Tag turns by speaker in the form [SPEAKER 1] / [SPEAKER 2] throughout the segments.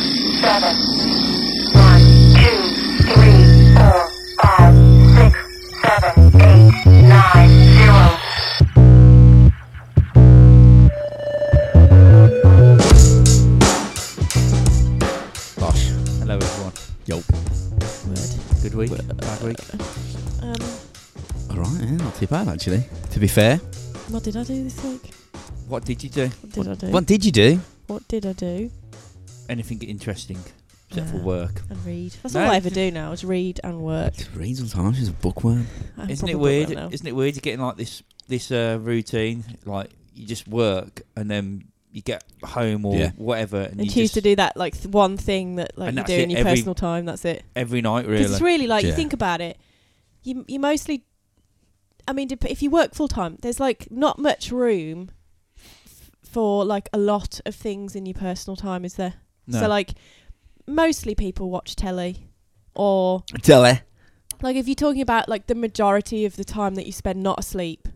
[SPEAKER 1] seven. One, two, three, four, five, six, seven, eight, nine, zero.
[SPEAKER 2] Gosh.
[SPEAKER 3] Hello, everyone.
[SPEAKER 2] Yo.
[SPEAKER 3] Good week, bad week.
[SPEAKER 4] Um,
[SPEAKER 2] All right, yeah, not too bad actually. To be fair.
[SPEAKER 4] what did I do this week?
[SPEAKER 3] What did you do?
[SPEAKER 4] What did I do?
[SPEAKER 2] What did you do?
[SPEAKER 4] What did I do?
[SPEAKER 3] Anything interesting except for
[SPEAKER 4] Uh,
[SPEAKER 3] work?
[SPEAKER 4] And read. That's
[SPEAKER 3] No,
[SPEAKER 4] all I
[SPEAKER 3] you
[SPEAKER 4] ever do now is read and work.
[SPEAKER 2] Reads all the time. She's a bookworm.
[SPEAKER 4] I'm
[SPEAKER 3] Isn't it
[SPEAKER 4] probably bookworm
[SPEAKER 3] weird?
[SPEAKER 4] now.
[SPEAKER 3] Isn't it weird? You're getting like this this uh, routine, like you just work and then you get home or
[SPEAKER 2] Yeah.
[SPEAKER 3] whatever, and,
[SPEAKER 4] And
[SPEAKER 3] you
[SPEAKER 4] choose
[SPEAKER 3] just,
[SPEAKER 4] to do that like th- one thing that like
[SPEAKER 3] And
[SPEAKER 4] you
[SPEAKER 3] that's
[SPEAKER 4] do
[SPEAKER 3] it,
[SPEAKER 4] in your
[SPEAKER 3] every-
[SPEAKER 4] personal time. That's it.
[SPEAKER 3] every night,
[SPEAKER 4] Because
[SPEAKER 3] really.
[SPEAKER 4] it's really like
[SPEAKER 2] Yeah.
[SPEAKER 4] you think about it. You you mostly. I mean, dep- if you work full time, there's like not much room f- for like a lot of things in your personal time, is there?
[SPEAKER 3] No.
[SPEAKER 4] So like, mostly people watch telly, or
[SPEAKER 2] Tell her.
[SPEAKER 4] Like if you're talking about like the majority of the time that you spend not asleep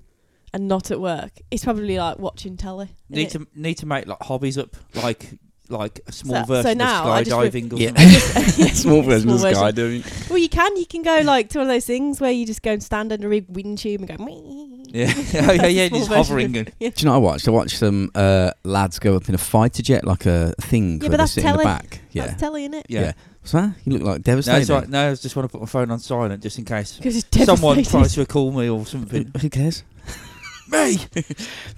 [SPEAKER 4] and not at work, it's probably like watching telly. isn't
[SPEAKER 3] need
[SPEAKER 4] it?
[SPEAKER 3] to need to make like hobbies up, like like a small
[SPEAKER 4] So- so
[SPEAKER 3] version
[SPEAKER 4] now I
[SPEAKER 3] of
[SPEAKER 4] just re-
[SPEAKER 3] skydiving. or
[SPEAKER 2] Yeah.
[SPEAKER 3] something.
[SPEAKER 2] Small version of
[SPEAKER 4] Small version.
[SPEAKER 2] skydiving.
[SPEAKER 4] Well, you can. You can go like to one of those things where you just go and stand under a big wind tube and go. "Wee."
[SPEAKER 3] yeah,
[SPEAKER 4] That's
[SPEAKER 3] yeah, yeah,
[SPEAKER 4] a
[SPEAKER 3] yeah.
[SPEAKER 4] small
[SPEAKER 3] Just
[SPEAKER 4] version
[SPEAKER 3] hovering
[SPEAKER 4] of-
[SPEAKER 3] and
[SPEAKER 2] Do you know what I watched? I watched some uh, lads go up in a fighter jet, like a thing
[SPEAKER 4] Yeah,
[SPEAKER 2] where
[SPEAKER 4] but
[SPEAKER 2] they
[SPEAKER 4] that's
[SPEAKER 2] sit in the
[SPEAKER 4] telly.
[SPEAKER 2] back. Yeah.
[SPEAKER 4] That's telly, innit?
[SPEAKER 3] yeah.
[SPEAKER 2] Yeah. What's that? You look like
[SPEAKER 3] No, it's
[SPEAKER 2] devastated.
[SPEAKER 3] right. no, I just want to put my phone on silent just in case
[SPEAKER 4] Because it's
[SPEAKER 3] someone
[SPEAKER 4] devastating.
[SPEAKER 3] tries to call me or
[SPEAKER 2] Who
[SPEAKER 3] something.
[SPEAKER 2] who cares?
[SPEAKER 3] Me.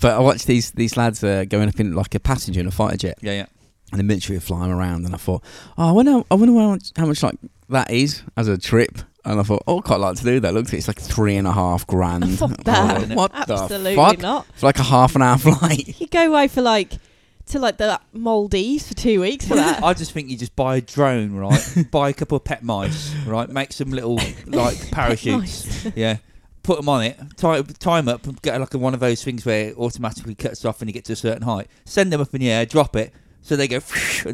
[SPEAKER 2] But I watched these these lads uh, going up in like a passenger in a fighter jet,
[SPEAKER 3] Yeah, yeah.
[SPEAKER 2] and the military were flying around, and I thought, oh, I wonder, I wonder how much, how much like that is as a trip. And I thought, oh, I'd quite like to do that. Looked, at it, it's like three and a half grand.
[SPEAKER 4] Fuck
[SPEAKER 2] I'm like,
[SPEAKER 3] Oh,
[SPEAKER 4] that.
[SPEAKER 2] What
[SPEAKER 4] Absolutely
[SPEAKER 2] the fuck?
[SPEAKER 4] not.
[SPEAKER 2] For like a half an hour flight.
[SPEAKER 4] You go away for like to like the Maldives for two weeks for that.
[SPEAKER 3] I just think you just buy a drone, right? buy a couple of pet mice, right? Make some little like parachutes,
[SPEAKER 4] Nice.
[SPEAKER 3] yeah. Put them on it, tie time up, and get like a, one of those things where it automatically cuts off when you get to a certain height. Send them up in the air, drop it, so they go and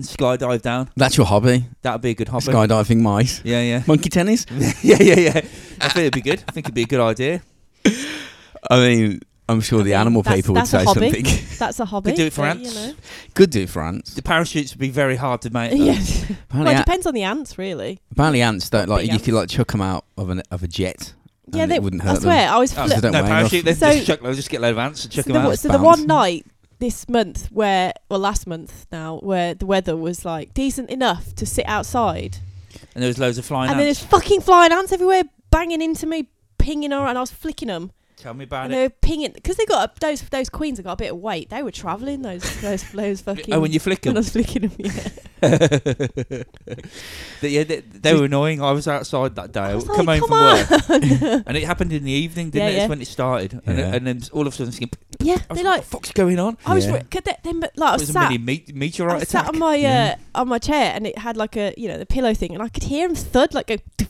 [SPEAKER 3] skydive down.
[SPEAKER 2] That's your hobby,
[SPEAKER 3] That would be a good hobby.
[SPEAKER 2] skydiving mice.
[SPEAKER 3] yeah, yeah,
[SPEAKER 2] Monkey tennis?
[SPEAKER 3] yeah, yeah, yeah. I think it'd be good. I think it'd be a good idea.
[SPEAKER 2] I mean, I'm sure the
[SPEAKER 4] I mean,
[SPEAKER 2] animal
[SPEAKER 4] that's-
[SPEAKER 2] people would
[SPEAKER 4] that's a
[SPEAKER 2] say
[SPEAKER 4] hobby.
[SPEAKER 2] something.
[SPEAKER 4] That's a hobby.
[SPEAKER 3] Could do it for
[SPEAKER 4] so,
[SPEAKER 3] ants.
[SPEAKER 4] You know.
[SPEAKER 2] Could do for ants.
[SPEAKER 3] The parachutes would be very hard to make. though.
[SPEAKER 4] Yes. Well,
[SPEAKER 2] Apparently,
[SPEAKER 4] it
[SPEAKER 2] a-
[SPEAKER 4] depends on the ants, really.
[SPEAKER 2] apparently ants don't like,
[SPEAKER 4] Big
[SPEAKER 2] you could
[SPEAKER 4] ants.
[SPEAKER 2] like chuck them out of, an, of a jet. And
[SPEAKER 4] yeah,
[SPEAKER 2] it
[SPEAKER 4] they
[SPEAKER 2] wouldn't
[SPEAKER 4] I
[SPEAKER 2] hurt them.
[SPEAKER 4] swear, I was.
[SPEAKER 3] Oh,
[SPEAKER 4] flip-
[SPEAKER 2] So don't
[SPEAKER 3] no
[SPEAKER 2] weigh
[SPEAKER 3] parachute. Then
[SPEAKER 4] enough.
[SPEAKER 3] just
[SPEAKER 4] So-
[SPEAKER 3] chuck, they'll just get a load of ants and chuck
[SPEAKER 4] so
[SPEAKER 3] them
[SPEAKER 4] the,
[SPEAKER 3] out.
[SPEAKER 4] so the
[SPEAKER 2] bounce.
[SPEAKER 4] one night this month where well last month now where the weather was like decent enough to sit outside
[SPEAKER 3] And there was loads of flying
[SPEAKER 4] and then
[SPEAKER 3] ants.
[SPEAKER 4] there's fucking flying ants everywhere banging into me pinging her and I was flicking them
[SPEAKER 3] Tell me about
[SPEAKER 4] and
[SPEAKER 3] it.
[SPEAKER 4] they were pinging because they got a, those those queens have got a bit of weight they were travelling those those those fucking
[SPEAKER 3] Oh, when you flick
[SPEAKER 4] when
[SPEAKER 3] them.
[SPEAKER 4] I was flicking them yeah
[SPEAKER 3] That- yeah, they, they were annoying. I was outside that day. I
[SPEAKER 4] I was
[SPEAKER 3] come
[SPEAKER 4] like,
[SPEAKER 3] home
[SPEAKER 4] come on
[SPEAKER 3] from work, and it happened in the evening, didn't
[SPEAKER 4] Yeah,
[SPEAKER 3] it? It's
[SPEAKER 4] yeah.
[SPEAKER 3] when it started, and,
[SPEAKER 2] Yeah.
[SPEAKER 3] and then all of a sudden, it's getting-
[SPEAKER 4] yeah
[SPEAKER 3] I was like, "What
[SPEAKER 4] they like
[SPEAKER 3] the fuck's going on?"
[SPEAKER 4] I was
[SPEAKER 2] Yeah.
[SPEAKER 4] re- could they, they, m- like I
[SPEAKER 3] It
[SPEAKER 4] was
[SPEAKER 3] was a
[SPEAKER 4] sat
[SPEAKER 3] mini me- meteorite
[SPEAKER 4] I
[SPEAKER 3] attack.
[SPEAKER 4] sat on my
[SPEAKER 2] Yeah.
[SPEAKER 4] uh, on my chair and it had like a you know the pillow thing and I could hear him thud like go doof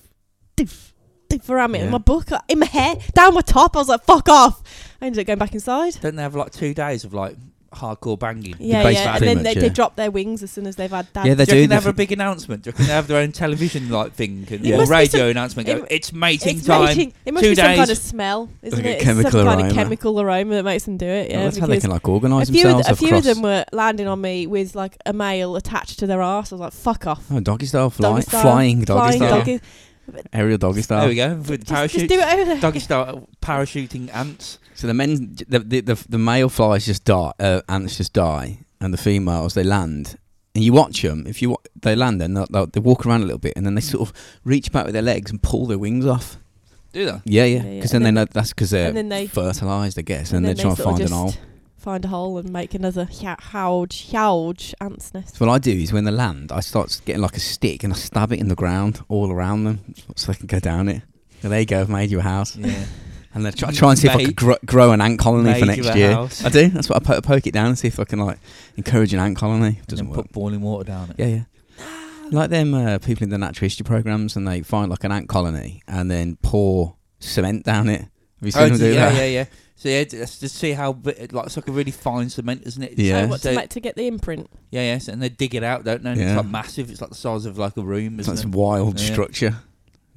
[SPEAKER 4] doof doof around it
[SPEAKER 2] Yeah.
[SPEAKER 4] in my book uh, in my hair down my top I was like fuck off I ended up going back inside
[SPEAKER 3] Don't they have like two days of like hardcore banging?
[SPEAKER 4] yeah
[SPEAKER 2] base
[SPEAKER 4] yeah
[SPEAKER 2] that
[SPEAKER 4] and
[SPEAKER 2] pretty
[SPEAKER 4] then
[SPEAKER 2] much,
[SPEAKER 4] they,
[SPEAKER 2] yeah.
[SPEAKER 4] they drop their wings as soon as they've had that
[SPEAKER 2] Yeah, they
[SPEAKER 3] Do you
[SPEAKER 2] do.
[SPEAKER 3] reckon they
[SPEAKER 2] They
[SPEAKER 3] have a
[SPEAKER 2] f-
[SPEAKER 3] big announcement? Do you reckon they have their own television like thing and
[SPEAKER 4] It
[SPEAKER 3] or
[SPEAKER 4] must be
[SPEAKER 3] radio
[SPEAKER 4] some-
[SPEAKER 3] announcement? Go,
[SPEAKER 4] it-
[SPEAKER 3] it's mating
[SPEAKER 4] it's
[SPEAKER 3] time.
[SPEAKER 4] making- it must
[SPEAKER 3] two
[SPEAKER 4] be some kind
[SPEAKER 3] days.
[SPEAKER 4] of smell isn't
[SPEAKER 2] Like a
[SPEAKER 4] it
[SPEAKER 2] chemical
[SPEAKER 4] it's some kind
[SPEAKER 2] aroma. Oh,
[SPEAKER 4] of chemical aroma that makes them do it yeah
[SPEAKER 2] that's how they
[SPEAKER 4] because
[SPEAKER 2] can like organise
[SPEAKER 4] a few, of,
[SPEAKER 2] themselves.
[SPEAKER 4] the, a
[SPEAKER 2] I've
[SPEAKER 4] few of
[SPEAKER 2] crossed-
[SPEAKER 4] them were landing on me with like a male attached to their arse I was like fuck off
[SPEAKER 2] Oh, doggy style, fly,
[SPEAKER 4] Doggy style,
[SPEAKER 2] flying doggy
[SPEAKER 4] flying
[SPEAKER 2] style,
[SPEAKER 4] doggy
[SPEAKER 2] aerial doggy style.
[SPEAKER 3] There we go with the
[SPEAKER 4] just, just
[SPEAKER 3] parachute.
[SPEAKER 4] do it over there
[SPEAKER 3] Doggy style parachuting ants.
[SPEAKER 2] So the men, the the, the, the male flies just die, uh, ants just die, and the females they land. And you watch them. If you wa- they land, then they'll, they'll, they walk around a little bit, and then they sort of reach back with their legs and pull their wings off.
[SPEAKER 3] Do that.
[SPEAKER 2] Yeah, yeah.
[SPEAKER 4] Yeah, yeah.
[SPEAKER 2] Because then,
[SPEAKER 4] And
[SPEAKER 2] they
[SPEAKER 4] then-
[SPEAKER 2] know that's because they're
[SPEAKER 4] and then they-
[SPEAKER 2] fertilised, I guess, and,
[SPEAKER 4] And
[SPEAKER 2] they're
[SPEAKER 4] then
[SPEAKER 2] trying
[SPEAKER 4] they
[SPEAKER 2] to
[SPEAKER 4] sort
[SPEAKER 2] find
[SPEAKER 4] of
[SPEAKER 2] an hole.
[SPEAKER 4] just Find a hole and make another hu- huge, huge ants nest.
[SPEAKER 2] So what I do is when they land, I start getting like a stick and I stab it in the ground all around them, so they can go down it. So there you go, I've made you a house,
[SPEAKER 3] Yeah.
[SPEAKER 2] and then try, try and see if I
[SPEAKER 3] Made-
[SPEAKER 2] could gro- grow an ant colony
[SPEAKER 3] Made
[SPEAKER 2] for
[SPEAKER 3] you
[SPEAKER 2] next
[SPEAKER 3] a
[SPEAKER 2] year.
[SPEAKER 3] house.
[SPEAKER 2] I do. That's what I po- poke it down and see if I can like encourage an ant colony.
[SPEAKER 3] And
[SPEAKER 2] Doesn't
[SPEAKER 3] then
[SPEAKER 2] work.
[SPEAKER 3] put boiling water down it.
[SPEAKER 2] Yeah, yeah. Like them uh, people in the natural history programs, and they find like an ant colony and then pour cement down it. Have you seen
[SPEAKER 3] Oh,
[SPEAKER 2] them
[SPEAKER 3] d-
[SPEAKER 2] do
[SPEAKER 3] yeah,
[SPEAKER 2] that?
[SPEAKER 3] yeah, yeah. So yeah, d- let's just see how bit, like it's like a really fine cement, isn't it?
[SPEAKER 2] Yeah.
[SPEAKER 4] So what,
[SPEAKER 3] So-
[SPEAKER 4] to, make, to get the imprint.
[SPEAKER 3] yeah, yeah. So, and they dig it out, don't they? And
[SPEAKER 2] Yeah.
[SPEAKER 3] It's like massive. It's like the size of like a room,
[SPEAKER 2] It's like this
[SPEAKER 3] isn't it?
[SPEAKER 2] wild
[SPEAKER 3] Yeah.
[SPEAKER 2] structure.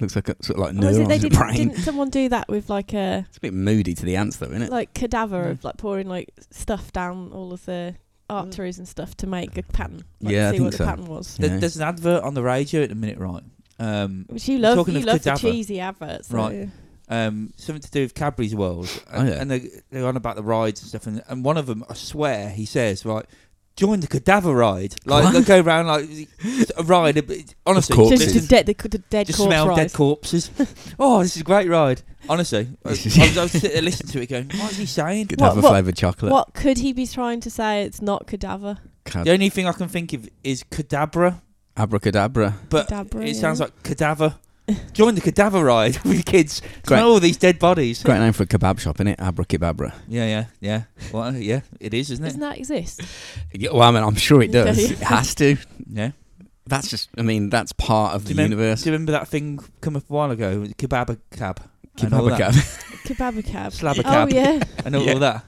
[SPEAKER 2] Looks like a, sort of like
[SPEAKER 4] Or Oh, is it
[SPEAKER 2] neurons
[SPEAKER 4] they
[SPEAKER 2] in the
[SPEAKER 4] didn't,
[SPEAKER 2] brain.
[SPEAKER 4] didn't someone do that with like a
[SPEAKER 2] Mm. It's a bit moody to the ants, though, isn't it?
[SPEAKER 4] like cadaver
[SPEAKER 3] Yeah.
[SPEAKER 4] of like pouring like stuff down all of the
[SPEAKER 3] Mm.
[SPEAKER 4] art tours and stuff to make a pattern.
[SPEAKER 2] Yeah, I
[SPEAKER 4] see
[SPEAKER 2] think
[SPEAKER 4] what
[SPEAKER 2] so.
[SPEAKER 4] the pattern was.
[SPEAKER 3] There-
[SPEAKER 2] Yeah.
[SPEAKER 3] There's an advert on the radio at the minute, right? Um,
[SPEAKER 4] Which you love.
[SPEAKER 3] Talking
[SPEAKER 4] you
[SPEAKER 3] of
[SPEAKER 4] love
[SPEAKER 3] cadaver.
[SPEAKER 4] the cheesy adverts,
[SPEAKER 3] Right. um, something to do with Cadbury's World,
[SPEAKER 2] Oh,
[SPEAKER 3] and,
[SPEAKER 2] yeah.
[SPEAKER 3] and they, they're on about the rides and stuff. And, and one of them, I swear, he says, "Right, join the cadaver ride. Like,
[SPEAKER 2] What?
[SPEAKER 3] they go around like a ride. It- it- Honestly,
[SPEAKER 2] Of corpses.
[SPEAKER 4] Just the
[SPEAKER 3] listen,
[SPEAKER 4] dead, the, c- the dead
[SPEAKER 3] just
[SPEAKER 4] corpse
[SPEAKER 3] smell dead
[SPEAKER 4] rise.
[SPEAKER 3] corpses. oh, this is a great ride. Honestly, I, I
[SPEAKER 2] This
[SPEAKER 3] was,
[SPEAKER 2] is-
[SPEAKER 3] I was sitting there listening to it, going, "What is he saying?"
[SPEAKER 2] Could
[SPEAKER 4] What-
[SPEAKER 2] have a
[SPEAKER 4] what-
[SPEAKER 2] flavoured chocolate.
[SPEAKER 4] What could he be trying to say? It's not cadaver.
[SPEAKER 2] Cad-
[SPEAKER 3] The only thing I can think of is cadabra,
[SPEAKER 2] Abracadabra.
[SPEAKER 3] but
[SPEAKER 4] Cadabra,
[SPEAKER 3] it
[SPEAKER 4] yeah.
[SPEAKER 3] sounds like cadaver. Join the cadaver ride with your kids.
[SPEAKER 2] Great.
[SPEAKER 3] Smell all these dead bodies.
[SPEAKER 2] Great name for a kebab shop, isn't it? Abracadabra.
[SPEAKER 3] Yeah, yeah, yeah. Well, uh, yeah, it is, isn't it?
[SPEAKER 4] Doesn't that exist?
[SPEAKER 2] Yeah, well, I mean, I'm sure it does.
[SPEAKER 4] Yeah.
[SPEAKER 2] it has to.
[SPEAKER 3] yeah.
[SPEAKER 2] That's just, I mean, that's part of
[SPEAKER 3] Do
[SPEAKER 2] the
[SPEAKER 3] you remem-
[SPEAKER 2] universe.
[SPEAKER 3] Do you remember that thing come up a while ago? Kebab cab. and all that?
[SPEAKER 2] Kebabacab.
[SPEAKER 4] Kebab cab.
[SPEAKER 3] Slab a
[SPEAKER 4] Oh
[SPEAKER 3] cab.
[SPEAKER 4] yeah,
[SPEAKER 3] And all,
[SPEAKER 2] Yeah.
[SPEAKER 3] all that.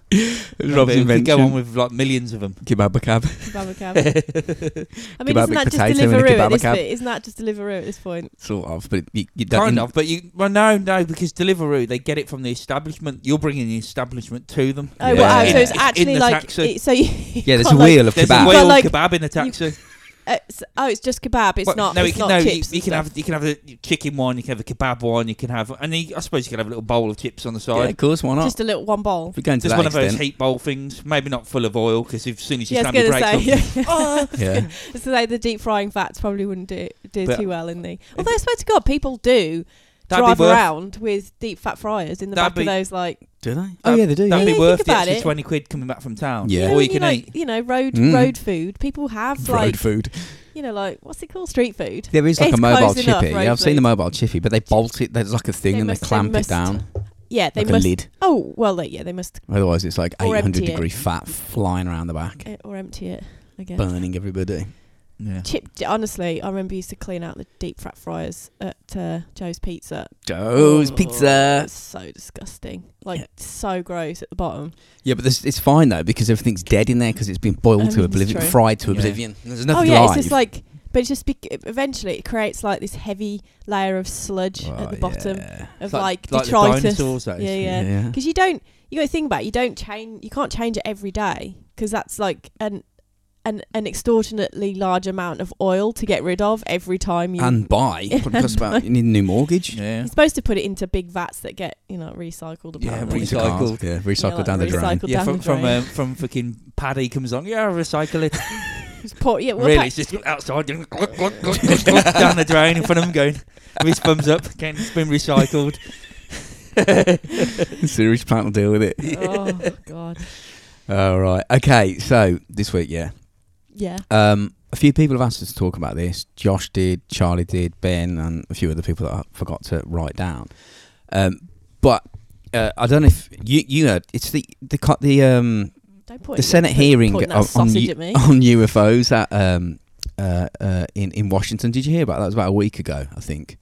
[SPEAKER 2] Rob's
[SPEAKER 3] we could
[SPEAKER 2] invention.
[SPEAKER 3] go on with like millions of them.
[SPEAKER 2] Kebabacab.
[SPEAKER 4] kebab cab.
[SPEAKER 3] kind
[SPEAKER 4] I mean,
[SPEAKER 2] Kebab
[SPEAKER 4] isn't that just
[SPEAKER 2] potato and a
[SPEAKER 4] Deliveroo at this
[SPEAKER 2] kebabacab.
[SPEAKER 4] point? Isn't that just Deliveroo at this point?
[SPEAKER 2] Sort of, but you, you don't. in-
[SPEAKER 3] of, but you. Well, no, no, because Deliveroo they get it from the establishment. You're bringing the establishment to them.
[SPEAKER 4] Oh,
[SPEAKER 2] Yeah.
[SPEAKER 4] wow.
[SPEAKER 2] In-
[SPEAKER 4] So it's
[SPEAKER 3] in
[SPEAKER 4] actually
[SPEAKER 3] the
[SPEAKER 4] like
[SPEAKER 3] taxi.
[SPEAKER 4] it, so. You
[SPEAKER 2] Yeah, there's
[SPEAKER 4] got
[SPEAKER 2] a
[SPEAKER 4] like,
[SPEAKER 2] wheel of
[SPEAKER 3] There's
[SPEAKER 2] kebab.
[SPEAKER 3] a
[SPEAKER 4] Well,
[SPEAKER 3] wheel
[SPEAKER 4] like-
[SPEAKER 3] kebab in the taxi.
[SPEAKER 4] uh, s- oh, it's just kebab. It's
[SPEAKER 3] Well,
[SPEAKER 4] not.
[SPEAKER 3] No,
[SPEAKER 4] it's
[SPEAKER 3] you can,
[SPEAKER 4] not
[SPEAKER 3] no, you-
[SPEAKER 4] chips.
[SPEAKER 3] you,
[SPEAKER 4] and
[SPEAKER 3] can
[SPEAKER 4] stuff.
[SPEAKER 3] have you can have a chicken one. You can have a kebab one. You can have, and you, I suppose you can have a little bowl of chips on the
[SPEAKER 2] yeah,
[SPEAKER 3] side.
[SPEAKER 2] of course, why not?
[SPEAKER 4] just a little one bowl.
[SPEAKER 2] if we're going to
[SPEAKER 3] Just
[SPEAKER 2] that
[SPEAKER 3] one of those
[SPEAKER 2] extent.
[SPEAKER 3] heat bowl things. Maybe not full of oil because as soon as you Oh.
[SPEAKER 4] Yeah, I was
[SPEAKER 3] slam your
[SPEAKER 4] going to
[SPEAKER 3] brakes
[SPEAKER 4] say.
[SPEAKER 3] on,
[SPEAKER 4] yeah.
[SPEAKER 2] Yeah.
[SPEAKER 4] So like the deep frying fats probably wouldn't do do
[SPEAKER 3] But-
[SPEAKER 4] too well in the. Although I swear to God, people do
[SPEAKER 3] that'd
[SPEAKER 4] drive
[SPEAKER 3] be worth
[SPEAKER 4] around with deep fat fryers in the
[SPEAKER 3] That'd
[SPEAKER 4] back
[SPEAKER 3] be-
[SPEAKER 4] of those like.
[SPEAKER 2] Do they?
[SPEAKER 3] Oh, yeah,
[SPEAKER 2] they do.
[SPEAKER 3] That'd be
[SPEAKER 4] yeah. Yeah,
[SPEAKER 3] worth
[SPEAKER 4] think
[SPEAKER 3] the
[SPEAKER 4] about
[SPEAKER 3] extra
[SPEAKER 4] it.
[SPEAKER 3] twenty quid coming back from town.
[SPEAKER 2] Yeah.
[SPEAKER 3] All
[SPEAKER 4] when
[SPEAKER 3] you can
[SPEAKER 4] like,
[SPEAKER 3] eat.
[SPEAKER 4] You know, road
[SPEAKER 2] Mm.
[SPEAKER 4] road food. People have
[SPEAKER 2] Road
[SPEAKER 4] like
[SPEAKER 2] food.
[SPEAKER 4] you know like what's it called street food.
[SPEAKER 2] There is like
[SPEAKER 4] It's
[SPEAKER 2] a mobile
[SPEAKER 4] close enough,
[SPEAKER 2] chippy.
[SPEAKER 4] road
[SPEAKER 2] yeah, I've seen the
[SPEAKER 4] food.
[SPEAKER 2] mobile chippy, but they bolt it. There's like a thing
[SPEAKER 4] They
[SPEAKER 2] and
[SPEAKER 4] must-
[SPEAKER 2] they
[SPEAKER 4] they
[SPEAKER 2] clamp it
[SPEAKER 4] must-
[SPEAKER 2] down
[SPEAKER 4] Yeah, they
[SPEAKER 2] like
[SPEAKER 4] must.
[SPEAKER 2] a lid.
[SPEAKER 4] Oh well, they, yeah, they must
[SPEAKER 2] Otherwise, it's like
[SPEAKER 4] Or
[SPEAKER 2] 800
[SPEAKER 4] empty it.
[SPEAKER 2] degree fat flying around the back,
[SPEAKER 4] uh, or empty it. I guess.
[SPEAKER 2] burning everybody.
[SPEAKER 3] Yeah.
[SPEAKER 4] Chip. Honestly, I remember used to clean out the deep fat fryers at uh, Joe's Pizza.
[SPEAKER 2] Joe's
[SPEAKER 4] Oh,
[SPEAKER 2] pizza.
[SPEAKER 4] it's so disgusting. Like
[SPEAKER 2] Uh, Yeah.
[SPEAKER 4] so gross at the bottom.
[SPEAKER 2] Yeah, but this, it's fine though because everything's dead in there because it's been boiled
[SPEAKER 4] I mean,
[SPEAKER 2] to
[SPEAKER 4] it's
[SPEAKER 2] oblivion,
[SPEAKER 4] Oh, true.
[SPEAKER 2] fried to
[SPEAKER 3] Yeah.
[SPEAKER 2] oblivion. There's nothing
[SPEAKER 4] oh yeah,
[SPEAKER 2] live.
[SPEAKER 4] it's just like, but it's just bec- eventually it creates like this heavy layer of sludge at
[SPEAKER 2] Oh,
[SPEAKER 4] the bottom
[SPEAKER 2] yeah.
[SPEAKER 3] It's
[SPEAKER 4] of like,
[SPEAKER 3] like The
[SPEAKER 4] detritus.
[SPEAKER 3] dinosaurs, that is.
[SPEAKER 4] yeah, yeah.
[SPEAKER 2] Yeah.
[SPEAKER 4] Because you don't, you got to think about it, you don't change, you can't change it every day because that's like an an an extortionately large amount of oil to get rid of every time you.
[SPEAKER 2] And buy.
[SPEAKER 4] Yeah,
[SPEAKER 2] Probably costs
[SPEAKER 4] and
[SPEAKER 2] about, you need a new mortgage.
[SPEAKER 3] Yeah.
[SPEAKER 4] you're supposed to put it into big vats that get you know recycled.
[SPEAKER 3] Yeah,
[SPEAKER 4] Apparently.
[SPEAKER 3] recycled Recycled.
[SPEAKER 2] Yeah,
[SPEAKER 4] Yeah,
[SPEAKER 2] recycled
[SPEAKER 4] like
[SPEAKER 2] down the drain.
[SPEAKER 4] recycled
[SPEAKER 3] Yeah,
[SPEAKER 4] down
[SPEAKER 3] from
[SPEAKER 4] the
[SPEAKER 3] from,
[SPEAKER 4] drain.
[SPEAKER 3] um, from fucking Paddy comes on. Yeah, recycle it.
[SPEAKER 4] Just pour- yeah, well,
[SPEAKER 3] really,
[SPEAKER 4] pa-
[SPEAKER 3] it's just outside doing glug, glug, glug, glug, glug, down the drain in front of him, going with his thumbs up, again, it's been recycled.
[SPEAKER 2] Sewage plant will deal with it.
[SPEAKER 4] oh god,
[SPEAKER 2] All Oh, right. Okay. So this week, yeah.
[SPEAKER 4] yeah.
[SPEAKER 2] Um, a few people have asked us to talk about this. Josh did, Charlie did, Ben, and a few other people that I forgot to write down. Um, but uh, I don't know if you you know it's the the co- the um
[SPEAKER 4] Don't point
[SPEAKER 2] the
[SPEAKER 4] it-
[SPEAKER 2] Senate
[SPEAKER 4] don't
[SPEAKER 2] hearing
[SPEAKER 4] point that
[SPEAKER 2] on, on,
[SPEAKER 4] sausage
[SPEAKER 2] U-
[SPEAKER 4] at me.
[SPEAKER 2] on UFOs at um uh, uh in in Washington. Did you hear about that? It was about a week ago, I think.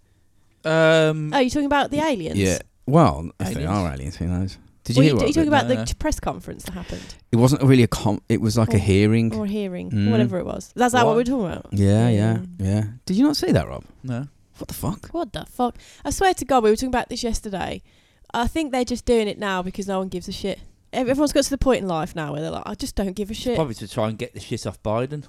[SPEAKER 3] Um,
[SPEAKER 4] Oh, you're talking about the aliens?
[SPEAKER 2] Yeah. Well, if they
[SPEAKER 3] Aliens.
[SPEAKER 2] are aliens, who knows? Did
[SPEAKER 4] Well,
[SPEAKER 2] you hear
[SPEAKER 4] you,
[SPEAKER 2] about
[SPEAKER 4] you talking
[SPEAKER 2] it?
[SPEAKER 4] about
[SPEAKER 3] No,
[SPEAKER 4] the
[SPEAKER 3] no.
[SPEAKER 4] t- press conference that happened
[SPEAKER 2] It wasn't really a com. It was like a
[SPEAKER 4] Oh.
[SPEAKER 2] hearing.
[SPEAKER 4] or hearing,
[SPEAKER 2] Mm.
[SPEAKER 4] whatever it was. That's that what we're
[SPEAKER 3] What?
[SPEAKER 4] talking about.
[SPEAKER 2] Yeah, yeah,
[SPEAKER 4] Mm.
[SPEAKER 2] yeah. Did you not see that, Rob?
[SPEAKER 3] no.
[SPEAKER 2] What the fuck?
[SPEAKER 4] What the fuck? I swear to God, we were talking about this yesterday. I think they're just doing it now because no one gives a shit. Ev- Everyone's got to the point in life now where they're like, I just don't give a shit.
[SPEAKER 3] Probably to try and get the shit off Biden.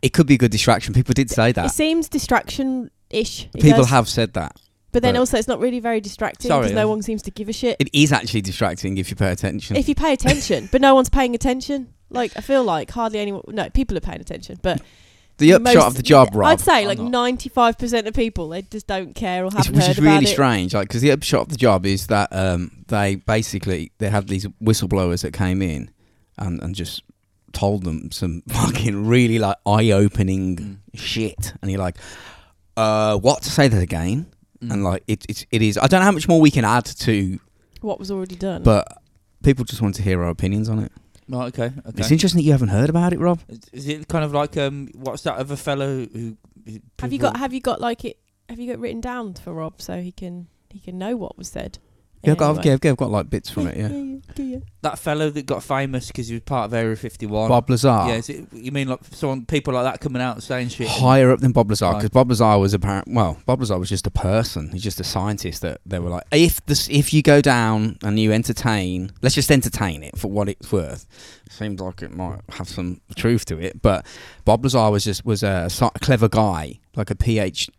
[SPEAKER 2] It could be a good distraction. People did say
[SPEAKER 4] It
[SPEAKER 2] that.
[SPEAKER 4] seems distraction ish.
[SPEAKER 2] People have said that.
[SPEAKER 4] but then
[SPEAKER 2] but-
[SPEAKER 4] also it's not really very distracting
[SPEAKER 3] Sorry,
[SPEAKER 4] because no
[SPEAKER 3] um,
[SPEAKER 4] one seems to give a shit.
[SPEAKER 2] It is actually distracting if you pay attention.
[SPEAKER 4] If you pay attention, but no one's paying attention. Like I feel like hardly anyone. No, people are paying attention, but
[SPEAKER 2] the upshot
[SPEAKER 4] most-
[SPEAKER 2] of the job, Rob,
[SPEAKER 4] I'd say
[SPEAKER 3] I'm
[SPEAKER 4] like
[SPEAKER 3] not.
[SPEAKER 4] ninety-five percent of people they just don't care or
[SPEAKER 2] is-
[SPEAKER 4] haven't
[SPEAKER 2] which
[SPEAKER 4] heard
[SPEAKER 2] is really
[SPEAKER 4] about it.
[SPEAKER 2] strange, like because the upshot of the job is that um, they basically they have these whistleblowers that came in and, and just told them some fucking really like eye-opening shit, and you're like, uh, what? Say that again.
[SPEAKER 3] Mm.
[SPEAKER 4] Mm.
[SPEAKER 2] And like it, it's it is. I don't know how much more we can add to,
[SPEAKER 4] What was already done?
[SPEAKER 2] but people just want to hear our opinions on it.
[SPEAKER 3] Right, okay, okay.
[SPEAKER 2] It's interesting that you haven't heard about it, Rob.
[SPEAKER 3] Is- Is it kind of like um, what's that other fellow who? who
[SPEAKER 4] have you got have you got like it? Have you got written down for Rob so he can he can know what was said?
[SPEAKER 2] Yeah, I've got, I've,
[SPEAKER 3] Anyway.
[SPEAKER 2] yeah, I've got like bits from it. Yeah,
[SPEAKER 4] yeah, yeah.
[SPEAKER 3] That fellow that got famous because he was part of Area 51.
[SPEAKER 2] Bob Lazar.
[SPEAKER 3] Yeah, is it, you mean like someone, people like that coming out and saying shit? Mm.
[SPEAKER 2] higher up than Bob Lazar because
[SPEAKER 3] Right.
[SPEAKER 2] Bob Lazar was apparent. Well, Bob Lazar was just a person. He's just a scientist that they were like, if this, if you go down and you entertain, let's just entertain it for what it's worth. Seems like it might have some truth to it, but Bob Lazar was just was a, sci- a clever guy, like a PhD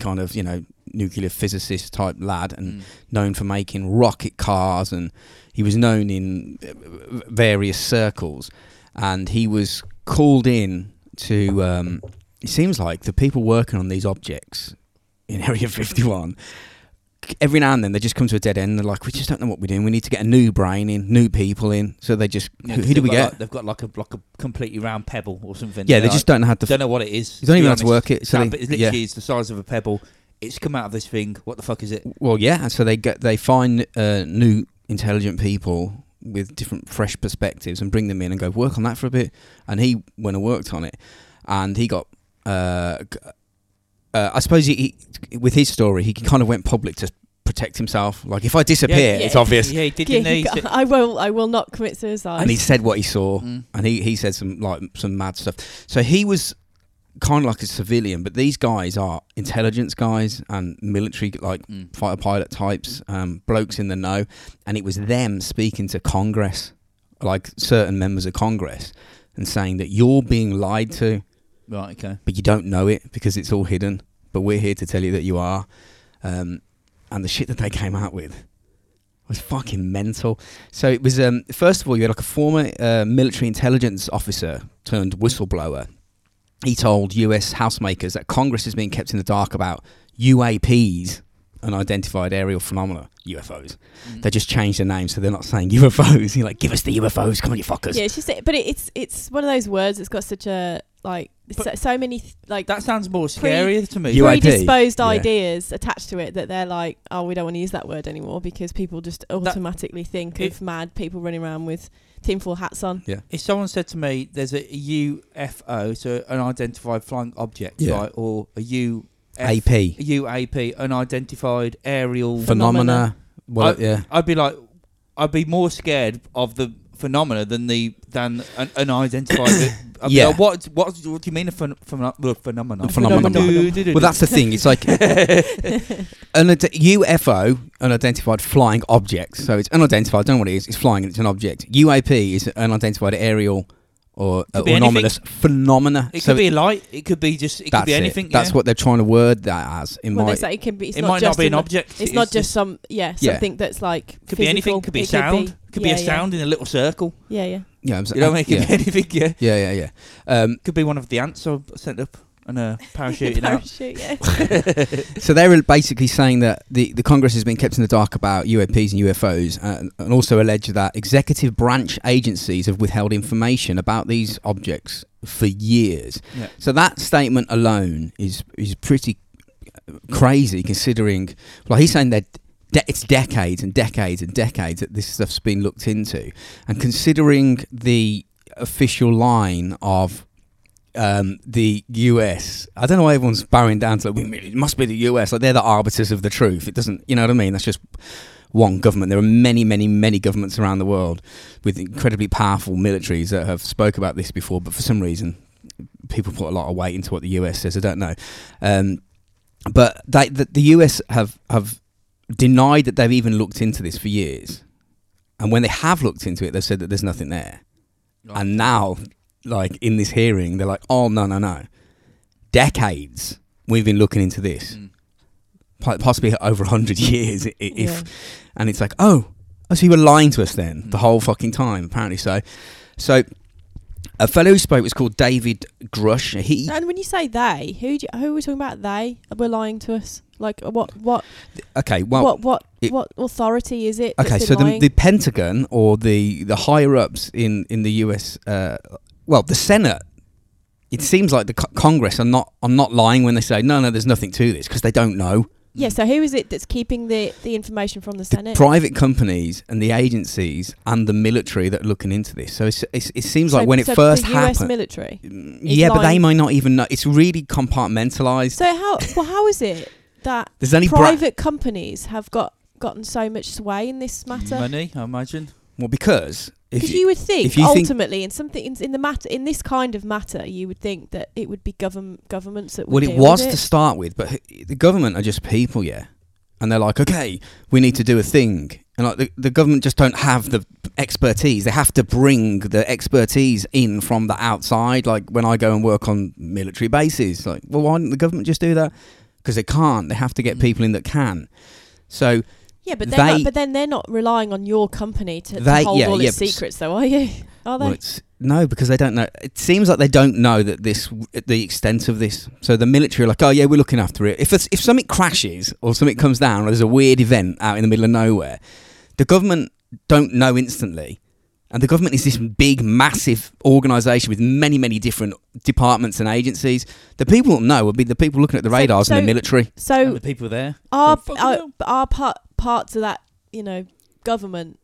[SPEAKER 2] kind of you know nuclear physicist type lad, and
[SPEAKER 3] Mm.
[SPEAKER 2] known for making rocket cars and he was known in uh, various circles and he was called in to um, it seems like the people working on these objects in area 51 every now and then they just come to a dead end they're like we just don't know what we're doing we need to get a new brain in new people in so they just
[SPEAKER 3] Yeah,
[SPEAKER 2] who,
[SPEAKER 3] 'cause
[SPEAKER 2] who do
[SPEAKER 3] they've got
[SPEAKER 2] we get
[SPEAKER 3] Like, they've got like a like a completely round pebble or something.
[SPEAKER 2] yeah they
[SPEAKER 3] They're
[SPEAKER 2] just
[SPEAKER 3] like,
[SPEAKER 2] don't know how to
[SPEAKER 3] don't know what it is.
[SPEAKER 2] You don't
[SPEAKER 3] to be
[SPEAKER 2] even know how to
[SPEAKER 3] honest.
[SPEAKER 2] work it, so
[SPEAKER 3] That
[SPEAKER 2] they-
[SPEAKER 3] bit is
[SPEAKER 2] yeah.
[SPEAKER 3] literally is the size of a pebble. It's come out of this thing. What the fuck is it?
[SPEAKER 2] Well, yeah. So they get they find uh, new intelligent people with different fresh perspectives and bring them in and go work on that for a bit. And he went and worked on it, and he got. Uh, g- uh, I suppose he, he, with his story, he kind of went public to protect himself. Like if I disappear,
[SPEAKER 4] yeah.
[SPEAKER 2] it's obvious.
[SPEAKER 3] Yeah, he did,
[SPEAKER 4] Yeah,
[SPEAKER 3] didn't he?
[SPEAKER 4] you
[SPEAKER 3] He
[SPEAKER 4] got-
[SPEAKER 3] said-
[SPEAKER 4] I will. I will not commit suicide.
[SPEAKER 2] And he said what he saw,
[SPEAKER 3] Mm.
[SPEAKER 2] and he he said some like some mad stuff. So he was kind of like a civilian, but these guys are intelligence guys and military like
[SPEAKER 3] Mm.
[SPEAKER 2] fighter pilot types, um, blokes in the know, and it was them speaking to Congress, like certain members of Congress, and saying that you're being lied to,
[SPEAKER 3] Right. Okay.
[SPEAKER 2] but you don't know it because it's all hidden. But we're here to tell you that you are. Um, and the shit that they came out with was fucking mental. So it was, um, first of all, you had like a former uh, military intelligence officer turned whistleblower. He told US housemakers that Congress is being kept in the dark about UAPs, unidentified aerial phenomena, UFOs. They just changed their name so they're not saying UFOs. You're like, give us the UFOs, come on, you fuckers.
[SPEAKER 4] yeah, it's just. But it, it's it's one of those words that's got such a like so,
[SPEAKER 3] But-
[SPEAKER 4] so many th- like
[SPEAKER 3] That sounds more
[SPEAKER 4] Pre-
[SPEAKER 3] scary to me.
[SPEAKER 2] You are- UID,
[SPEAKER 4] predisposed
[SPEAKER 2] yeah.
[SPEAKER 4] ideas attached to it that they're like, oh, we don't want to use that word anymore because people just automatically think
[SPEAKER 3] It-
[SPEAKER 4] of mad people running around with tinfoil hats on.
[SPEAKER 3] if someone said to me, "There's a UFO, so an unidentified flying object,
[SPEAKER 2] Yeah.
[SPEAKER 3] right, or a U
[SPEAKER 2] AP.
[SPEAKER 3] UAP, unidentified aerial,"
[SPEAKER 2] Phenomena. Well, yeah.
[SPEAKER 3] I'd be like, I'd be more scared of the phenomena than the than an, an identified. I'd be
[SPEAKER 2] Yeah.
[SPEAKER 3] like, what, what what do you mean a phen- phenom- well, phenomenon?
[SPEAKER 2] A phenomenon.
[SPEAKER 3] Well,
[SPEAKER 2] Well, that's the thing. It's like an ad- UFO, unidentified flying object. So it's unidentified. don't know what it is. It's flying. and It's an object. UAP is unidentified aerial or,
[SPEAKER 3] Could
[SPEAKER 2] or
[SPEAKER 3] be
[SPEAKER 2] anomalous phenomena.
[SPEAKER 3] It
[SPEAKER 2] So
[SPEAKER 3] could be a light. It could be just. It could
[SPEAKER 2] that's
[SPEAKER 3] be anything.
[SPEAKER 2] It. That's
[SPEAKER 3] yeah.
[SPEAKER 2] what they're trying to word that as. In
[SPEAKER 4] well,
[SPEAKER 2] my
[SPEAKER 4] they say it can be. It's
[SPEAKER 3] it
[SPEAKER 4] not
[SPEAKER 3] might
[SPEAKER 4] just
[SPEAKER 3] not be an
[SPEAKER 4] an-
[SPEAKER 3] object.
[SPEAKER 4] It's, not just some yeah
[SPEAKER 2] Yeah.
[SPEAKER 4] something that's like
[SPEAKER 3] Could be anything.
[SPEAKER 4] physical.
[SPEAKER 3] Could be
[SPEAKER 4] It
[SPEAKER 3] sound. Could be,
[SPEAKER 4] yeah,
[SPEAKER 3] a
[SPEAKER 4] yeah.
[SPEAKER 3] sound in a little circle.
[SPEAKER 4] Yeah, yeah.
[SPEAKER 2] yeah, I'm s-
[SPEAKER 3] You know, it could
[SPEAKER 2] yeah.
[SPEAKER 3] be anything. Yeah.
[SPEAKER 2] yeah, yeah, yeah. Um,
[SPEAKER 3] Could be one of the ants I sent up on a parachuting out.
[SPEAKER 4] Parachute, yeah.
[SPEAKER 2] so they're basically saying that the, the Congress has been kept in the dark about UAPs and UFOs, and, uh, and also allege that executive branch agencies have withheld information about these objects for years.
[SPEAKER 3] Yeah.
[SPEAKER 2] So that statement alone is is pretty crazy, considering. Well, he's saying that de- it's decades and decades and decades that this stuff's been looked into, and considering the official line of um, the US. I don't know why everyone's bowing down to like, it must be the US. Like they're the arbiters of the truth. It doesn't, you know what I mean? That's just one government. There are many, many, many governments around the world with incredibly powerful militaries that have spoke about this before, but for some reason, people put a lot of weight into what the US says. I don't know, um, but they, the, the US have have denied that they've even looked into this for years, and when they have looked into it, they've said that there's nothing there. And now, like in this hearing, they're like, "Oh no, no, no! Decades we've been looking into this,
[SPEAKER 3] Mm.
[SPEAKER 2] po- possibly over hundred years, i- i- if."
[SPEAKER 4] Yeah.
[SPEAKER 2] And it's like, "Oh, oh, so you were lying to us then the
[SPEAKER 3] Mm.
[SPEAKER 2] whole fucking time?" Apparently, so. So, a fellow who spoke was called David Grush. He
[SPEAKER 4] And when you say they, who do you, who are we talking about? They were lying to us. Like uh, what what
[SPEAKER 2] okay, well,
[SPEAKER 4] what what
[SPEAKER 2] it-
[SPEAKER 4] what authority is it?
[SPEAKER 2] Okay,
[SPEAKER 4] that's
[SPEAKER 2] so
[SPEAKER 4] been
[SPEAKER 2] the,
[SPEAKER 4] lying?
[SPEAKER 2] the Pentagon or the the higher ups in in the U.S. Uh, well, the Senate. It seems like the co- Congress are not are not lying when they say no, no, there's nothing to this because they don't know.
[SPEAKER 4] yeah. So who is it that's keeping the the information from the
[SPEAKER 2] The
[SPEAKER 4] Senate?
[SPEAKER 2] private companies and the agencies and the military that are looking into this. So it's, it's, it seems like when it
[SPEAKER 4] so
[SPEAKER 2] first
[SPEAKER 4] the US
[SPEAKER 2] happened,
[SPEAKER 4] military.
[SPEAKER 2] Mm, yeah, but they
[SPEAKER 4] lying.
[SPEAKER 2] might not even know. It's really compartmentalized.
[SPEAKER 4] So how well how is it that
[SPEAKER 2] there's only bra-
[SPEAKER 4] private companies have got gotten so much sway in this matter?
[SPEAKER 3] Mm. Money, I imagine.
[SPEAKER 2] Well, because if
[SPEAKER 4] Because you, would think
[SPEAKER 2] if you think-
[SPEAKER 4] ultimately in something in, in the matter in this kind of matter, you would think that it would be govern governments that
[SPEAKER 2] Well,
[SPEAKER 4] would.
[SPEAKER 2] it
[SPEAKER 4] deal
[SPEAKER 2] was
[SPEAKER 4] with
[SPEAKER 2] to start with, but h- the government are just people, yeah, and they're like, okay, we need to do a thing, and like the, the government just don't have the expertise. They have to bring the expertise in from the outside. Like when I go and work on military bases, like, well, why didn't the government just do that? Because they can't. They have to get
[SPEAKER 3] Mm.
[SPEAKER 2] people in that can. So
[SPEAKER 4] Yeah, but they're
[SPEAKER 2] They-
[SPEAKER 4] not, but then they're not relying on your company to, to
[SPEAKER 2] They-
[SPEAKER 4] hold
[SPEAKER 2] yeah,
[SPEAKER 4] all its
[SPEAKER 2] yeah, but s-
[SPEAKER 4] secrets, though, are you? Are they?
[SPEAKER 2] well, it's no, because they don't know. It seems like they don't know that this, the extent of this. So the military are like, oh yeah, we're looking after it. If it's, if something crashes or something comes down or there's a weird event out in the middle of nowhere, the government don't know instantly. And the government is this big, massive organisation with many, many different departments and agencies. The people that know would be the people looking at the
[SPEAKER 4] So-
[SPEAKER 2] radars and
[SPEAKER 4] so-
[SPEAKER 2] the military.
[SPEAKER 3] And
[SPEAKER 4] so
[SPEAKER 3] the people there.
[SPEAKER 4] are
[SPEAKER 3] Fuck
[SPEAKER 4] are,
[SPEAKER 3] them.
[SPEAKER 4] are part parts of that you know government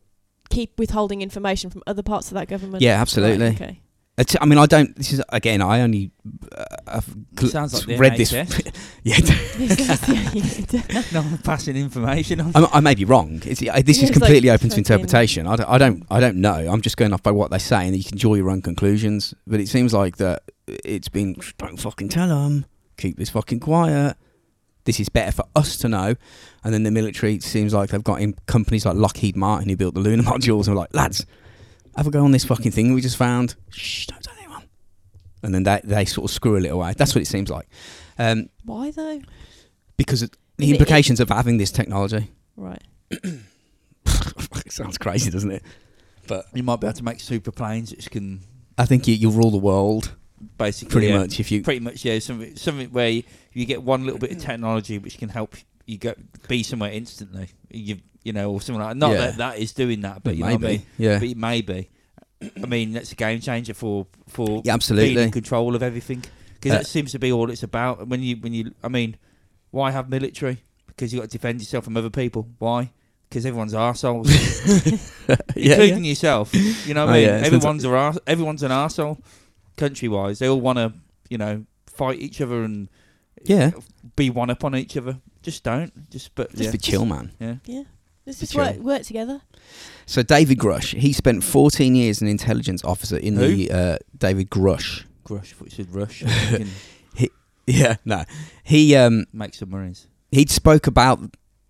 [SPEAKER 4] keep withholding information from other parts of that government?
[SPEAKER 2] Yeah,
[SPEAKER 4] Right,
[SPEAKER 2] absolutely.
[SPEAKER 4] okay.
[SPEAKER 2] It's- I mean, I don't. This is again. I only uh, I've gl-
[SPEAKER 3] Sounds like the
[SPEAKER 2] read this.
[SPEAKER 3] NHS.
[SPEAKER 2] yeah,
[SPEAKER 3] no, I'm passing information on.
[SPEAKER 2] I, I may be wrong. It's, I, this
[SPEAKER 4] Yeah, it's
[SPEAKER 2] is
[SPEAKER 4] like
[SPEAKER 2] completely open to
[SPEAKER 4] fucking-
[SPEAKER 2] interpretation. I don't, I don't, I don't know. I'm just going off by what they say, and you can draw your own conclusions. But it seems like that it's been don't fucking tell them, keep this fucking quiet. This is better for us to know. And then the military it seems like they've got in companies like Lockheed Martin who built the lunar modules, and were like, lads, have a go on this fucking thing we just found. Shh, don't tell anyone. And then they they sort of screw a little away. That's what it seems like, um,
[SPEAKER 4] Why though?
[SPEAKER 2] because of
[SPEAKER 4] Is
[SPEAKER 2] the
[SPEAKER 4] it-
[SPEAKER 2] implications of having this technology.
[SPEAKER 4] Right.
[SPEAKER 2] It sounds crazy, doesn't it? But
[SPEAKER 3] You might be able to make super planes which can
[SPEAKER 2] I think you, you'll rule the world
[SPEAKER 3] basically
[SPEAKER 2] pretty
[SPEAKER 3] yeah,
[SPEAKER 2] much if you.
[SPEAKER 3] pretty much yeah something something where you, you get one little bit of technology which can help you go be somewhere instantly. You you know or something like not
[SPEAKER 2] Yeah.
[SPEAKER 3] that that is doing that, but you know what I mean.
[SPEAKER 2] yeah,
[SPEAKER 3] But maybe. I mean that's a game changer for for
[SPEAKER 2] yeah,
[SPEAKER 3] being
[SPEAKER 2] absolutely.
[SPEAKER 3] in control of everything because
[SPEAKER 2] Uh,
[SPEAKER 3] that seems to be all it's about. When you when you I mean, why have military? Because you got to defend yourself from other people. Why? Because everyone's arseholes.
[SPEAKER 2] yeah,
[SPEAKER 3] including yourself. You know what
[SPEAKER 2] Oh,
[SPEAKER 3] I mean?
[SPEAKER 2] yeah, it's
[SPEAKER 3] everyone's, a ar- everyone's an arsehole, country wise. They all want to, you know, fight each other and
[SPEAKER 2] Yeah.
[SPEAKER 3] be one up on each other. Just don't. Just but
[SPEAKER 2] Just
[SPEAKER 3] yeah.
[SPEAKER 2] be chill, man.
[SPEAKER 4] Yeah. Let's
[SPEAKER 2] Be
[SPEAKER 4] just work
[SPEAKER 2] chill.
[SPEAKER 4] work together.
[SPEAKER 2] So David Grush, he spent 14 years as an intelligence officer in
[SPEAKER 3] Who?
[SPEAKER 2] the uh, David Grush.
[SPEAKER 3] Grush, I thought you said rush. You can
[SPEAKER 2] Yeah, no, he um,
[SPEAKER 3] make submarines.
[SPEAKER 2] he'd spoke about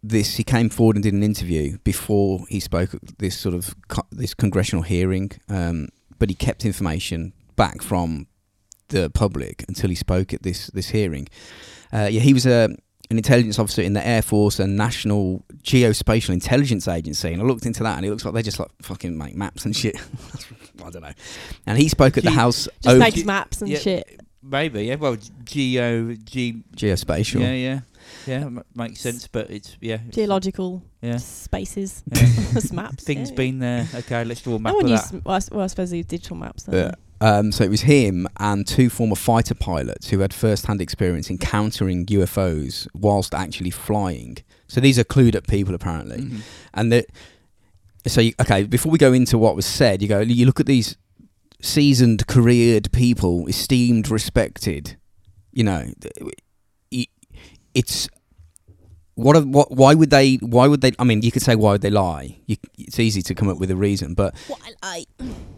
[SPEAKER 2] this. He came forward and did an interview before he spoke at this sort of co- this congressional hearing. Um, but he kept information back from the public until he spoke at this this hearing. Uh, yeah, he was a an intelligence officer in the Air Force and National Geospatial Intelligence Agency, and I looked into that, and it looks like they just like fucking make maps and shit. I don't know. And he spoke at the
[SPEAKER 3] Geo-
[SPEAKER 2] House
[SPEAKER 4] Just
[SPEAKER 2] Oak-
[SPEAKER 4] makes maps and
[SPEAKER 3] yeah.
[SPEAKER 4] shit.
[SPEAKER 3] Maybe yeah. Well, geo g
[SPEAKER 2] Geospatial.
[SPEAKER 3] yeah yeah yeah m- makes sense. But it's yeah it's-
[SPEAKER 4] Geological
[SPEAKER 3] yeah.
[SPEAKER 4] spaces.
[SPEAKER 3] yeah.
[SPEAKER 4] That's maps.
[SPEAKER 3] Things
[SPEAKER 4] yeah.
[SPEAKER 3] been there. Okay, let's draw a map
[SPEAKER 4] No one
[SPEAKER 3] of
[SPEAKER 4] used.
[SPEAKER 3] that.
[SPEAKER 4] Well, I s- well, I suppose they use digital maps. don't
[SPEAKER 2] Yeah. Um, so it was him and two former fighter pilots who had first-hand experience encountering UFOs whilst actually flying. So these are clued up people apparently,
[SPEAKER 3] Mhm.
[SPEAKER 2] and that. So you, okay, before we go into what was said, you go you look at these seasoned, careered people, esteemed, respected. You know, th- it- it's what, a- what why would they why would they I mean you could say why would they lie you, it's easy to come up with a reason but
[SPEAKER 4] they? While I,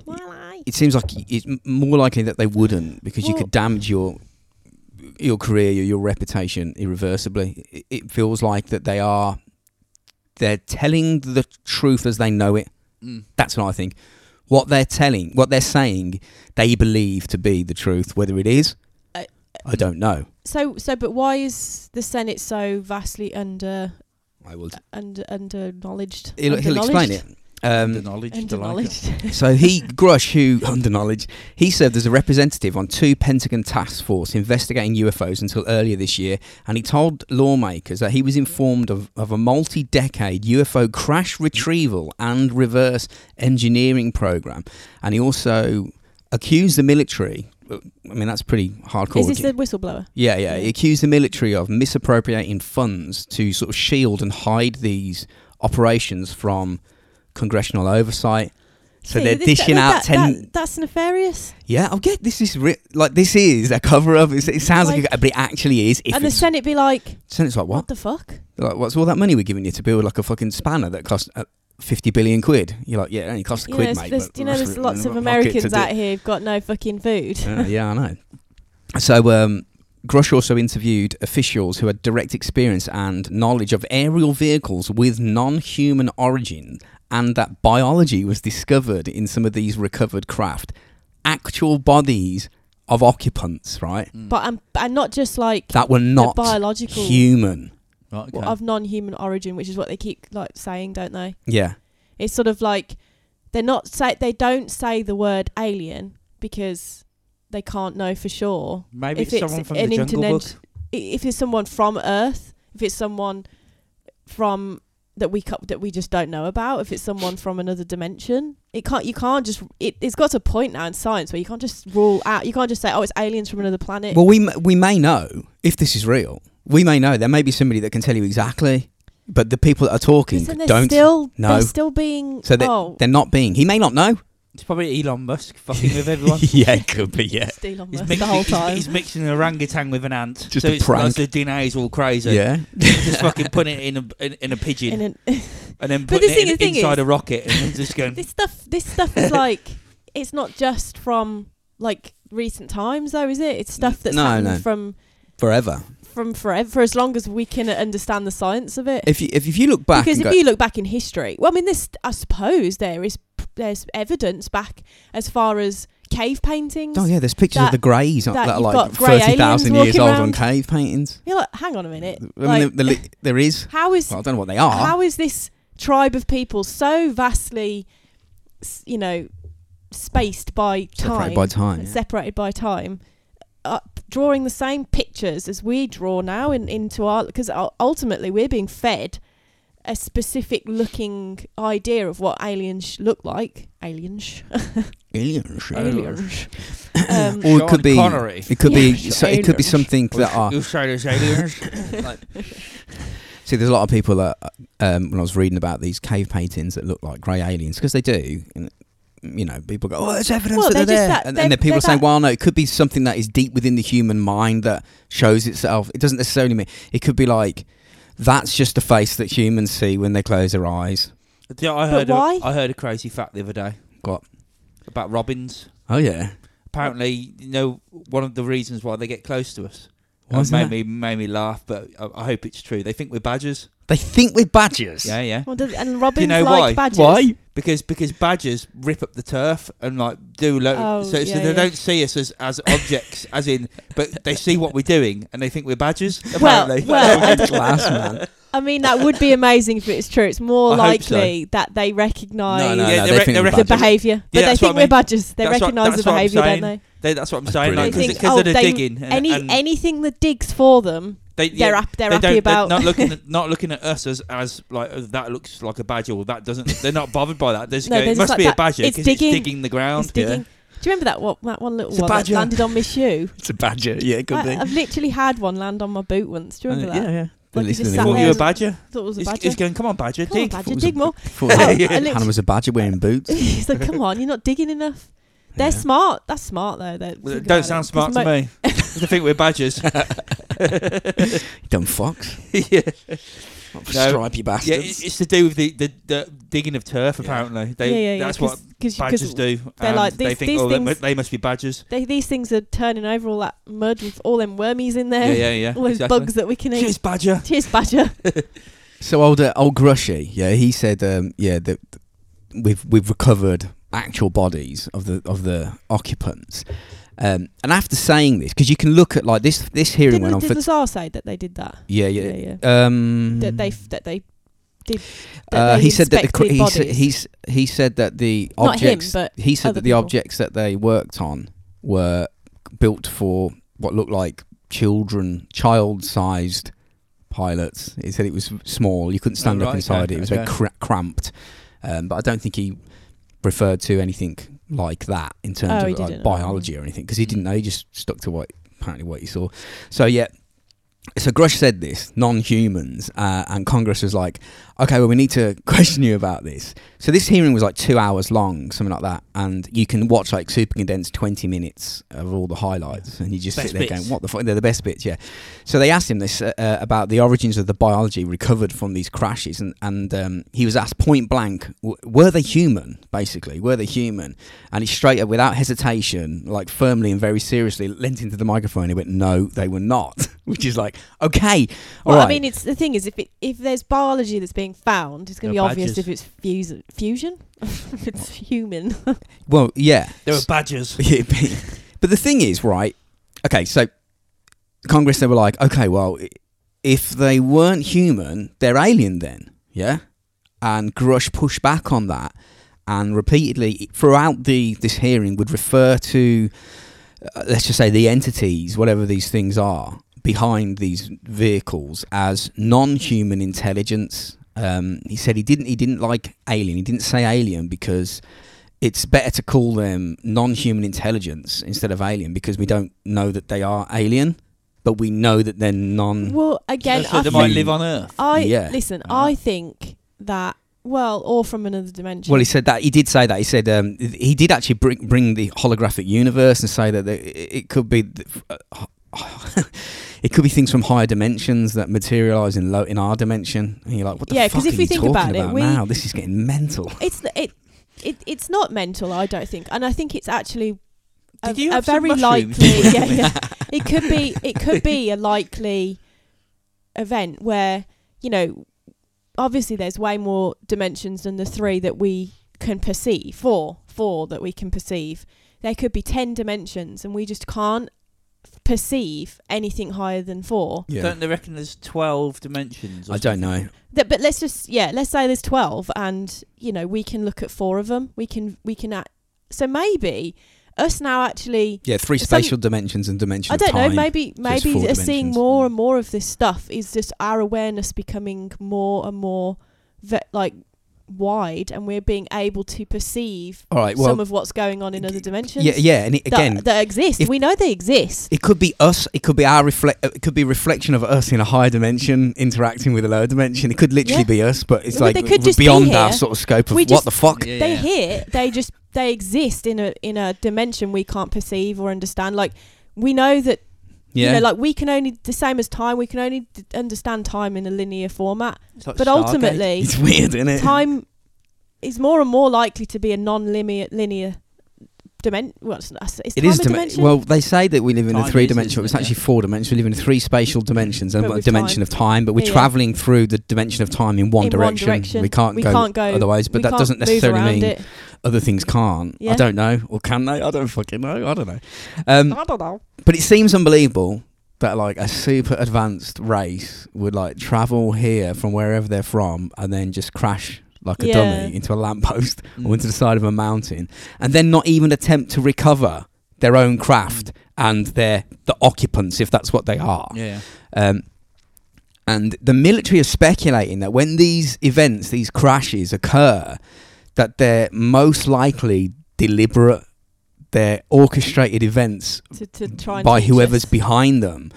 [SPEAKER 4] while I.
[SPEAKER 2] it seems like it's m- more likely that they wouldn't because you
[SPEAKER 4] Well-
[SPEAKER 2] could damage your your career your, your reputation irreversibly it, it feels like that they are they're telling the truth as they know it
[SPEAKER 3] Mm.
[SPEAKER 2] that's what i think what they're telling what they're saying they believe to be the truth whether it is
[SPEAKER 4] I-
[SPEAKER 2] i don't know
[SPEAKER 4] So so, but why is the Senate so vastly under
[SPEAKER 2] i
[SPEAKER 4] uh,
[SPEAKER 2] will
[SPEAKER 4] under under knowledged?
[SPEAKER 2] he'll, he'll explain it um,
[SPEAKER 3] the knowledge. the
[SPEAKER 4] Under
[SPEAKER 3] like it.
[SPEAKER 4] knowledge.
[SPEAKER 2] So he Grush, who under knowledge, he served as a representative on two Pentagon task force investigating UFOs until earlier this year, and he told lawmakers that he was informed of, of a multi-decade UFO crash retrieval and reverse engineering program, and he also accused the military. I mean, that's pretty hardcore.
[SPEAKER 4] Is this the whistleblower?
[SPEAKER 2] Yeah, yeah. He
[SPEAKER 4] Yeah.
[SPEAKER 2] accused the military of misappropriating funds to sort of shield and hide these operations from congressional oversight. So
[SPEAKER 4] See,
[SPEAKER 2] they're
[SPEAKER 4] this-
[SPEAKER 2] dishing
[SPEAKER 4] that- that-
[SPEAKER 2] out ten.
[SPEAKER 4] that- that's nefarious.
[SPEAKER 2] yeah, I'll get this is ri- like this is a cover up. It's, it sounds like,
[SPEAKER 4] Like-
[SPEAKER 2] a, but it actually is. If
[SPEAKER 4] and the
[SPEAKER 2] it's-
[SPEAKER 4] Senate be like,
[SPEAKER 2] Senate's like
[SPEAKER 4] what?
[SPEAKER 2] what?
[SPEAKER 4] the fuck?
[SPEAKER 2] Like what's all that money we're giving you to build like a fucking spanner that cost uh, fifty billion quid? You're like, yeah, it only cost a
[SPEAKER 4] You
[SPEAKER 2] quid,
[SPEAKER 4] know,
[SPEAKER 2] mate.
[SPEAKER 4] there's,
[SPEAKER 2] but
[SPEAKER 4] you know,
[SPEAKER 2] that's
[SPEAKER 4] there's
[SPEAKER 2] r-
[SPEAKER 4] lots of
[SPEAKER 2] rocket to
[SPEAKER 4] Americans
[SPEAKER 2] do it."
[SPEAKER 4] out here who've got no fucking food.
[SPEAKER 2] Uh, yeah, I know. So, um, Grush also interviewed officials who had direct experience and knowledge of aerial vehicles with non human origin, and that biology was discovered in some of these recovered craft. Actual bodies of occupants, right?
[SPEAKER 3] Mm.
[SPEAKER 4] but I'm, and not just like
[SPEAKER 2] That were not
[SPEAKER 4] biological-
[SPEAKER 2] human.
[SPEAKER 3] Right, okay.
[SPEAKER 4] of non-human origin, which is what they keep like saying, don't they?
[SPEAKER 2] Yeah.
[SPEAKER 4] It's sort of like they're not say they don't say the word alien because they can't know for sure
[SPEAKER 3] Maybe
[SPEAKER 4] if
[SPEAKER 3] it's
[SPEAKER 4] it's
[SPEAKER 3] someone from
[SPEAKER 4] an
[SPEAKER 3] the Jungle
[SPEAKER 4] internet-
[SPEAKER 3] Book.
[SPEAKER 4] I- if it's someone from Earth, if it's someone from that we co- that we just don't know about, if it's someone from another dimension, it can't you can't just it, it's got to a point now in science where you can't just rule out you can't just say oh it's aliens from another planet.
[SPEAKER 2] Well, we, m- we may know if this is real. We may know. There may be somebody that can tell you exactly, but the people that are talking
[SPEAKER 4] 'Cause then they're
[SPEAKER 2] don't.
[SPEAKER 4] still
[SPEAKER 2] know.
[SPEAKER 4] they're still being
[SPEAKER 2] so they're,
[SPEAKER 4] oh
[SPEAKER 2] they're not being. He may not know.
[SPEAKER 3] It's probably Elon Musk fucking with everyone.
[SPEAKER 2] yeah, it could be, yeah.
[SPEAKER 4] it's Elon
[SPEAKER 3] He's
[SPEAKER 4] Musk
[SPEAKER 3] mixing,
[SPEAKER 4] the whole
[SPEAKER 3] he's-
[SPEAKER 4] time.
[SPEAKER 3] He's, mixing an orangutan with an ant.
[SPEAKER 2] Just
[SPEAKER 3] so
[SPEAKER 2] a
[SPEAKER 3] it's
[SPEAKER 2] prank.
[SPEAKER 3] Like the DNA is all crazy.
[SPEAKER 2] Yeah.
[SPEAKER 3] Just fucking putting it in a in, in a pigeon
[SPEAKER 4] And then-
[SPEAKER 3] and then
[SPEAKER 4] But
[SPEAKER 3] putting it
[SPEAKER 4] the thing
[SPEAKER 3] in-
[SPEAKER 4] is- thing
[SPEAKER 3] inside
[SPEAKER 4] is-
[SPEAKER 3] a rocket and then just going.
[SPEAKER 4] this stuff this stuff is like it's not just from like recent times though is it it's stuff that's
[SPEAKER 2] No,
[SPEAKER 4] happened
[SPEAKER 2] no.
[SPEAKER 4] from
[SPEAKER 2] Forever.
[SPEAKER 4] from forever for as long as we can understand the science of it
[SPEAKER 2] If you if, if you look back
[SPEAKER 4] because
[SPEAKER 2] and
[SPEAKER 4] if
[SPEAKER 2] go,
[SPEAKER 4] you look back in history well i mean this i suppose there is there's evidence back as far as cave paintings
[SPEAKER 2] oh yeah, there's pictures of
[SPEAKER 4] that-
[SPEAKER 2] the greys that,
[SPEAKER 4] that
[SPEAKER 2] that are
[SPEAKER 4] you've
[SPEAKER 2] like
[SPEAKER 4] got grey
[SPEAKER 2] thirty thousand
[SPEAKER 4] aliens
[SPEAKER 2] years
[SPEAKER 4] walking
[SPEAKER 2] old on
[SPEAKER 4] around.
[SPEAKER 2] cave paintings.
[SPEAKER 4] you're like hang on a minute
[SPEAKER 2] I mean,
[SPEAKER 4] like,
[SPEAKER 2] the- the li- there is.
[SPEAKER 4] how is
[SPEAKER 2] Well, ah. I don't know what they are.
[SPEAKER 4] how is this tribe of people so vastly s- you know spaced by
[SPEAKER 2] Separated
[SPEAKER 4] time
[SPEAKER 2] by time.
[SPEAKER 4] and
[SPEAKER 2] yeah.
[SPEAKER 4] separated by time, uh, drawing the same pictures as we draw now in, into our because ultimately we're being fed a specific looking idea of what aliens sh- look like. Aliens, sh-
[SPEAKER 2] Alien shit.
[SPEAKER 4] aliens. sh- um,
[SPEAKER 2] Or it could be.
[SPEAKER 3] Connery.
[SPEAKER 2] It could be.
[SPEAKER 4] Yeah.
[SPEAKER 2] So it could be
[SPEAKER 4] Aliens.
[SPEAKER 2] something that are.
[SPEAKER 3] You showed us aliens.
[SPEAKER 2] See, there's a lot of people that um, when I was reading about these cave paintings that look like grey aliens because they do. And, you know, people go, "Oh, it's evidence
[SPEAKER 4] Well,
[SPEAKER 2] that they're,
[SPEAKER 4] they're just
[SPEAKER 2] there,"
[SPEAKER 4] that-
[SPEAKER 2] and,
[SPEAKER 4] they're-
[SPEAKER 2] and then people
[SPEAKER 4] they're
[SPEAKER 2] are saying,
[SPEAKER 4] that-
[SPEAKER 2] "Well, no, it could be something that is deep within the human mind that shows itself." It doesn't necessarily mean it could be like that's just a face that humans see when they close their eyes.
[SPEAKER 3] Yeah, I
[SPEAKER 4] But
[SPEAKER 3] heard. a-
[SPEAKER 4] why?
[SPEAKER 3] I heard a crazy fact the other day.
[SPEAKER 2] What?
[SPEAKER 3] About robins.
[SPEAKER 2] Oh yeah,
[SPEAKER 3] Apparently, you know, one of the reasons why they get close to us.
[SPEAKER 2] Why's
[SPEAKER 3] It made
[SPEAKER 2] that?
[SPEAKER 3] me made me laugh, but I, I hope it's true. They think we're badgers.
[SPEAKER 2] they think we're badgers.
[SPEAKER 3] Yeah, yeah.
[SPEAKER 4] well, does- and robins
[SPEAKER 3] you know
[SPEAKER 4] like
[SPEAKER 3] why?
[SPEAKER 4] badgers.
[SPEAKER 3] Because because badgers rip up the turf and like do lo-
[SPEAKER 4] Oh,
[SPEAKER 3] so, so
[SPEAKER 4] yeah,
[SPEAKER 3] they
[SPEAKER 4] yeah.
[SPEAKER 3] don't see us as, as objects as in but they see what we're doing and they think we're badgers
[SPEAKER 4] Well,
[SPEAKER 3] apparently.
[SPEAKER 4] well, I d-
[SPEAKER 2] Class, man.
[SPEAKER 4] I mean, that would be amazing if it's true. It's more
[SPEAKER 3] I hope so.
[SPEAKER 4] likely that they recognise
[SPEAKER 2] No, no,
[SPEAKER 3] Yeah,
[SPEAKER 2] no,
[SPEAKER 3] they
[SPEAKER 2] they
[SPEAKER 3] re-
[SPEAKER 2] think
[SPEAKER 3] they
[SPEAKER 2] we're
[SPEAKER 3] reckon-
[SPEAKER 4] the
[SPEAKER 2] badgers.
[SPEAKER 4] behaviously. But
[SPEAKER 3] Yeah,
[SPEAKER 4] they
[SPEAKER 3] that's what
[SPEAKER 4] think
[SPEAKER 3] I
[SPEAKER 4] we're
[SPEAKER 3] mean.
[SPEAKER 4] badgers. They
[SPEAKER 3] That's what-
[SPEAKER 4] recognise
[SPEAKER 3] that's
[SPEAKER 4] the
[SPEAKER 3] what I'm
[SPEAKER 4] behaviour, don't
[SPEAKER 3] saying.
[SPEAKER 4] they?
[SPEAKER 3] They, that's what I'm
[SPEAKER 2] That's
[SPEAKER 3] saying. Like,
[SPEAKER 2] brilliant. They
[SPEAKER 3] because
[SPEAKER 2] think,
[SPEAKER 4] "Oh,
[SPEAKER 3] they're
[SPEAKER 4] they-
[SPEAKER 3] digging. And,
[SPEAKER 4] Any
[SPEAKER 3] and
[SPEAKER 4] anything that digs for them,
[SPEAKER 3] they,
[SPEAKER 4] they're up, they're
[SPEAKER 3] they
[SPEAKER 4] happy
[SPEAKER 3] don't-
[SPEAKER 4] about.
[SPEAKER 3] They're not looking at not looking at us as as like "Oh, that looks like a badger or that doesn't. They're not bothered by that. They just
[SPEAKER 4] No,
[SPEAKER 3] go,
[SPEAKER 4] they're
[SPEAKER 3] it
[SPEAKER 4] just
[SPEAKER 3] must
[SPEAKER 4] like
[SPEAKER 3] be a
[SPEAKER 4] that.
[SPEAKER 3] badger
[SPEAKER 4] It's
[SPEAKER 3] because it's,
[SPEAKER 4] digging.
[SPEAKER 3] digging the ground.
[SPEAKER 4] It's digging. Do you remember that what that one little
[SPEAKER 2] It's a
[SPEAKER 4] one that
[SPEAKER 2] badger.
[SPEAKER 4] landed on my shoe?
[SPEAKER 2] It's a badger. Yeah, it could
[SPEAKER 4] I,
[SPEAKER 2] be.
[SPEAKER 4] I've literally had one land on my boot once. Do you remember
[SPEAKER 2] Uh, yeah,
[SPEAKER 4] that?
[SPEAKER 2] yeah.
[SPEAKER 4] Like, you
[SPEAKER 2] Listen
[SPEAKER 4] just
[SPEAKER 2] to
[SPEAKER 4] sat
[SPEAKER 2] them.
[SPEAKER 3] Call
[SPEAKER 4] there
[SPEAKER 3] you a
[SPEAKER 4] and-
[SPEAKER 3] badger?
[SPEAKER 4] I thought it was a
[SPEAKER 3] It's,
[SPEAKER 4] badger.
[SPEAKER 3] it's going. Come on, badger,
[SPEAKER 4] Come on,
[SPEAKER 3] dig.
[SPEAKER 4] badger,
[SPEAKER 2] Thought it was a
[SPEAKER 4] dig more.
[SPEAKER 2] Thought
[SPEAKER 4] Oh, I
[SPEAKER 2] Hannah
[SPEAKER 4] literally-
[SPEAKER 2] was a badger wearing boots.
[SPEAKER 4] He's like, come on, you're not digging enough. They're
[SPEAKER 2] Yeah.
[SPEAKER 4] smart. That's smart though. They're,
[SPEAKER 3] Well,
[SPEAKER 4] think
[SPEAKER 3] it don't
[SPEAKER 4] about
[SPEAKER 3] sound
[SPEAKER 4] it.
[SPEAKER 3] smart to
[SPEAKER 4] 'Cause mo-
[SPEAKER 3] me. they think we're badgers.
[SPEAKER 2] Dumb fox.
[SPEAKER 3] yeah, No.
[SPEAKER 2] Stripy bastards.
[SPEAKER 3] yeah. it- It's to do with the, the, the digging of turf.
[SPEAKER 2] Yeah.
[SPEAKER 3] Apparently,
[SPEAKER 4] yeah,
[SPEAKER 3] they
[SPEAKER 4] yeah, yeah.
[SPEAKER 3] that's what
[SPEAKER 4] cause, cause, you- 'cause
[SPEAKER 3] badgers do.
[SPEAKER 4] they're
[SPEAKER 3] and
[SPEAKER 4] like,
[SPEAKER 3] they
[SPEAKER 4] these-
[SPEAKER 3] think
[SPEAKER 4] these
[SPEAKER 3] oh they, mu-
[SPEAKER 4] things-
[SPEAKER 3] they must be badgers.
[SPEAKER 4] They, these things are turning over all that mud with all them wormies in there,
[SPEAKER 3] Yeah, yeah, yeah.
[SPEAKER 4] all those
[SPEAKER 3] exactly.
[SPEAKER 4] bugs that we can eat.
[SPEAKER 3] Cheers, badger.
[SPEAKER 4] Cheers, badger.
[SPEAKER 2] So old uh, old Grushy, yeah, he said, um, yeah, that we've we've recovered actual bodies of the of the occupants. Um, and after saying this, because you can look at like this this
[SPEAKER 4] Didn't
[SPEAKER 2] hearing went
[SPEAKER 4] the,
[SPEAKER 2] on
[SPEAKER 4] did
[SPEAKER 2] for
[SPEAKER 4] the Tsar say that they did that?
[SPEAKER 2] yeah
[SPEAKER 4] Yeah,
[SPEAKER 2] yeah.
[SPEAKER 4] yeah.
[SPEAKER 2] Um,
[SPEAKER 4] That they f- that they did. That
[SPEAKER 2] uh,
[SPEAKER 4] they
[SPEAKER 2] he said that the cr-
[SPEAKER 4] inspected
[SPEAKER 2] he, said,
[SPEAKER 4] bodies.
[SPEAKER 2] he's, he said that the
[SPEAKER 4] Not him,
[SPEAKER 2] objects
[SPEAKER 4] but
[SPEAKER 2] he said
[SPEAKER 4] other
[SPEAKER 2] that the
[SPEAKER 4] people.
[SPEAKER 2] objects that they worked on were built for what looked like children child sized pilots. He said it was small. You couldn't stand
[SPEAKER 3] Oh,
[SPEAKER 2] up
[SPEAKER 3] right,
[SPEAKER 2] inside
[SPEAKER 3] okay,
[SPEAKER 2] it. It was very
[SPEAKER 3] okay.
[SPEAKER 2] cra- cramped. Um, but I don't think he referred to anything like that in terms
[SPEAKER 4] Oh, he
[SPEAKER 2] of like
[SPEAKER 4] didn't.
[SPEAKER 2] biology or anything because he didn't know. He just stuck to what apparently what he saw. So yeah. So Grush said this, non-humans, uh, and Congress was like, okay, well, we need to question you about this. So this hearing was like two hours long, something like that, and you can watch like super condensed twenty minutes of all the highlights, and you just
[SPEAKER 3] Best
[SPEAKER 2] sit there
[SPEAKER 3] bits.
[SPEAKER 2] going, "What the fuck?" They're the best bits, yeah. So they asked him this uh, uh, about the origins of the biology recovered from these crashes, and and um, he was asked point blank, w- "Were they human?" Basically, were they human? And he straight up, without hesitation, like firmly and very seriously, leant into the microphone. He went, "No, they were not," which is like, okay, all
[SPEAKER 4] Well,
[SPEAKER 2] right.
[SPEAKER 4] I mean, it's the thing is, if it, if there's biology that's being found, it's going to be
[SPEAKER 3] There are
[SPEAKER 4] obvious
[SPEAKER 3] badgers.
[SPEAKER 4] if it's fusion. Fusion? if it's human.
[SPEAKER 2] well, yeah,
[SPEAKER 3] There were badgers.
[SPEAKER 2] Yeah, but- but the thing is, right? Okay, so Congress, they were like, okay, well, i- if they weren't human, they're alien then, yeah? And Grush pushed back on that, and repeatedly throughout the this hearing would refer to, uh, let's just say, the entities, whatever these things are behind these vehicles, as non-human intelligence. Um, he said he didn't he didn't like alien. He didn't say alien because it's better to call them non-human intelligence instead of alien because we don't know that they are alien, but we know that they're non.
[SPEAKER 4] well, again,
[SPEAKER 3] so
[SPEAKER 4] I
[SPEAKER 3] they
[SPEAKER 4] think,
[SPEAKER 3] might live on Earth.
[SPEAKER 4] I
[SPEAKER 2] Mm. Yeah. Uh-huh.
[SPEAKER 4] listen.
[SPEAKER 3] Ah.
[SPEAKER 4] I think that well, or from another dimension.
[SPEAKER 2] Well, he said that he did say that he said um, he did actually bring bring the holographic universe and say that the, it could be th- uh, it could be things from higher dimensions that materialize in low in our dimension, and you're like, what the
[SPEAKER 4] Yeah, 'cause if
[SPEAKER 2] fuck are
[SPEAKER 4] we
[SPEAKER 2] you
[SPEAKER 4] think
[SPEAKER 2] talking
[SPEAKER 4] about it, we-
[SPEAKER 2] now? This is getting mental.
[SPEAKER 4] it's n- it, it it's not mental. I don't think, and I think it's actually a,
[SPEAKER 3] Did you
[SPEAKER 4] a
[SPEAKER 3] have some
[SPEAKER 4] very
[SPEAKER 3] mushrooms?
[SPEAKER 4] likely. yeah, yeah. It could be it could be a likely event where you know obviously there's way more dimensions than the three that we can perceive four four that we can perceive there could be 10 dimensions and we just can't perceive anything higher than four
[SPEAKER 3] Don't they reckon there's 12 dimensions? or
[SPEAKER 2] I don't know.
[SPEAKER 4] that, but let's just yeah, let's say there's twelve, and you know we can look at four of them. We can we can act, so maybe us now actually.
[SPEAKER 2] Yeah, three
[SPEAKER 4] Some-
[SPEAKER 2] spatial dimensions and dimension.
[SPEAKER 4] I
[SPEAKER 2] of
[SPEAKER 4] don't know.
[SPEAKER 2] time.
[SPEAKER 4] Maybe
[SPEAKER 2] it's
[SPEAKER 4] maybe
[SPEAKER 2] four
[SPEAKER 4] us seeing
[SPEAKER 2] dimensions. Mm.
[SPEAKER 4] more and more of this stuff is just our awareness becoming more and more ve- like wide, and we're being able to perceive
[SPEAKER 2] All right. Well,
[SPEAKER 4] some of what's going on in other dimensions.
[SPEAKER 2] yeah, yeah, and it,
[SPEAKER 4] that-
[SPEAKER 2] again,
[SPEAKER 4] that, exist.
[SPEAKER 2] if-
[SPEAKER 4] We know they exist.
[SPEAKER 2] It could be us. It could be our reflect. It could be reflection of us in a higher dimension interacting with a lower dimension. It could literally
[SPEAKER 4] Yeah.
[SPEAKER 2] be us, but it's
[SPEAKER 4] But
[SPEAKER 2] like
[SPEAKER 4] they could
[SPEAKER 2] w-
[SPEAKER 4] just be
[SPEAKER 2] beyond our
[SPEAKER 4] here.
[SPEAKER 2] sort of scope of
[SPEAKER 4] We
[SPEAKER 2] what
[SPEAKER 4] just-
[SPEAKER 2] the fuck.
[SPEAKER 3] Yeah,
[SPEAKER 4] they
[SPEAKER 3] yeah.
[SPEAKER 4] here they just they exist in a in a dimension we can't perceive or understand. Like we know that You
[SPEAKER 2] Yeah,
[SPEAKER 4] know, like we can only the same as time. We can only d- understand time in a linear format,
[SPEAKER 3] It's like
[SPEAKER 4] but
[SPEAKER 3] Stargate.
[SPEAKER 4] ultimately,
[SPEAKER 2] it's weird, isn't it?
[SPEAKER 4] time is more and more likely to be a non-linear linear dimension. Well, it's, it's
[SPEAKER 2] It
[SPEAKER 4] time
[SPEAKER 2] is
[SPEAKER 4] a
[SPEAKER 2] dimen-
[SPEAKER 4] dimension.
[SPEAKER 2] Well, they say that we live in
[SPEAKER 3] Time
[SPEAKER 2] a
[SPEAKER 3] is,
[SPEAKER 2] three dimensional.
[SPEAKER 3] isn't
[SPEAKER 2] It's
[SPEAKER 3] it?
[SPEAKER 2] actually four dimensions. We live in three spatial dimensions and
[SPEAKER 4] But
[SPEAKER 2] a
[SPEAKER 4] with
[SPEAKER 2] dimension
[SPEAKER 4] time.
[SPEAKER 2] of time, but we're
[SPEAKER 4] Yeah, yeah.
[SPEAKER 2] traveling through the dimension of time in
[SPEAKER 4] In
[SPEAKER 2] one,
[SPEAKER 4] one
[SPEAKER 2] direction.
[SPEAKER 4] direction.
[SPEAKER 2] We can't
[SPEAKER 4] we
[SPEAKER 2] go
[SPEAKER 4] can't go
[SPEAKER 2] otherwise, but
[SPEAKER 4] we
[SPEAKER 2] that
[SPEAKER 4] can't
[SPEAKER 2] doesn't
[SPEAKER 4] move
[SPEAKER 2] necessarily
[SPEAKER 4] around
[SPEAKER 2] mean
[SPEAKER 4] it.
[SPEAKER 2] other things can't. I
[SPEAKER 4] Yeah.
[SPEAKER 2] don't know, or can they? I don't fucking know. I don't know. Um,
[SPEAKER 4] I don't know.
[SPEAKER 2] But it seems unbelievable that like a super advanced race would like travel here from wherever they're from and then just crash like a
[SPEAKER 4] Yeah.
[SPEAKER 2] dummy into a lamppost or
[SPEAKER 3] Mm.
[SPEAKER 2] into the side of a mountain and then not even attempt to recover their own craft and their the occupants if that's what they are.
[SPEAKER 3] Mm. Yeah.
[SPEAKER 2] Um, and the military is speculating that when these events, these crashes occur, that they're most likely deliberate, they're orchestrated events
[SPEAKER 4] To, to try and
[SPEAKER 2] by
[SPEAKER 4] teach
[SPEAKER 2] whoever's
[SPEAKER 4] us.
[SPEAKER 2] behind them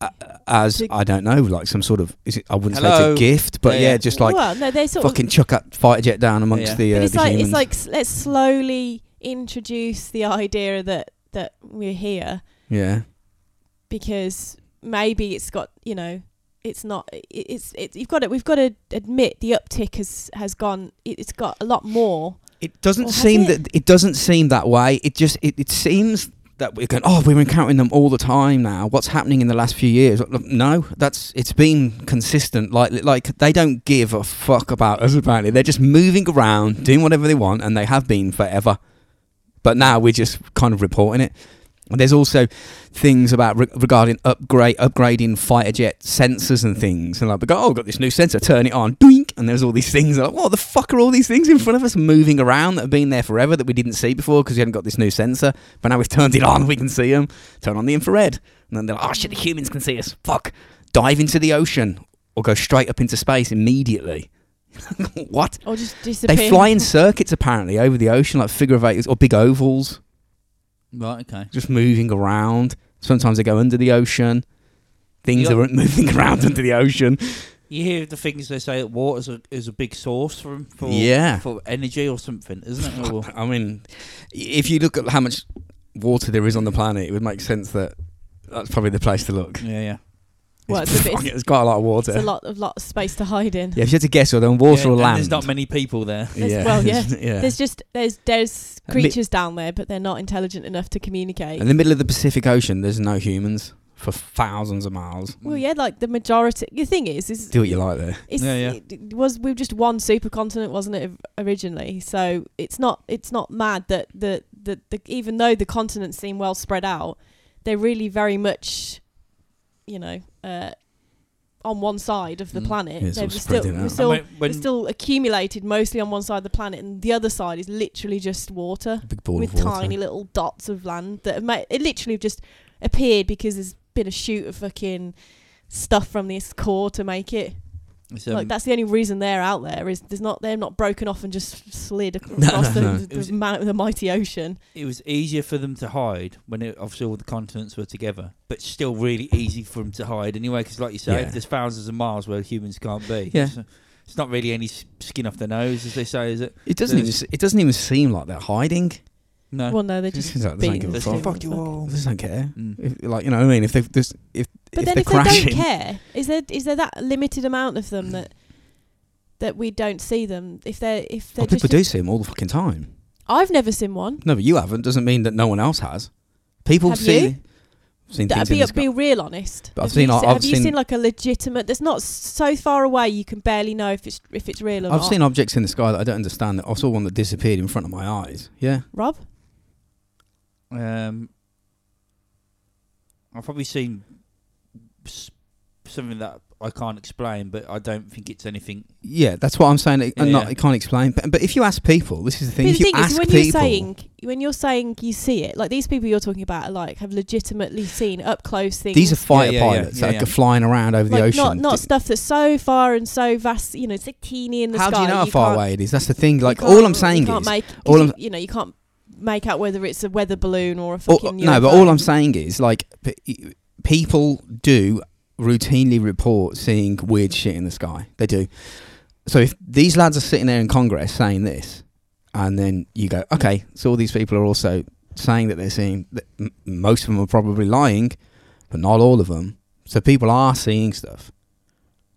[SPEAKER 2] uh, as
[SPEAKER 4] To-
[SPEAKER 2] I don't know, like some sort of is it, I wouldn't say
[SPEAKER 3] Hello?
[SPEAKER 2] it's a gift, but
[SPEAKER 3] Yeah,
[SPEAKER 2] yeah,
[SPEAKER 3] yeah.
[SPEAKER 2] just like
[SPEAKER 4] well, no, they sort of
[SPEAKER 2] fucking chuck that fighter jet down amongst
[SPEAKER 3] Yeah.
[SPEAKER 2] the, uh,
[SPEAKER 4] But it's
[SPEAKER 2] the
[SPEAKER 4] like
[SPEAKER 2] humans.
[SPEAKER 4] it's like s- let's slowly introduce the idea that that we're here
[SPEAKER 2] yeah,
[SPEAKER 4] because maybe it's got you know it's not it, it's it, you've got it we've got to admit the uptick has has gone it, it's got a lot more
[SPEAKER 2] it doesn't
[SPEAKER 4] Well, has
[SPEAKER 2] seem
[SPEAKER 4] it?
[SPEAKER 2] that it doesn't seem that way. It just it, it seems that we're going. Oh, we're encountering them all the time now. What's happening in the last few years? No, that's it's been consistent. Like like they don't give a fuck about us. Apparently, they're just moving around, doing whatever they want, and they have been forever. But now we're just kind of reporting it. And there's also things about re- regarding upgrade upgrading fighter jet sensors and things. And like, we go, oh, I've got this new sensor, turn it on, doink. And there's all these things. Like, what the fuck are all these things in front of us moving around that have been there forever that we didn't see before because we hadn't got this new sensor? But now we've turned it on, we can see them. Turn on the infrared. And then they're like, oh shit, the humans can see us. Fuck. Dive into the ocean or go straight up into space immediately. what?
[SPEAKER 4] or just disappear
[SPEAKER 2] They fly in circuits apparently over the ocean, like figure of eights or big ovals
[SPEAKER 3] Right, okay.
[SPEAKER 2] just moving around. Sometimes they go under the ocean. Things
[SPEAKER 3] You-
[SPEAKER 2] aren't moving around under the ocean.
[SPEAKER 3] You hear the things they say that water is a, is a big source for, for
[SPEAKER 2] Yeah.
[SPEAKER 3] for energy or something, isn't it? Or-
[SPEAKER 2] I mean, if you look at how much water there is on the planet, it would make sense that that's probably the place to look.
[SPEAKER 3] yeah, yeah.
[SPEAKER 4] Well, it's a bit-
[SPEAKER 2] It's quite a lot of water.
[SPEAKER 4] It's a lot of lot of space to hide in.
[SPEAKER 2] Yeah, if you had to guess, well, then water
[SPEAKER 3] Yeah,
[SPEAKER 2] or
[SPEAKER 3] and
[SPEAKER 2] land.
[SPEAKER 3] There's not many people there.
[SPEAKER 4] There's- well, yeah.
[SPEAKER 2] yeah.
[SPEAKER 4] There's just there's there's
[SPEAKER 2] And li-
[SPEAKER 4] creatures down there, but they're not intelligent enough to communicate.
[SPEAKER 2] In the middle of the Pacific Ocean, there's no humans for thousands of miles.
[SPEAKER 4] Well, yeah, like the majority. The thing is, is
[SPEAKER 2] Do what you like there.
[SPEAKER 4] it's,
[SPEAKER 3] Yeah, yeah.
[SPEAKER 4] It it was we were just one supercontinent, wasn't it o- originally? So it's not it's not mad that the, the, the even though the continents seem well spread out, they're really very much, you know, uh, on one side of the
[SPEAKER 3] Mm.
[SPEAKER 4] planet.
[SPEAKER 2] Yeah, it's
[SPEAKER 4] They're
[SPEAKER 2] all
[SPEAKER 4] we're still
[SPEAKER 2] spreading out.
[SPEAKER 4] we're
[SPEAKER 2] I
[SPEAKER 4] still,
[SPEAKER 3] I mean, when-
[SPEAKER 4] we're still accumulated mostly on one side of the planet, and the other side is literally just water
[SPEAKER 2] A big ball
[SPEAKER 4] with
[SPEAKER 2] of water.
[SPEAKER 4] tiny little dots of land that have ma- it literally have just appeared because there's been a shoot of fucking stuff from this core to make it.
[SPEAKER 3] it's, um,
[SPEAKER 4] like that's the only reason they're out there is there's not they're not broken off and just slid across the,
[SPEAKER 2] no.
[SPEAKER 4] the,
[SPEAKER 3] It was-
[SPEAKER 4] the, mount- the mighty ocean.
[SPEAKER 3] it was easier for them to hide when it, obviously all the continents were together, but still really easy for them to hide anyway. Because like you say,
[SPEAKER 2] Yeah.
[SPEAKER 3] there's thousands of miles where humans can't be.
[SPEAKER 2] Yeah.
[SPEAKER 3] So it's not really any s- skin off their nose, as they say, is it?
[SPEAKER 2] It doesn't even.
[SPEAKER 3] There's-
[SPEAKER 2] It doesn't even seem like they're hiding.
[SPEAKER 3] No.
[SPEAKER 4] Well, no, they're
[SPEAKER 2] It just
[SPEAKER 4] just
[SPEAKER 2] seems like they don't
[SPEAKER 4] being
[SPEAKER 2] give a
[SPEAKER 3] There's
[SPEAKER 2] fuck.
[SPEAKER 3] no
[SPEAKER 4] fuck.
[SPEAKER 3] fuck you all.
[SPEAKER 2] They just don't care.
[SPEAKER 3] Mm.
[SPEAKER 2] If, like you know what I mean? If they just if
[SPEAKER 4] But
[SPEAKER 2] if
[SPEAKER 4] then
[SPEAKER 2] they're
[SPEAKER 4] if
[SPEAKER 2] crashing,
[SPEAKER 4] they don't care, is there is there that limited amount of them that that we don't see them? If they're if they're
[SPEAKER 2] well, people
[SPEAKER 4] just
[SPEAKER 2] do see them all the fucking time.
[SPEAKER 4] I've never seen one.
[SPEAKER 2] No, but you haven't. Doesn't mean that no one else has. People
[SPEAKER 4] Have
[SPEAKER 2] see.
[SPEAKER 4] you?
[SPEAKER 2] Seen
[SPEAKER 4] That,
[SPEAKER 2] things in
[SPEAKER 4] be,
[SPEAKER 2] the sky.
[SPEAKER 4] be real honest.
[SPEAKER 2] But I've
[SPEAKER 4] have
[SPEAKER 2] seen-
[SPEAKER 4] you,
[SPEAKER 2] I've
[SPEAKER 4] se- have you
[SPEAKER 2] seen-
[SPEAKER 4] seen like a legitimate? That's not s- so far away you can barely know if it's if it's real or
[SPEAKER 2] I've
[SPEAKER 4] not.
[SPEAKER 2] seen objects in the sky that I don't understand. I saw one that disappeared in front of my eyes. Yeah.
[SPEAKER 4] Rob,
[SPEAKER 3] Um, I've probably seen s- something that I can't explain, but I don't think it's anything.
[SPEAKER 2] Yeah, that's what I'm saying. It,
[SPEAKER 3] Yeah,
[SPEAKER 2] not,
[SPEAKER 3] yeah.
[SPEAKER 2] I can't explain. But, but if you ask people, this is the thing.
[SPEAKER 4] But
[SPEAKER 2] if
[SPEAKER 4] the
[SPEAKER 2] you
[SPEAKER 4] thing
[SPEAKER 2] ask
[SPEAKER 4] is, when
[SPEAKER 2] people,
[SPEAKER 4] you're saying when you're saying you see it, like these people you're talking about, are like have legitimately seen up close things.
[SPEAKER 2] these are fighter
[SPEAKER 3] yeah, yeah,
[SPEAKER 2] pilots
[SPEAKER 3] yeah,
[SPEAKER 2] that
[SPEAKER 3] yeah.
[SPEAKER 2] are flying around over
[SPEAKER 4] like
[SPEAKER 2] the ocean.
[SPEAKER 4] not not
[SPEAKER 2] D-
[SPEAKER 4] stuff that's so far and so vast. You know, it's like teeny in the
[SPEAKER 2] How
[SPEAKER 4] sky.
[SPEAKER 2] do you know how far away it is? That's the thing.
[SPEAKER 4] you
[SPEAKER 2] Like
[SPEAKER 4] can't-
[SPEAKER 2] all I'm
[SPEAKER 4] you
[SPEAKER 2] saying
[SPEAKER 4] can't
[SPEAKER 2] is,
[SPEAKER 4] make, 'cause
[SPEAKER 2] all
[SPEAKER 4] you-
[SPEAKER 2] I'm-
[SPEAKER 4] you know, you can't make out whether it's a weather balloon or a
[SPEAKER 2] Oh,
[SPEAKER 4] fucking.
[SPEAKER 2] uh, no, but
[SPEAKER 4] UFO.
[SPEAKER 2] all I'm saying is like p- y- people do routinely report seeing weird shit in the sky. They do. So if these lads are sitting there in Congress saying this, and then you go, okay, so all these people are also saying that they're seeing. That m- most of them are probably lying, but not all of them. So people are seeing stuff.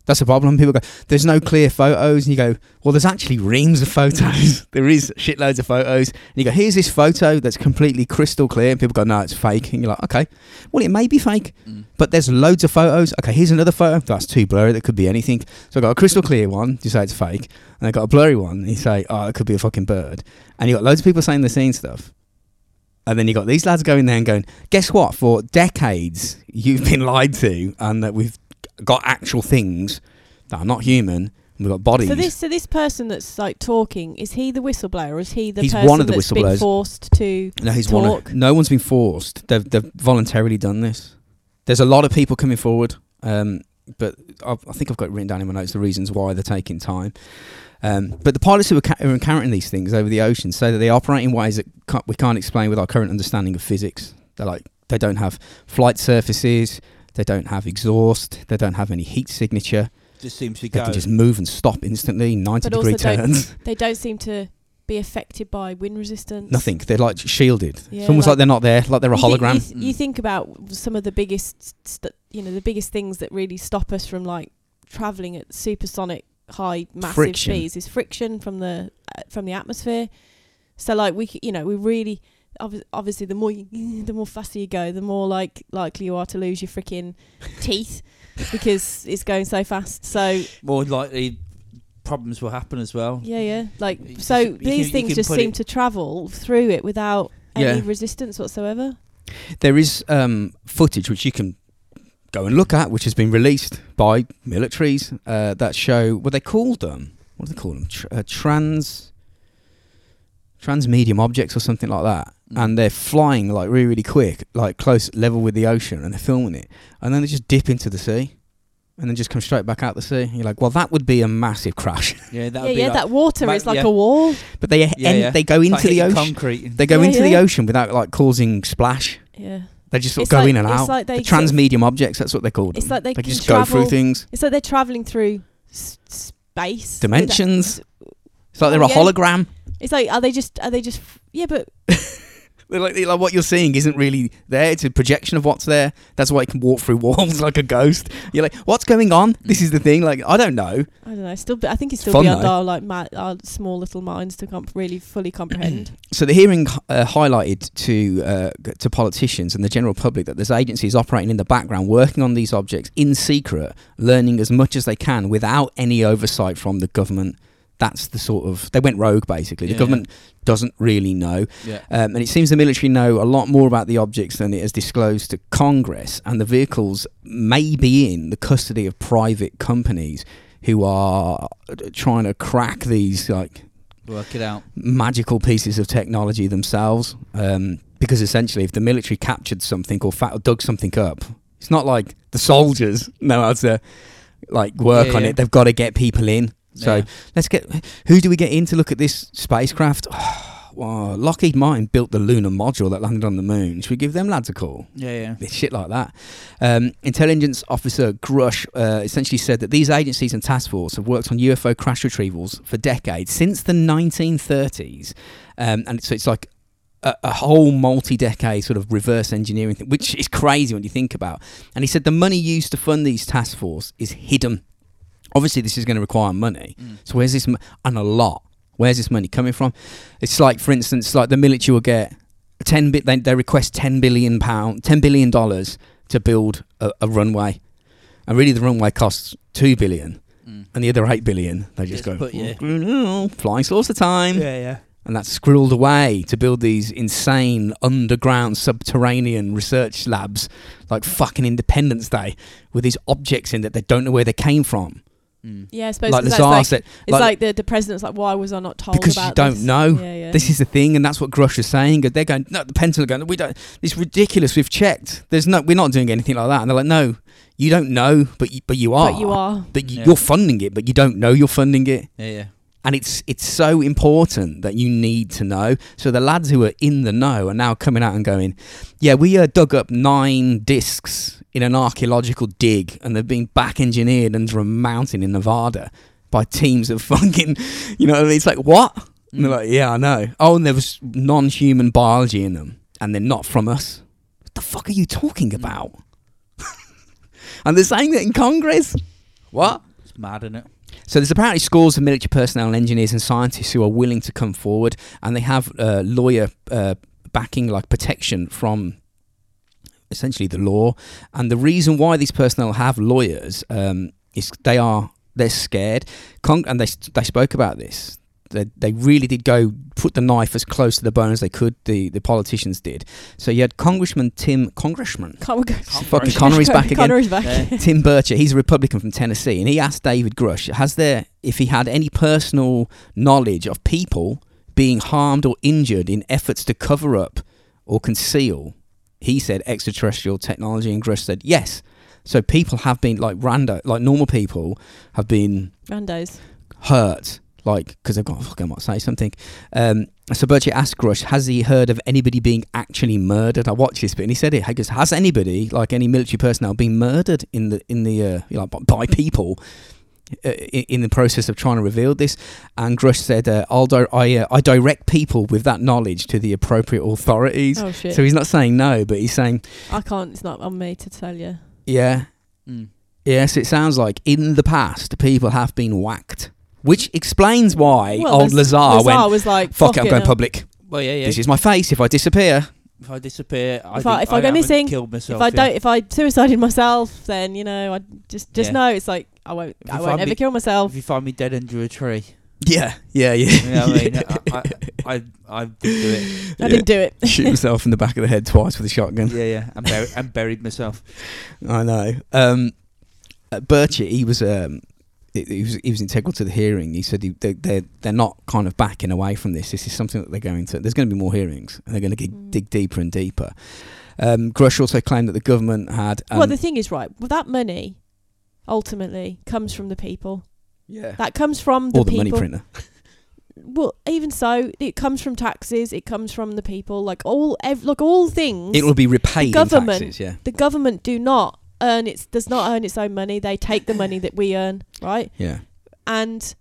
[SPEAKER 2] That's the problem. People go, there's no clear photos, and you go, well, there's actually reams of photos. there is shitloads of photos. And you go, here's this photo that's completely crystal clear. And people go, no, it's fake. And you're like, okay, well, it may be fake,
[SPEAKER 3] Mm.
[SPEAKER 2] but there's loads of photos. Okay, here's another photo. That's too blurry. That could be anything. So I got a crystal clear one. You say it's fake. And I got a blurry one. And you say, oh, it could be a fucking bird. And you got loads of people saying they're seeing stuff. And then you got these lads going there and going, guess what? For decades, you've been lied to, and that we've got actual things that are not human. and We've got bodies.
[SPEAKER 4] So this so this person that's like talking is he the whistleblower? Or is he the
[SPEAKER 2] He's
[SPEAKER 4] person
[SPEAKER 2] one of the
[SPEAKER 4] that's been
[SPEAKER 2] whistleblowers.
[SPEAKER 4] forced to?
[SPEAKER 2] No, he's one.
[SPEAKER 4] talk.
[SPEAKER 2] Of, no one's been forced. They've they've voluntarily done this. There's a lot of people coming forward, um, but i I think I've got it written down in my notes the reasons why they're taking time. Um, but the pilots who are, ca- who are encountering these things over the ocean say that they operate in ways that can't, we can't explain with our current understanding of physics. They're like they don't have flight surfaces, they don't have exhaust, they don't have any heat signature.
[SPEAKER 3] Just seems to
[SPEAKER 2] They
[SPEAKER 3] go.
[SPEAKER 2] can just move and stop instantly, ninety
[SPEAKER 4] But also
[SPEAKER 2] degree
[SPEAKER 4] don't-
[SPEAKER 2] turns.
[SPEAKER 4] They don't seem to be affected by wind resistance.
[SPEAKER 2] Nothing. They're like shielded.
[SPEAKER 4] Yeah,
[SPEAKER 2] it's almost like,
[SPEAKER 4] like-
[SPEAKER 2] they're not there. Like they're a
[SPEAKER 4] You think-
[SPEAKER 2] hologram.
[SPEAKER 4] you th- You, think about some of the biggest, st- you know, the biggest things that really stop us from like traveling at supersonic high massive
[SPEAKER 2] Friction.
[SPEAKER 4] speeds is friction from the uh, from the atmosphere. So like we, c- you know, we really obvi- obviously the more you, the more faster you go, the more like likely you are to lose your freaking teeth because it's going so fast. So
[SPEAKER 3] more likely problems will happen as well.
[SPEAKER 4] yeah, yeah, like
[SPEAKER 3] You
[SPEAKER 4] so
[SPEAKER 3] just- you can-
[SPEAKER 4] these
[SPEAKER 3] you
[SPEAKER 4] things
[SPEAKER 3] can
[SPEAKER 4] just
[SPEAKER 3] put
[SPEAKER 4] seem
[SPEAKER 3] it-
[SPEAKER 4] to travel through it without
[SPEAKER 2] Yeah.
[SPEAKER 4] any resistance whatsoever.
[SPEAKER 2] There is um, footage which you can go and look at, which has been released by militaries uh, that show what they call them. What do they call them? Tr- uh, trans transmedium objects or something like that.
[SPEAKER 3] Mm.
[SPEAKER 2] And they're flying like really, really quick, like close level with the ocean, and they're filming it. And then they just dip into the sea, and then just come straight back out the sea. And you're like, well, that would be a massive crash.
[SPEAKER 3] Yeah, that
[SPEAKER 4] Yeah,
[SPEAKER 3] would be
[SPEAKER 4] yeah,
[SPEAKER 3] like,
[SPEAKER 4] that water
[SPEAKER 3] Ma-
[SPEAKER 4] is like
[SPEAKER 3] yeah.
[SPEAKER 4] a wall.
[SPEAKER 2] but they en-
[SPEAKER 3] yeah.
[SPEAKER 2] they go into
[SPEAKER 3] like
[SPEAKER 2] the
[SPEAKER 3] hitting
[SPEAKER 2] ocean.
[SPEAKER 3] concrete.
[SPEAKER 2] They go
[SPEAKER 4] Yeah,
[SPEAKER 2] into the
[SPEAKER 4] yeah.
[SPEAKER 2] ocean without like causing splash.
[SPEAKER 4] Yeah.
[SPEAKER 2] They just sort of
[SPEAKER 4] It's
[SPEAKER 2] go
[SPEAKER 4] like-
[SPEAKER 2] in and
[SPEAKER 4] it's
[SPEAKER 2] out.
[SPEAKER 4] like they
[SPEAKER 2] the
[SPEAKER 4] sort of-
[SPEAKER 2] transmedium objects. That's what they're called.
[SPEAKER 4] It's like they
[SPEAKER 2] they
[SPEAKER 4] can
[SPEAKER 2] just go through
[SPEAKER 4] travel-
[SPEAKER 2] things,
[SPEAKER 4] It's like they're traveling through s- space.
[SPEAKER 2] dimensions. It's like
[SPEAKER 4] Oh,
[SPEAKER 2] they're a
[SPEAKER 4] yeah.
[SPEAKER 2] hologram.
[SPEAKER 4] It's like are they just are they just yeah, but
[SPEAKER 2] They're like, they're like what you're seeing isn't really there. It's a projection of what's there. That's why it can walk through walls like a ghost. You're like, what's going on?
[SPEAKER 4] Mm.
[SPEAKER 2] This is the thing. Like, I don't know.
[SPEAKER 4] I don't know. Still, be- I think it's still
[SPEAKER 2] Fun,
[SPEAKER 4] beyond
[SPEAKER 2] though.
[SPEAKER 4] our like ma- our small little minds to comp- really fully comprehend.
[SPEAKER 2] So the hearing uh, highlighted to uh, g- to politicians and the general public that there's agencies operating in the background, working on these objects in secret, learning as much as they can without any oversight from the government. That's the sort of they went rogue basically. The
[SPEAKER 3] Yeah.
[SPEAKER 2] government doesn't really know.
[SPEAKER 3] Yeah.
[SPEAKER 2] Um, and it seems the military know a lot more about the objects than it has disclosed to Congress, and the vehicles may be in the custody of private companies who are uh, trying to crack these like
[SPEAKER 3] Work it out.
[SPEAKER 2] magical pieces of technology themselves. Um, because essentially, if the military captured something or fa- dug something up, it's not like the soldiers know how to like work
[SPEAKER 3] Yeah,
[SPEAKER 2] on
[SPEAKER 3] yeah.
[SPEAKER 2] it. They've got to get people in. So
[SPEAKER 3] Yeah.
[SPEAKER 2] let's get who do we get in to look at this spacecraft? well, Lockheed Martin built the lunar module that landed on the moon. Should we give them lads a call?
[SPEAKER 3] Yeah, yeah.
[SPEAKER 2] It's shit like that. Um, intelligence officer Grush uh, essentially said that these agencies and task force have worked on UFO crash retrievals for decades, since the 1930s, um, and so it's like a, a whole multi-decade sort of reverse engineering thing, which is crazy when you think about. And he said the money used to fund these task force is hidden. Obviously, this is going to require money.
[SPEAKER 3] Mm.
[SPEAKER 2] So where's this m- and a lot? Where's this money coming from? It's like, for instance, like the military will get ten. Bi- they, they request ten billion pound, ten billion dollars to build a, a runway, and really the runway costs two billion,
[SPEAKER 3] Mm.
[SPEAKER 2] and the other eight billion they just,
[SPEAKER 3] Just
[SPEAKER 2] go
[SPEAKER 3] put, yeah.
[SPEAKER 2] flying saucer time,
[SPEAKER 3] yeah.
[SPEAKER 2] and that's squirreled away to build these insane underground subterranean research labs, like fucking Independence Day, with these objects in that they don't know where they came from,
[SPEAKER 3] Mm.
[SPEAKER 4] yeah, I suppose
[SPEAKER 2] like
[SPEAKER 4] 'cause
[SPEAKER 2] the
[SPEAKER 4] that's
[SPEAKER 2] Tsar
[SPEAKER 4] like,
[SPEAKER 2] said.
[SPEAKER 4] it's
[SPEAKER 2] like-
[SPEAKER 4] like, the the president's like, why was I not told?
[SPEAKER 2] Because you
[SPEAKER 4] about
[SPEAKER 2] don't
[SPEAKER 4] this?
[SPEAKER 2] know.
[SPEAKER 4] Yeah, yeah.
[SPEAKER 2] This is the thing, and that's what Grush is saying. They're going, no, the Pentagon are going, we don't. It's ridiculous. We've checked. There's no, we're not doing anything like that. And they're like, no, you don't know, but you, but you are.
[SPEAKER 4] but you are.
[SPEAKER 2] But you,
[SPEAKER 3] Yeah.
[SPEAKER 2] you're funding it, but you don't know you're funding it.
[SPEAKER 3] Yeah, yeah.
[SPEAKER 2] And it's it's so important that you need to know. So the lads who are in the know are now coming out and going, yeah, we uh, dug up nine discs in an archaeological dig, and they've been back engineered under a mountain in Nevada by teams of fucking, you know, it's like what? And they're like, yeah, I know. Oh, and there was non human biology in them, and they're not from us. What the fuck are you talking about? and they're saying that in Congress? What?
[SPEAKER 3] It's mad, isn't it?
[SPEAKER 2] So there's apparently scores of military personnel, engineers, and scientists who are willing to come forward, and they have uh, lawyer uh, backing, like protection from essentially the law. And the reason why these personnel have lawyers um, is they are they're scared, Con- and they they spoke about this. They, they really did go put the knife as close to the bone as they could. The the politicians did. So you had Congressman Tim Congressman
[SPEAKER 4] Can't we go?
[SPEAKER 2] fucking Connery's back again.
[SPEAKER 4] Connery's back.
[SPEAKER 3] Yeah.
[SPEAKER 2] Tim Bircher, he's a Republican from Tennessee, and he asked David Grush, has there if he had any personal knowledge of people being harmed or injured in efforts to cover up or conceal? He said extraterrestrial technology, and Grush said yes. So people have been like rando, like normal people have been
[SPEAKER 4] Randos.
[SPEAKER 2] hurt, like because they've got fuck, I might say something. Um, so Birchett asked Grush, has he heard of anybody being actually murdered? I watched this bit, and he said it. He goes, has anybody, like any military personnel, been murdered in the in the uh, you know, by, by people? uh, i- In the process of trying to reveal this, and Grush said, uh, "I'll di- I, uh, I direct people with that knowledge to the appropriate authorities."
[SPEAKER 4] Oh shit!
[SPEAKER 2] so he's not saying no, but he's saying,
[SPEAKER 4] I can't. It's not on me to tell you.
[SPEAKER 2] "Yeah,
[SPEAKER 3] Mm.
[SPEAKER 2] yes." It sounds like in the past people have been whacked, which explains why
[SPEAKER 4] Well,
[SPEAKER 2] old
[SPEAKER 4] there's-
[SPEAKER 2] Lazar,
[SPEAKER 4] Lazar
[SPEAKER 2] Ah, went
[SPEAKER 4] was like,
[SPEAKER 2] Fuck, it, I'm going
[SPEAKER 4] now.
[SPEAKER 2] public.
[SPEAKER 3] Well, yeah, yeah.
[SPEAKER 2] This is my face. If I disappear,
[SPEAKER 3] if I disappear, I
[SPEAKER 4] If I-
[SPEAKER 3] think
[SPEAKER 4] if I go
[SPEAKER 3] haven't
[SPEAKER 4] missing,
[SPEAKER 3] killed myself.
[SPEAKER 4] If I
[SPEAKER 3] yeah.
[SPEAKER 4] don't, if I suicided myself, then you know, I just just
[SPEAKER 3] Yeah.
[SPEAKER 4] know it's like I won't,
[SPEAKER 3] If
[SPEAKER 4] I
[SPEAKER 3] I
[SPEAKER 4] won't
[SPEAKER 3] be-
[SPEAKER 4] ever kill myself.
[SPEAKER 3] if you find me dead under a tree,
[SPEAKER 2] yeah, yeah, yeah.
[SPEAKER 3] you know what I mean, I, I, I, I did do it.
[SPEAKER 4] I didn't do it.
[SPEAKER 2] Shoot himself in the back of the head twice with a shotgun.
[SPEAKER 3] Yeah, yeah, and, bur- and buried myself.
[SPEAKER 2] I know. Um, uh, Birchett, he was um, he, he was he was integral to the hearing. He said he, they, they're they're not kind of backing away from this. This is something that they're going to. There's going to be more hearings, and they're going to dig,
[SPEAKER 4] Mm.
[SPEAKER 2] dig deeper and deeper. Um, Grush also claimed that the government had. Um,
[SPEAKER 4] well, the thing is, right? Well, that money ultimately comes from the people.
[SPEAKER 2] yeah.
[SPEAKER 4] That comes from the
[SPEAKER 2] Or the
[SPEAKER 4] people.
[SPEAKER 2] money printer.
[SPEAKER 4] well, even so, it comes from taxes. It comes from the people. Like all, ev- like all things.
[SPEAKER 2] It will be repaid in
[SPEAKER 4] government-
[SPEAKER 2] taxes, yeah.
[SPEAKER 4] the government do not earn its does not earn its own money. They take the money that we earn, right?
[SPEAKER 2] Yeah.
[SPEAKER 4] And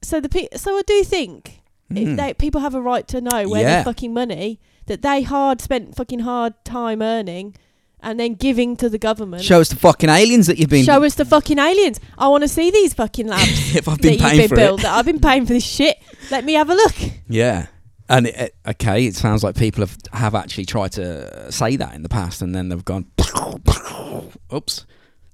[SPEAKER 4] so the pe- so I do think it,
[SPEAKER 2] Mm.
[SPEAKER 4] they, people have a right to know where
[SPEAKER 2] Yeah.
[SPEAKER 4] their fucking money that they hard spent fucking hard time earning and then giving to the government.
[SPEAKER 2] Show us the fucking aliens that you've been.
[SPEAKER 4] Show us the fucking aliens. I want to see these fucking labs
[SPEAKER 2] if I've
[SPEAKER 4] that
[SPEAKER 2] been
[SPEAKER 4] you've
[SPEAKER 2] paying
[SPEAKER 4] been
[SPEAKER 2] for
[SPEAKER 4] built.
[SPEAKER 2] it.
[SPEAKER 4] That I've been paying for this shit. Let me have a look.
[SPEAKER 2] Yeah. And it, it- okay, it sounds like people have have actually tried to say that in the past, and then they've gone, oops,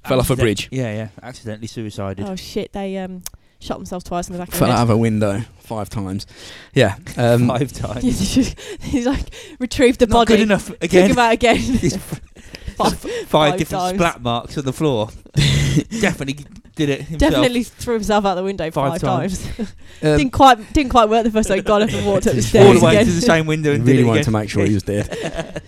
[SPEAKER 2] fell off a
[SPEAKER 3] Accident-
[SPEAKER 2] bridge,
[SPEAKER 3] Yeah, yeah. Accidentally suicided.
[SPEAKER 4] Oh shit! They um shot themselves twice in the back of the
[SPEAKER 2] fell
[SPEAKER 4] head.
[SPEAKER 2] out of a window five times. Yeah. Um,
[SPEAKER 3] Five times.
[SPEAKER 4] He's like retrieved the
[SPEAKER 3] Not
[SPEAKER 4] body.
[SPEAKER 3] good enough
[SPEAKER 4] Think
[SPEAKER 3] again.
[SPEAKER 4] about it again.
[SPEAKER 3] These f-
[SPEAKER 4] Five-
[SPEAKER 3] five,
[SPEAKER 4] five
[SPEAKER 3] different
[SPEAKER 4] times.
[SPEAKER 3] splat marks on the floor. Definitely did it himself.
[SPEAKER 4] Definitely threw himself out the window
[SPEAKER 3] Five
[SPEAKER 4] five,
[SPEAKER 3] times.
[SPEAKER 4] times.
[SPEAKER 2] um,
[SPEAKER 4] didn't quite didn't quite work the first time. Got up and walked up the
[SPEAKER 3] All
[SPEAKER 4] stairs
[SPEAKER 3] the way
[SPEAKER 4] again.
[SPEAKER 3] to the same window
[SPEAKER 2] We
[SPEAKER 3] and
[SPEAKER 2] really
[SPEAKER 3] did it
[SPEAKER 2] wanted
[SPEAKER 3] again.
[SPEAKER 2] to make sure he was dead.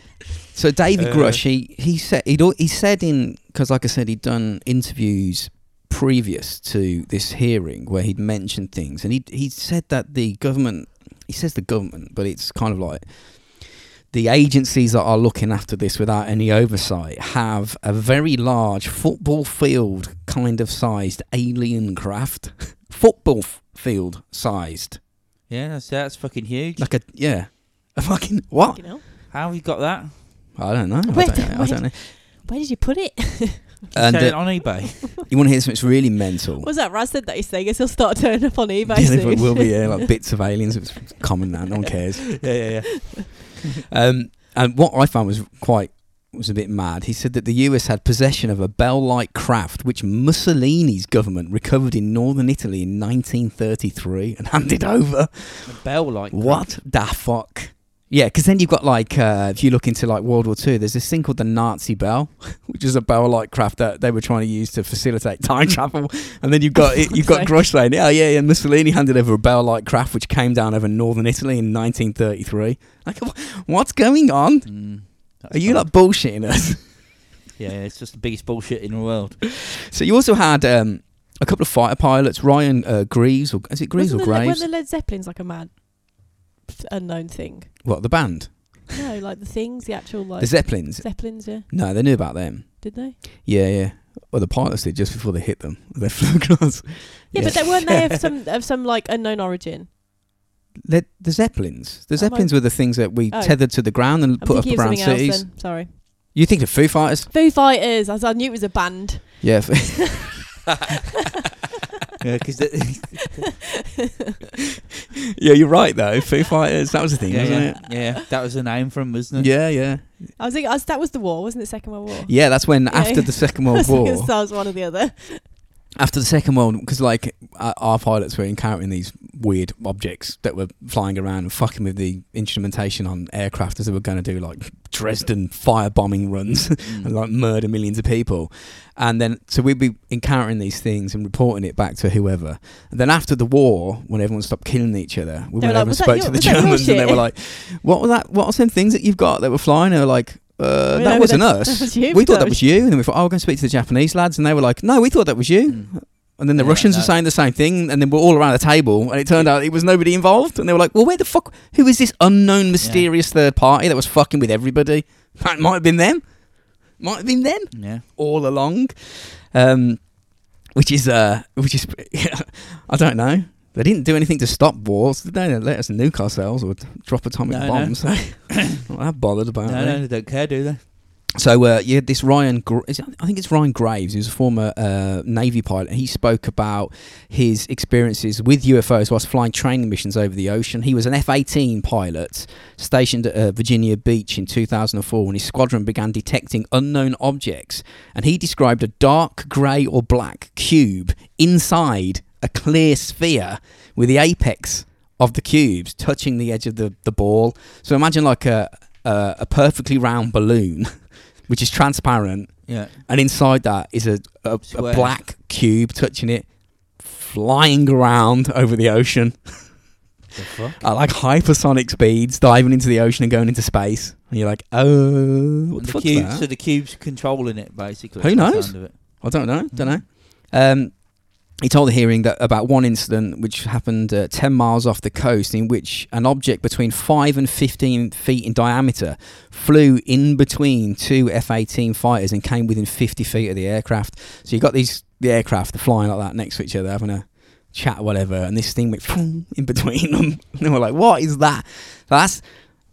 [SPEAKER 2] so David
[SPEAKER 3] Uh,
[SPEAKER 2] Grush, he he said he he said in because like I said, he'd done interviews previous to this hearing where he'd mentioned things, and he he said that the government, he says the government, but it's kind of like the agencies that are looking after this without any oversight have a very large football field kind of sized alien craft, football f- field sized,
[SPEAKER 3] Yeah, that's, that's fucking huge.
[SPEAKER 2] like a yeah, a fucking what?
[SPEAKER 4] Fucking hell.
[SPEAKER 3] How have you got that?
[SPEAKER 2] I don't know. I
[SPEAKER 4] Where
[SPEAKER 2] don't,
[SPEAKER 4] the-
[SPEAKER 2] I
[SPEAKER 4] where
[SPEAKER 2] don't know.
[SPEAKER 4] Where did you put it?
[SPEAKER 2] And
[SPEAKER 3] Sell it
[SPEAKER 2] uh,
[SPEAKER 3] on eBay.
[SPEAKER 2] you want to hear something that's really mental?
[SPEAKER 4] Was that Raz said that he's saying? He'll start turning up on eBay
[SPEAKER 2] Yeah,
[SPEAKER 4] soon.
[SPEAKER 2] it will be yeah, like bits of aliens. It's common now. No one cares.
[SPEAKER 3] yeah, yeah, yeah.
[SPEAKER 2] Um, and what I found was quite was a bit mad. He said that the US had possession of a bell-like craft which Mussolini's government recovered in northern Italy in 1933 and handed over.
[SPEAKER 3] A bell like
[SPEAKER 2] What the fuck? Yeah, because then you've got like, uh, if you look into like World War Two, there's this thing called the Nazi Bell, which is a bell-like craft that they were trying to use to facilitate time travel. And then you've got it, you've got
[SPEAKER 4] Okay.
[SPEAKER 2] Grush saying, "Oh yeah, yeah." Mussolini handed over a bell-like craft which came down over northern Italy in 1933. Like, wh- what's going on?
[SPEAKER 3] Mm, that's
[SPEAKER 2] Are you
[SPEAKER 3] fine.
[SPEAKER 2] like bullshitting us?
[SPEAKER 3] Yeah, yeah, it's just the biggest bullshit in the world.
[SPEAKER 2] so you also had um, a couple of fighter pilots, Ryan uh, Greaves, or is it Greaves
[SPEAKER 4] Wasn't
[SPEAKER 2] or
[SPEAKER 4] the, Le- weren't
[SPEAKER 2] Graves?
[SPEAKER 4] the Led Zeppelin's like a mad unknown thing?
[SPEAKER 2] what the band,
[SPEAKER 4] No, like the things, the actual like
[SPEAKER 2] the Zeppelins?
[SPEAKER 4] Zeppelins. Yeah,
[SPEAKER 2] No, they knew about them.
[SPEAKER 4] did they?
[SPEAKER 2] Yeah, yeah. Well, the pilots did just before they hit them. They flew across.
[SPEAKER 4] Yeah, but they weren't they of some of some like unknown origin.
[SPEAKER 2] The, the zeppelins. The
[SPEAKER 4] Am I-
[SPEAKER 2] zeppelins were the things that we
[SPEAKER 4] Oh.
[SPEAKER 2] tethered to the ground and
[SPEAKER 4] I'm
[SPEAKER 2] put up
[SPEAKER 4] thinking of
[SPEAKER 2] around
[SPEAKER 4] something else.
[SPEAKER 2] cities.
[SPEAKER 4] Then sorry.
[SPEAKER 2] You think the Foo Fighters?
[SPEAKER 4] Foo Fighters. I, I knew it was a band.
[SPEAKER 2] Yeah. f-
[SPEAKER 3] Yeah, because
[SPEAKER 2] yeah, you're right though. Foo Fighters. That was the thing,
[SPEAKER 3] yeah,
[SPEAKER 2] wasn't
[SPEAKER 3] yeah, yeah, that was a name from, wasn't it?
[SPEAKER 2] it? Yeah, yeah.
[SPEAKER 4] I was thinking I was, that was the war, wasn't it? Second World War.
[SPEAKER 2] Yeah, that's when after
[SPEAKER 4] yeah.
[SPEAKER 2] the Second
[SPEAKER 4] I
[SPEAKER 2] World
[SPEAKER 4] was thinking
[SPEAKER 2] War,
[SPEAKER 4] that was one or the other.
[SPEAKER 2] after the Second World, because like uh, our pilots were encountering these weird objects that were flying around and fucking with the instrumentation on aircraft as they were going to do like Dresden firebombing runs.
[SPEAKER 3] Mm.
[SPEAKER 2] and like murder millions of people. And then, so we'd be encountering these things and reporting it back to whoever. And then after the war, when everyone stopped killing each other, we
[SPEAKER 4] They were
[SPEAKER 2] went
[SPEAKER 4] like,
[SPEAKER 2] over and
[SPEAKER 4] "Was that
[SPEAKER 2] spoke
[SPEAKER 4] your-
[SPEAKER 2] to the
[SPEAKER 4] was that your
[SPEAKER 2] Germans and they
[SPEAKER 4] shit?"
[SPEAKER 2] were like, what was that? What are some things that you've got that were flying? And they were like, uh,
[SPEAKER 4] We
[SPEAKER 2] that
[SPEAKER 4] know
[SPEAKER 2] wasn't
[SPEAKER 4] that-
[SPEAKER 2] us.
[SPEAKER 4] that was you.
[SPEAKER 2] we thought that was you. And then we thought, oh, we're going to speak to the Japanese lads. And they were like, no, we thought that was you.
[SPEAKER 3] Mm.
[SPEAKER 2] And then the
[SPEAKER 3] Yeah,
[SPEAKER 2] Russians were
[SPEAKER 3] no.
[SPEAKER 2] saying the same thing. And then we're all around the table. And it turned out it was nobody involved. And they were like, well, where the fuck? Who is this unknown, mysterious third party that was fucking with everybody? That might have been them. Might have been them
[SPEAKER 3] Yeah.
[SPEAKER 2] all along, um, which is uh, which is I don't know. They didn't do anything to stop wars. Did they? they let us nuke ourselves or drop atomic
[SPEAKER 3] No, no.
[SPEAKER 2] bombs. Not that bothered about
[SPEAKER 3] No,
[SPEAKER 2] it.
[SPEAKER 3] no, they don't care, do they?
[SPEAKER 2] So uh, you had this Ryan. Gr- is it- I think it's Ryan Graves, who's a former uh, Navy pilot. He spoke about his experiences with UFOs whilst flying training missions over the ocean. He was an F-18 pilot stationed at uh, Virginia Beach in 2004 when his squadron began detecting unknown objects, and he described a dark grey or black cube inside a clear sphere with the apex of the cubes touching the edge of the, the ball. So imagine like a a, a perfectly round balloon, which is transparent,
[SPEAKER 3] Yeah.
[SPEAKER 2] and inside that is a, a, a
[SPEAKER 3] Square.
[SPEAKER 2] black cube touching it, flying around over the ocean
[SPEAKER 3] The fuck?
[SPEAKER 2] at like hypersonic speeds, diving into the ocean and going into space. And you're like, oh, what
[SPEAKER 3] And
[SPEAKER 2] the,
[SPEAKER 3] the
[SPEAKER 2] fuck's
[SPEAKER 3] cube,
[SPEAKER 2] that?
[SPEAKER 3] So the cube's controlling it, basically.
[SPEAKER 2] Who
[SPEAKER 3] by the
[SPEAKER 2] knows?
[SPEAKER 3] sound of it.
[SPEAKER 2] I don't know. Don't know. Um, He told the hearing that about one incident which happened uh, 10 miles off the coast in which an object between 5 and 15 feet in diameter flew in between two F 18 fighters and came within 50 feet of the aircraft. So you got these the aircraft flying like that next to each other, having a chat or whatever, and this thing went in between them. and they were like, What is that? That's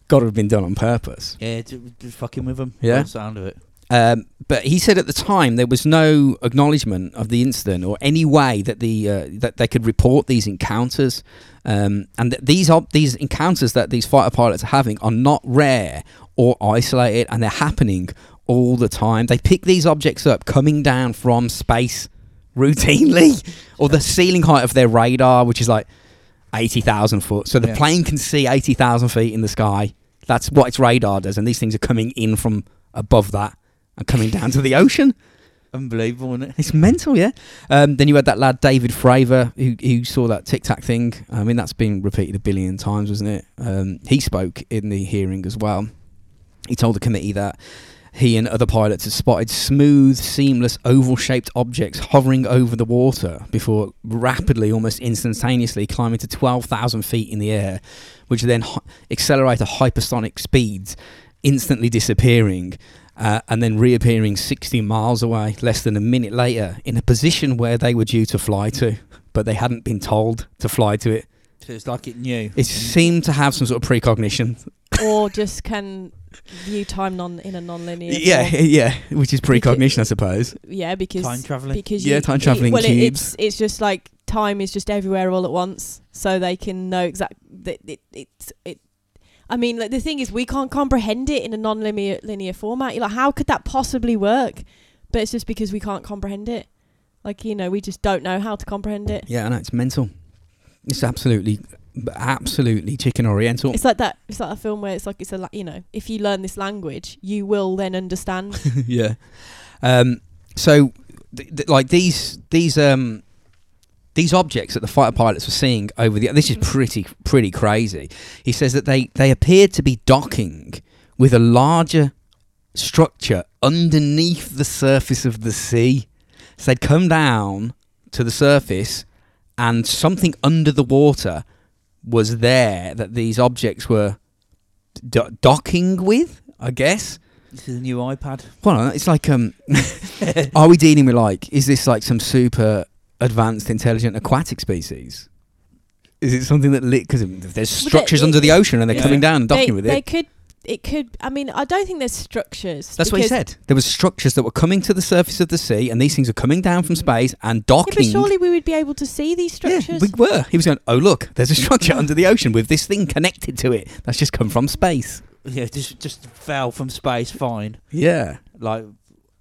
[SPEAKER 2] got to have been done on purpose.
[SPEAKER 3] Yeah, ju- just fucking with them.
[SPEAKER 2] Yeah.
[SPEAKER 3] the sound of it.
[SPEAKER 2] Um, but he said at the time there was no acknowledgement of the incident or any way that the uh, that they could report these encounters, um, and that these are these encounters that these fighter pilots are having are not rare or isolated, and they're happening all the time. They pick these objects up coming down from space routinely, or the ceiling height of their radar, which is like eighty thousand foot, so the
[SPEAKER 3] Yeah.
[SPEAKER 2] plane can see eighty thousand feet in the sky. That's what its radar does, and these things are coming in from above that and coming down to the ocean.
[SPEAKER 3] Unbelievable, isn't it?
[SPEAKER 2] It's mental, yeah. Um, then you had that lad David Fravor who, who saw that Tic Tac thing. I mean, that's been repeated a billion times, wasn't it? Um, he spoke in the hearing as well. He told the committee that he and other pilots had spotted smooth, seamless, oval-shaped objects hovering over the water before rapidly, almost instantaneously, climbing to 12,000 feet in the air, which then hi- accelerate at hypersonic speeds, instantly disappearing uh, and then reappearing 60 miles away less than a minute later in a position where they were due to fly to, but they hadn't been told to fly to it.
[SPEAKER 3] So it's like it knew.
[SPEAKER 2] It seemed to have some sort of precognition.
[SPEAKER 4] or just can view time non in a non-linear.
[SPEAKER 2] Yeah,
[SPEAKER 4] form.
[SPEAKER 2] yeah, which is precognition, I suppose.
[SPEAKER 4] yeah, because
[SPEAKER 3] time traveling.
[SPEAKER 4] because
[SPEAKER 2] Yeah,
[SPEAKER 4] you-
[SPEAKER 2] time
[SPEAKER 4] it-
[SPEAKER 2] travelling
[SPEAKER 4] well, it-
[SPEAKER 2] cubes.
[SPEAKER 4] it's it's just like time is just everywhere all at once, so they can know exact that it, it it. I mean, like the thing is, we can't comprehend it in a non-linear linear format. You're like, how could that possibly work? But it's just because we can't comprehend it. Like you know, we just don't know how to comprehend it.
[SPEAKER 2] Yeah, I know, it's mental. It's absolutely, absolutely chicken oriental.
[SPEAKER 4] It's like that. It's like a film where it's like it's a la- you know, if you learn this language, you will then understand.
[SPEAKER 2] yeah. Um, so, th- th- like these these um, these objects that the fighter pilots were seeing over the this is pretty pretty crazy. He says that they they appeared to be docking with a larger structure underneath the surface of the sea. So they'd come down to the surface, and something under the water was there that these objects were do- docking with. I guess.
[SPEAKER 3] This is a new iPad.
[SPEAKER 2] Well, it's like, um, are we dealing with like, is this like some super advanced, intelligent aquatic species? Is it something that lit because there's structures
[SPEAKER 4] it-
[SPEAKER 2] under the ocean and they're
[SPEAKER 3] Yeah.
[SPEAKER 2] coming down and docking
[SPEAKER 4] they,
[SPEAKER 2] with
[SPEAKER 4] they
[SPEAKER 2] it?
[SPEAKER 4] could. It could. I mean, I don't think there's structures.
[SPEAKER 2] That's what he
[SPEAKER 4] because-
[SPEAKER 2] said. There was structures that were coming to the surface of the sea, and these things are coming down from space and
[SPEAKER 4] Yeah, but
[SPEAKER 2] docking.
[SPEAKER 4] surely we would be able to see these
[SPEAKER 2] Yeah,
[SPEAKER 4] structures.
[SPEAKER 2] we were. He was going, "Oh look, there's a structure under the ocean with this thing connected to it that's just come from space."
[SPEAKER 3] Yeah, just just fell from space. Fine.
[SPEAKER 2] Yeah,
[SPEAKER 3] Like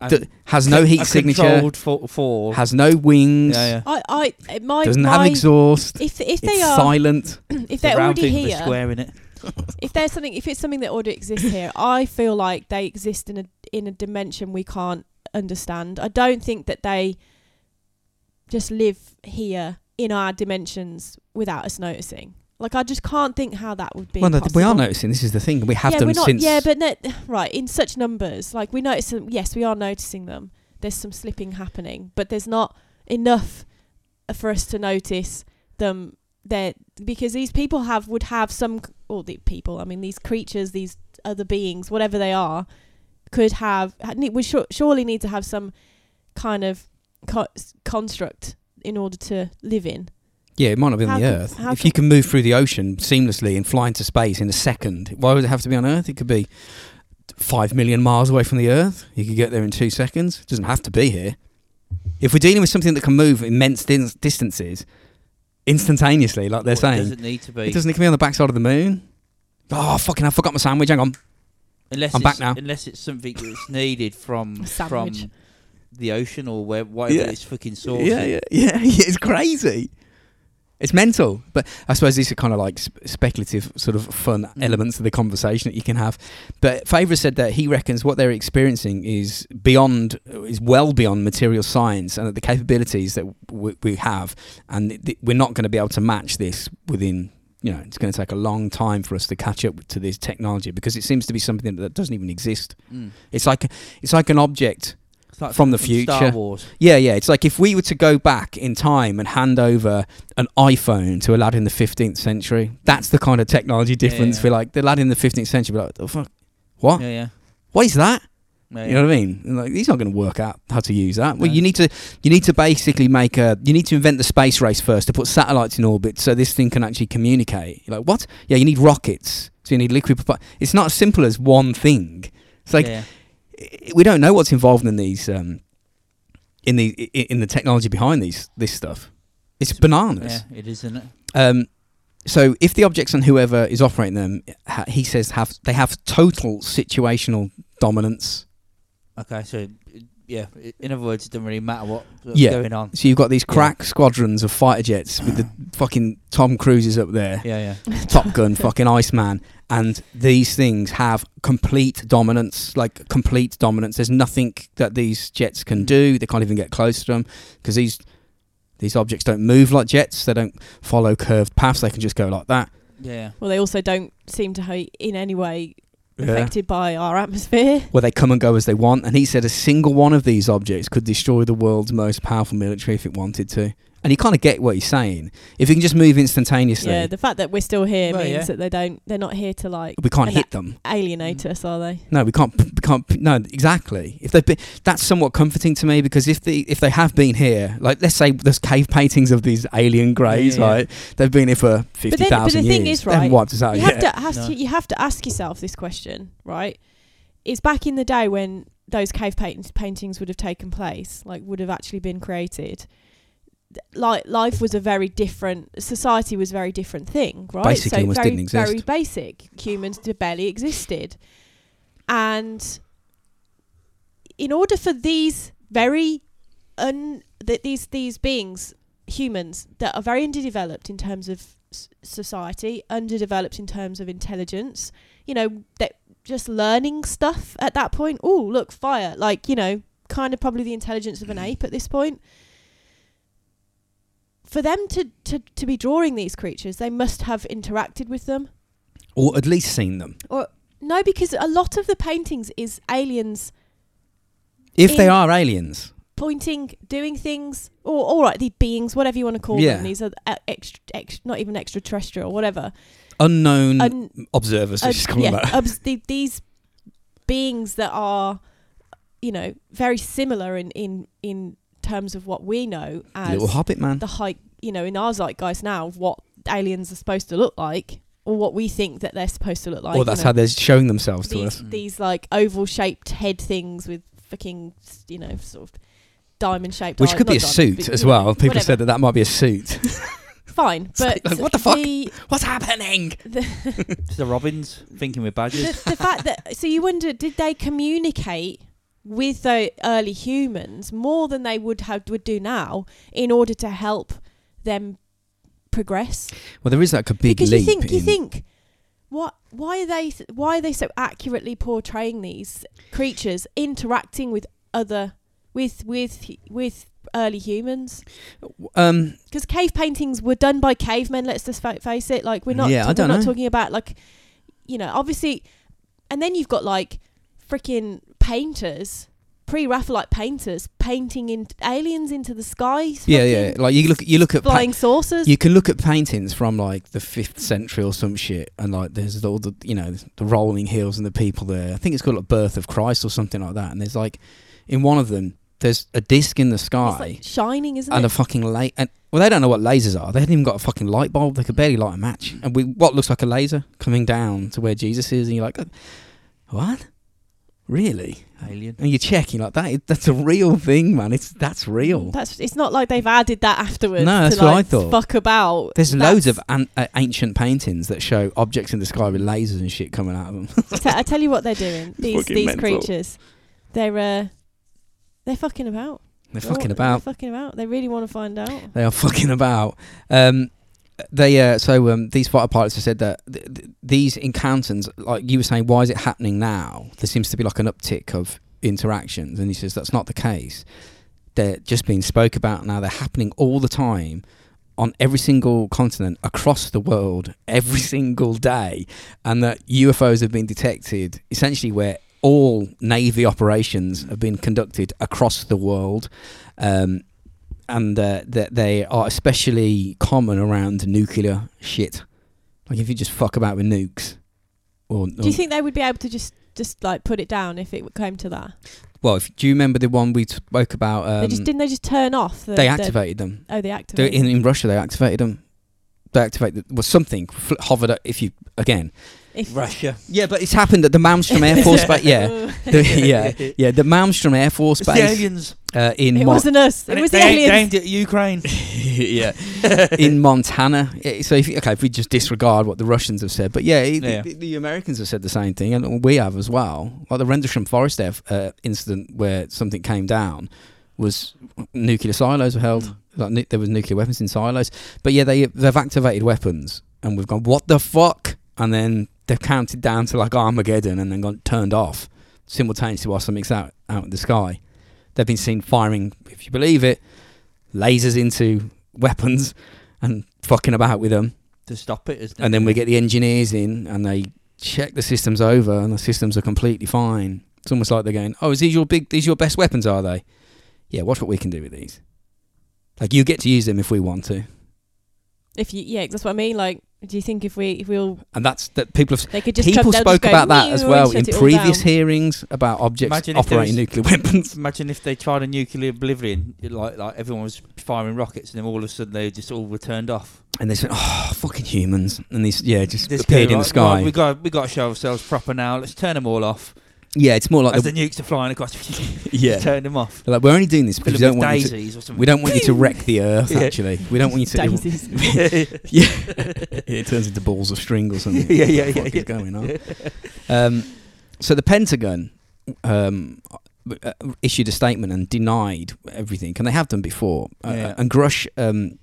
[SPEAKER 3] and
[SPEAKER 2] D- has no heat
[SPEAKER 3] a
[SPEAKER 2] signature,
[SPEAKER 3] Controlled for,
[SPEAKER 2] has no wings,
[SPEAKER 3] yeah,
[SPEAKER 4] I, I, it- my,
[SPEAKER 2] doesn't
[SPEAKER 4] my,
[SPEAKER 2] have exhaust.
[SPEAKER 4] If if
[SPEAKER 2] it's
[SPEAKER 4] they are,
[SPEAKER 2] silent.
[SPEAKER 4] if
[SPEAKER 3] yeah.
[SPEAKER 4] they're already
[SPEAKER 3] with a
[SPEAKER 4] here,
[SPEAKER 3] square in it.
[SPEAKER 4] if there's something, if it's something that already exists here, I feel like they exist in a in a dimension we can't understand. I don't think that they just live here in our dimensions without us noticing. Like I just can't think how that would be.
[SPEAKER 2] Well, no, th-
[SPEAKER 4] possible.
[SPEAKER 2] we are noticing. This is the thing. We have
[SPEAKER 4] yeah,
[SPEAKER 2] them
[SPEAKER 4] we're not,
[SPEAKER 2] since.
[SPEAKER 4] Yeah, but no, right in such numbers, like we notice them. Yes, we are noticing them. There's some slipping happening, but there's not enough uh, for us to notice them there because these people have would have some or the people. I mean, these creatures, these other beings, whatever they are, could have ha- need- would sur- surely need to have some kind of co- construct in order to live in.
[SPEAKER 2] yeah, it might not be on
[SPEAKER 4] How
[SPEAKER 2] the
[SPEAKER 4] can-
[SPEAKER 2] Earth.
[SPEAKER 4] how
[SPEAKER 2] If you can move through the ocean seamlessly and fly into space in a second, why would it have to be on Earth? It could be five million miles away from the Earth. You could get there in two seconds. It doesn't have to be here. If we're dealing with something that can move immense din- distances instantaneously, like they're
[SPEAKER 3] Or It
[SPEAKER 2] saying,
[SPEAKER 3] doesn't need to
[SPEAKER 2] it
[SPEAKER 3] be.
[SPEAKER 2] doesn't it can be on the backside of the moon. Oh fucking! I forgot my sandwich. Hang on.
[SPEAKER 3] Unless
[SPEAKER 2] I'm
[SPEAKER 3] it's,
[SPEAKER 2] back now.
[SPEAKER 3] Unless it's something that's needed from
[SPEAKER 4] A sandwich.
[SPEAKER 3] from the ocean or where whatever
[SPEAKER 2] Yeah.
[SPEAKER 3] it's fucking sourced.
[SPEAKER 2] Yeah, yeah, yeah. It's crazy. It's mental, but I suppose these are kind of like sp- speculative, sort of fun
[SPEAKER 3] Mm.
[SPEAKER 2] elements of the conversation that you can have. But Favre said that he reckons what they're experiencing is beyond, is well beyond material science, and that the capabilities that w- we have, and th- we're not going to be able to match this within. You know, it's going to take a long time for us to catch up to this technology because it seems to be something that doesn't even exist.
[SPEAKER 3] Mm.
[SPEAKER 2] It's like it's like an object
[SPEAKER 3] It's like
[SPEAKER 2] From the
[SPEAKER 3] something Star
[SPEAKER 2] future.
[SPEAKER 3] Wars.
[SPEAKER 2] Yeah, yeah. It's like if we were to go back in time and hand over an iPhone to a lad in the 15th century, that's the kind of technology difference.
[SPEAKER 3] yeah.
[SPEAKER 2] We're like, the lad in the 15th century, would be like, the fuck? What?
[SPEAKER 3] Yeah, yeah.
[SPEAKER 2] What is that?
[SPEAKER 3] Yeah,
[SPEAKER 2] You know what I mean? And like, he's not going to work out how to use that. Well,
[SPEAKER 3] No.
[SPEAKER 2] you need to, you need to basically make a, you need to invent the space race first to put satellites in orbit so this thing can actually communicate. You're like, what? Yeah, you need rockets. So you need liquid. propo- It's not as simple as one thing. It's like
[SPEAKER 3] yeah.
[SPEAKER 2] i- we don't know what's involved in these um, in the i- in the technology behind these this stuff. It's bananas.
[SPEAKER 3] Yeah, it is, isn't it?
[SPEAKER 2] Um, so if the objects and whoever is operating them, ha- he says have they have total situational dominance.
[SPEAKER 3] Okay, so yeah, i- in other words, it doesn't really matter what's
[SPEAKER 2] Yeah.
[SPEAKER 3] going on.
[SPEAKER 2] So you've got these
[SPEAKER 3] Yeah.
[SPEAKER 2] crack squadrons of fighter jets with the fucking Tom Cruises up there,
[SPEAKER 3] Yeah, yeah.
[SPEAKER 2] Top Gun, fucking Iceman, and these things have complete dominance, like complete dominance. There's nothing that these jets
[SPEAKER 4] Mm.
[SPEAKER 2] can do. They can't even get close to them because these these objects don't move like jets. They don't follow curved paths. They can just go like that.
[SPEAKER 3] Yeah.
[SPEAKER 4] Well, they also don't seem to ha- in any way
[SPEAKER 2] Yeah.
[SPEAKER 4] affected by our atmosphere.
[SPEAKER 2] Where they come and go as they want. And he said a single one of these objects could destroy the world's most powerful military if it wanted to. And you kind of get what he's saying. If it can just move instantaneously,
[SPEAKER 4] Yeah, the fact that we're still here
[SPEAKER 3] Well,
[SPEAKER 4] means
[SPEAKER 3] yeah.
[SPEAKER 4] that they don't. They're not here to like
[SPEAKER 2] we can't
[SPEAKER 4] and that-
[SPEAKER 2] hit them.
[SPEAKER 4] alienate
[SPEAKER 3] Mm.
[SPEAKER 4] us, are they?
[SPEAKER 2] No, we can't. We can't. No, exactly. If they've been, that's somewhat comforting to me because if they if they have been here, like let's say there's cave paintings of these alien greys,
[SPEAKER 3] Yeah, yeah, yeah.
[SPEAKER 2] right? They've been here for fifty thousand
[SPEAKER 4] thing
[SPEAKER 2] years.
[SPEAKER 4] is,
[SPEAKER 2] They haven't
[SPEAKER 4] right,
[SPEAKER 2] wiped us out
[SPEAKER 4] you
[SPEAKER 2] yet.
[SPEAKER 4] have to ask.
[SPEAKER 3] No.
[SPEAKER 4] You have to ask yourself this question, right? It's back in the day when those cave paint- paintings would have taken place, like would have actually been created. Th- Like life was a very different society was a very different thing, right?
[SPEAKER 2] Basically almost
[SPEAKER 4] very,
[SPEAKER 2] didn't exist.
[SPEAKER 4] Very basic. Humans d- barely existed, and in order for these very un that these these beings humans that are very underdeveloped in terms of s- society, underdeveloped in terms of intelligence. You know, that just learning stuff at that point. Oh, look, fire! Like you know, kind of probably the intelligence of an ape at this point. For them to, to, to be drawing these creatures, they must have interacted with them.
[SPEAKER 2] or at least seen them.
[SPEAKER 4] No, because a lot of the paintings is aliens
[SPEAKER 2] If they
[SPEAKER 4] In-
[SPEAKER 2] are aliens,
[SPEAKER 4] pointing, doing things, or all right, the beings, whatever you want to call
[SPEAKER 2] Yeah.
[SPEAKER 4] them. These are uh, extra, extra, not even extraterrestrial, whatever.
[SPEAKER 2] unknown
[SPEAKER 4] Un-
[SPEAKER 2] observers,
[SPEAKER 4] Uh,
[SPEAKER 2] let's just call them that.
[SPEAKER 4] obs- the- these beings that are, you know, very similar in in in terms of what we know as
[SPEAKER 2] little hobbit man.
[SPEAKER 4] the height, you know, in our zeitgeist now, of what aliens are supposed to look like, or what we think that they're supposed to look like.
[SPEAKER 2] or
[SPEAKER 4] you
[SPEAKER 2] that's
[SPEAKER 4] know.
[SPEAKER 2] how they're showing themselves to us.
[SPEAKER 4] these, these like oval shaped head things with fucking, you know, sort of diamond shaped.
[SPEAKER 2] Which could be a suit as well. People
[SPEAKER 4] whatever.
[SPEAKER 2] said that that might be a suit.
[SPEAKER 4] Fine, but
[SPEAKER 2] like, what the fuck?
[SPEAKER 4] The,
[SPEAKER 2] What's happening?
[SPEAKER 4] the,
[SPEAKER 3] It's the Robins thinking with
[SPEAKER 4] the,
[SPEAKER 3] badges.
[SPEAKER 4] the fact that so you wonder did they communicate with the early humans more than they would have would do now in order to help them progress
[SPEAKER 2] Well, there is like a big
[SPEAKER 4] because
[SPEAKER 2] leap.
[SPEAKER 4] you think you
[SPEAKER 2] in-
[SPEAKER 4] think what why are they why are they so accurately portraying these creatures interacting with other with with with early humans
[SPEAKER 2] um,
[SPEAKER 4] because cave paintings were done by cavemen. Let's just fa- face it. Like we're not.
[SPEAKER 2] Yeah, I
[SPEAKER 4] we're
[SPEAKER 2] don't
[SPEAKER 4] not
[SPEAKER 2] know.
[SPEAKER 4] talking about like, you know, obviously, and then you've got like freaking painters, pre-Raphaelite painters painting in aliens into the sky.
[SPEAKER 2] yeah, yeah.
[SPEAKER 4] fucking
[SPEAKER 2] Like you look, you look at pa-
[SPEAKER 4] flying saucers.
[SPEAKER 2] You can look at paintings from like the fifth century or some shit, and like there's all the you know the rolling hills and the people there. I think it's called like Birth of Christ or something like that. And there's like in one of them, there's a disc in the
[SPEAKER 4] it's
[SPEAKER 2] sky
[SPEAKER 4] like shining, isn't
[SPEAKER 2] and
[SPEAKER 4] it?
[SPEAKER 2] a fucking light. And well, they don't know what lasers are. They hadn't even got a fucking light bulb. They could barely light a match.
[SPEAKER 4] Mm.
[SPEAKER 2] And we what looks like a laser coming down to where Jesus is, and you're like, "Uh, what? Really?
[SPEAKER 3] Alien.
[SPEAKER 2] And you're checking like that. That's a real thing, man. It's that's real.
[SPEAKER 4] That's. It's not like they've added that afterwards. to,
[SPEAKER 2] No, that's what I
[SPEAKER 4] like,
[SPEAKER 2] thought.
[SPEAKER 4] Fuck about.
[SPEAKER 2] There's loads
[SPEAKER 4] That's-
[SPEAKER 2] of an, uh, ancient paintings that show objects in the sky with lasers and shit coming out of them.
[SPEAKER 4] I te- I tell you what they're doing. These
[SPEAKER 2] Fucking
[SPEAKER 4] these
[SPEAKER 2] mental.
[SPEAKER 4] creatures, they're uh, they're fucking about.
[SPEAKER 2] They're
[SPEAKER 4] What-
[SPEAKER 2] fucking about.
[SPEAKER 4] They're fucking about. They really want to find out.
[SPEAKER 2] They are fucking about. Um, they uh, so um, these fighter pilots have said that th- th- these encounters, like you were saying, why is it happening now? There seems to be like an uptick of interactions, and he says that's not the case. They're just being spoke about now. They're happening all the time. On every single continent across the world, every single day, and that UFOs have been detected essentially where all navy operations have been conducted across the world, um, and uh, that they are especially common around nuclear shit. Like if you just fuck about with nukes, or,
[SPEAKER 4] Do you think they would be able to just just like put it down if it came to that?
[SPEAKER 2] well, if, do you remember the one we spoke about? Um,
[SPEAKER 4] they just didn't they just turn off the
[SPEAKER 2] they
[SPEAKER 4] the-
[SPEAKER 2] activated them.
[SPEAKER 4] Oh, they
[SPEAKER 2] They-
[SPEAKER 4] activated.
[SPEAKER 2] in, in Russia, they activated them. They activated well something fl- hovered at- if you again.
[SPEAKER 4] if
[SPEAKER 3] Russia.
[SPEAKER 2] Yeah, but it's happened at the Malmstrom Air Force Base. Yeah, The- yeah, yeah. The Malmstrom Air Force
[SPEAKER 3] It's the
[SPEAKER 2] Base
[SPEAKER 3] aliens.
[SPEAKER 2] uh, in
[SPEAKER 4] It
[SPEAKER 2] Mon-
[SPEAKER 4] wasn't us. It
[SPEAKER 3] And
[SPEAKER 4] was the
[SPEAKER 3] they aimed-
[SPEAKER 4] aliens.
[SPEAKER 3] aimed at Ukraine.
[SPEAKER 2] yeah in Montana. Yeah, So if you- okay, if we just disregard what the Russians have said, but yeah, it-
[SPEAKER 3] Yeah.
[SPEAKER 2] The, the Americans have said the same thing, and we have as well. Like the Rendlesham Forest Air uh, incident where something came down was nuclear silos were held. Like nu- there was nuclear weapons in silos, but yeah, they they've activated weapons, and we've gone what the fuck, and then they've counted down to like Armageddon, and then gone turned off simultaneously while something's out out in the sky. They've been seen firing, if you believe it, lasers into weapons and fucking about with them.
[SPEAKER 3] to stop it. Isn't it?
[SPEAKER 2] And then we get the engineers in and they check the systems over and the systems are completely fine. It's almost like they're going, Oh, is these your big these your best weapons, are they? Yeah, watch what we can do with these. Like you get to use them if we want to.
[SPEAKER 4] If you yeah, that's what I mean. Like, do you think if we if we all
[SPEAKER 2] And that's that people have
[SPEAKER 4] they could just
[SPEAKER 2] people
[SPEAKER 4] come, they'll just
[SPEAKER 2] spoke
[SPEAKER 4] go,
[SPEAKER 2] about that as
[SPEAKER 4] "Meow," and
[SPEAKER 2] well in
[SPEAKER 4] shut it all
[SPEAKER 2] previous
[SPEAKER 4] down.
[SPEAKER 2] hearings about objects
[SPEAKER 3] Imagine if there
[SPEAKER 2] operating nuclear weapons.
[SPEAKER 3] Imagine if they tried a nuclear oblivion, like like everyone was firing rockets, and then all of a sudden they just all were turned off.
[SPEAKER 2] And they said, Oh, fucking humans and these yeah, just
[SPEAKER 3] This
[SPEAKER 2] appeared
[SPEAKER 3] go,
[SPEAKER 2] in the
[SPEAKER 3] right,
[SPEAKER 2] sky.
[SPEAKER 3] right, we got we got to show ourselves proper now. Let's turn them all off.
[SPEAKER 2] yeah, it's more like
[SPEAKER 3] As
[SPEAKER 2] the,
[SPEAKER 3] the nukes are flying across,
[SPEAKER 2] Yeah.
[SPEAKER 3] just turn them off.
[SPEAKER 2] They're like we're only doing this
[SPEAKER 3] Fill
[SPEAKER 2] because we
[SPEAKER 3] them
[SPEAKER 2] don't
[SPEAKER 3] with
[SPEAKER 2] want you to,
[SPEAKER 3] daisies or something.
[SPEAKER 2] we don't want you to wreck the earth.
[SPEAKER 3] Yeah.
[SPEAKER 2] Actually, we don't want you to.
[SPEAKER 4] Daisies.
[SPEAKER 2] yeah, it turns into balls of string or something.
[SPEAKER 3] Yeah,
[SPEAKER 2] What
[SPEAKER 3] yeah,
[SPEAKER 2] the
[SPEAKER 3] yeah,
[SPEAKER 2] fuck
[SPEAKER 3] yeah.
[SPEAKER 2] Is going on. Um, so the Pentagon um, uh, issued a statement and denied everything, and they have done before. Uh,
[SPEAKER 3] Yeah.
[SPEAKER 2] and Grush. Um,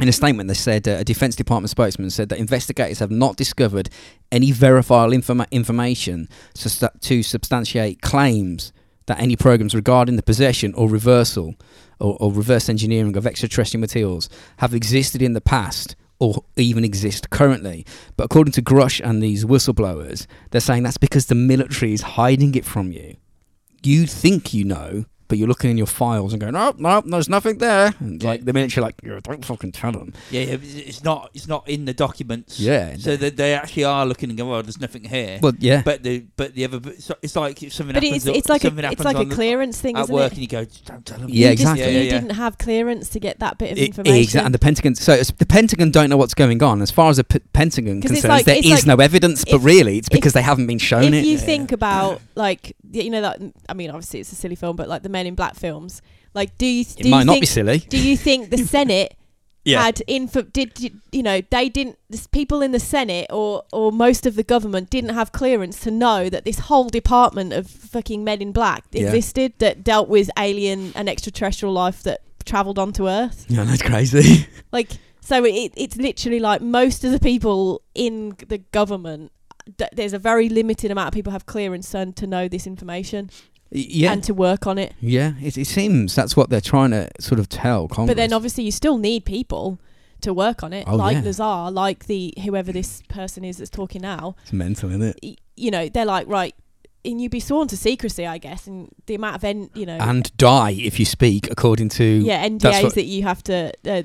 [SPEAKER 2] in a statement, they said uh, a Defense Department spokesman said that investigators have not discovered any verifiable informa- information sus- to substantiate claims that any programs regarding the possession or reversal or, or reverse engineering of extraterrestrial materials have existed in the past or even exist currently. But according to Grush and these whistleblowers, they're saying that's because the military is hiding it from you. You think you know, but you're looking in your files and going, oh, no, there's nothing there. And like the military, are like, "Yeah, don't fucking tell them.
[SPEAKER 3] Yeah, yeah, but it's not it's not in the documents.
[SPEAKER 2] Yeah.
[SPEAKER 3] So that they actually are looking and going, well, there's nothing here.
[SPEAKER 2] Well, yeah.
[SPEAKER 3] but the but the other so it's like if something
[SPEAKER 4] But
[SPEAKER 3] happens.
[SPEAKER 4] it's it's like
[SPEAKER 3] something
[SPEAKER 4] a, it's
[SPEAKER 3] happens
[SPEAKER 4] like a
[SPEAKER 3] on the-
[SPEAKER 4] clearance thing,
[SPEAKER 3] at
[SPEAKER 4] isn't
[SPEAKER 3] work,
[SPEAKER 4] it?
[SPEAKER 3] and you go, "Just don't tell them.
[SPEAKER 2] Yeah,
[SPEAKER 4] you just-
[SPEAKER 2] exactly.
[SPEAKER 4] you
[SPEAKER 3] Yeah, yeah, yeah.
[SPEAKER 4] didn't have clearance to get that bit of
[SPEAKER 2] Exactly,
[SPEAKER 4] information.
[SPEAKER 2] and the Pentagon. So it's, the Pentagon don't know what's going on. As far as the P- Pentagon
[SPEAKER 4] 'Cause it's
[SPEAKER 2] concerns,
[SPEAKER 4] like-
[SPEAKER 2] there
[SPEAKER 4] it's
[SPEAKER 2] is
[SPEAKER 4] like-
[SPEAKER 2] no evidence. But
[SPEAKER 4] if-
[SPEAKER 2] really, it's
[SPEAKER 4] if-
[SPEAKER 2] because they haven't been shown
[SPEAKER 4] If
[SPEAKER 2] it.
[SPEAKER 4] you
[SPEAKER 3] Yeah.
[SPEAKER 4] think about like y- you know that I mean obviously it's a silly film, but like the Men in Black films, like do you
[SPEAKER 2] It
[SPEAKER 4] do
[SPEAKER 2] might
[SPEAKER 4] you
[SPEAKER 2] not
[SPEAKER 4] think
[SPEAKER 2] be silly.
[SPEAKER 4] do you think the Senate
[SPEAKER 2] Yeah.
[SPEAKER 4] had info? Did, did you know they didn't? This people in the Senate or or most of the government didn't have clearance to know that this whole department of fucking Men in Black
[SPEAKER 2] Yeah.
[SPEAKER 4] existed that dealt with alien and extraterrestrial life that travelled onto Earth.
[SPEAKER 2] Yeah, that's crazy.
[SPEAKER 4] Like so, it, it's literally like most of the people in the government. th- There's a very limited amount of people have clearance and to know this information
[SPEAKER 2] yeah,
[SPEAKER 4] and to work on it.
[SPEAKER 2] yeah. It, it seems that's what they're trying to sort of tell Congress.
[SPEAKER 4] But then obviously you still need people to work on it,
[SPEAKER 2] Oh,
[SPEAKER 4] like
[SPEAKER 2] yeah.
[SPEAKER 4] Lazar, like the whoever this person is that's talking now.
[SPEAKER 2] it's mental, isn't it?
[SPEAKER 4] Y- You know, they're like, right, and you'd be sworn to secrecy, I guess, and the amount of en- you know,
[SPEAKER 2] And die if you speak, according to.
[SPEAKER 4] yeah,
[SPEAKER 2] that's
[SPEAKER 4] NDAs
[SPEAKER 2] what-
[SPEAKER 4] that you have to. Uh,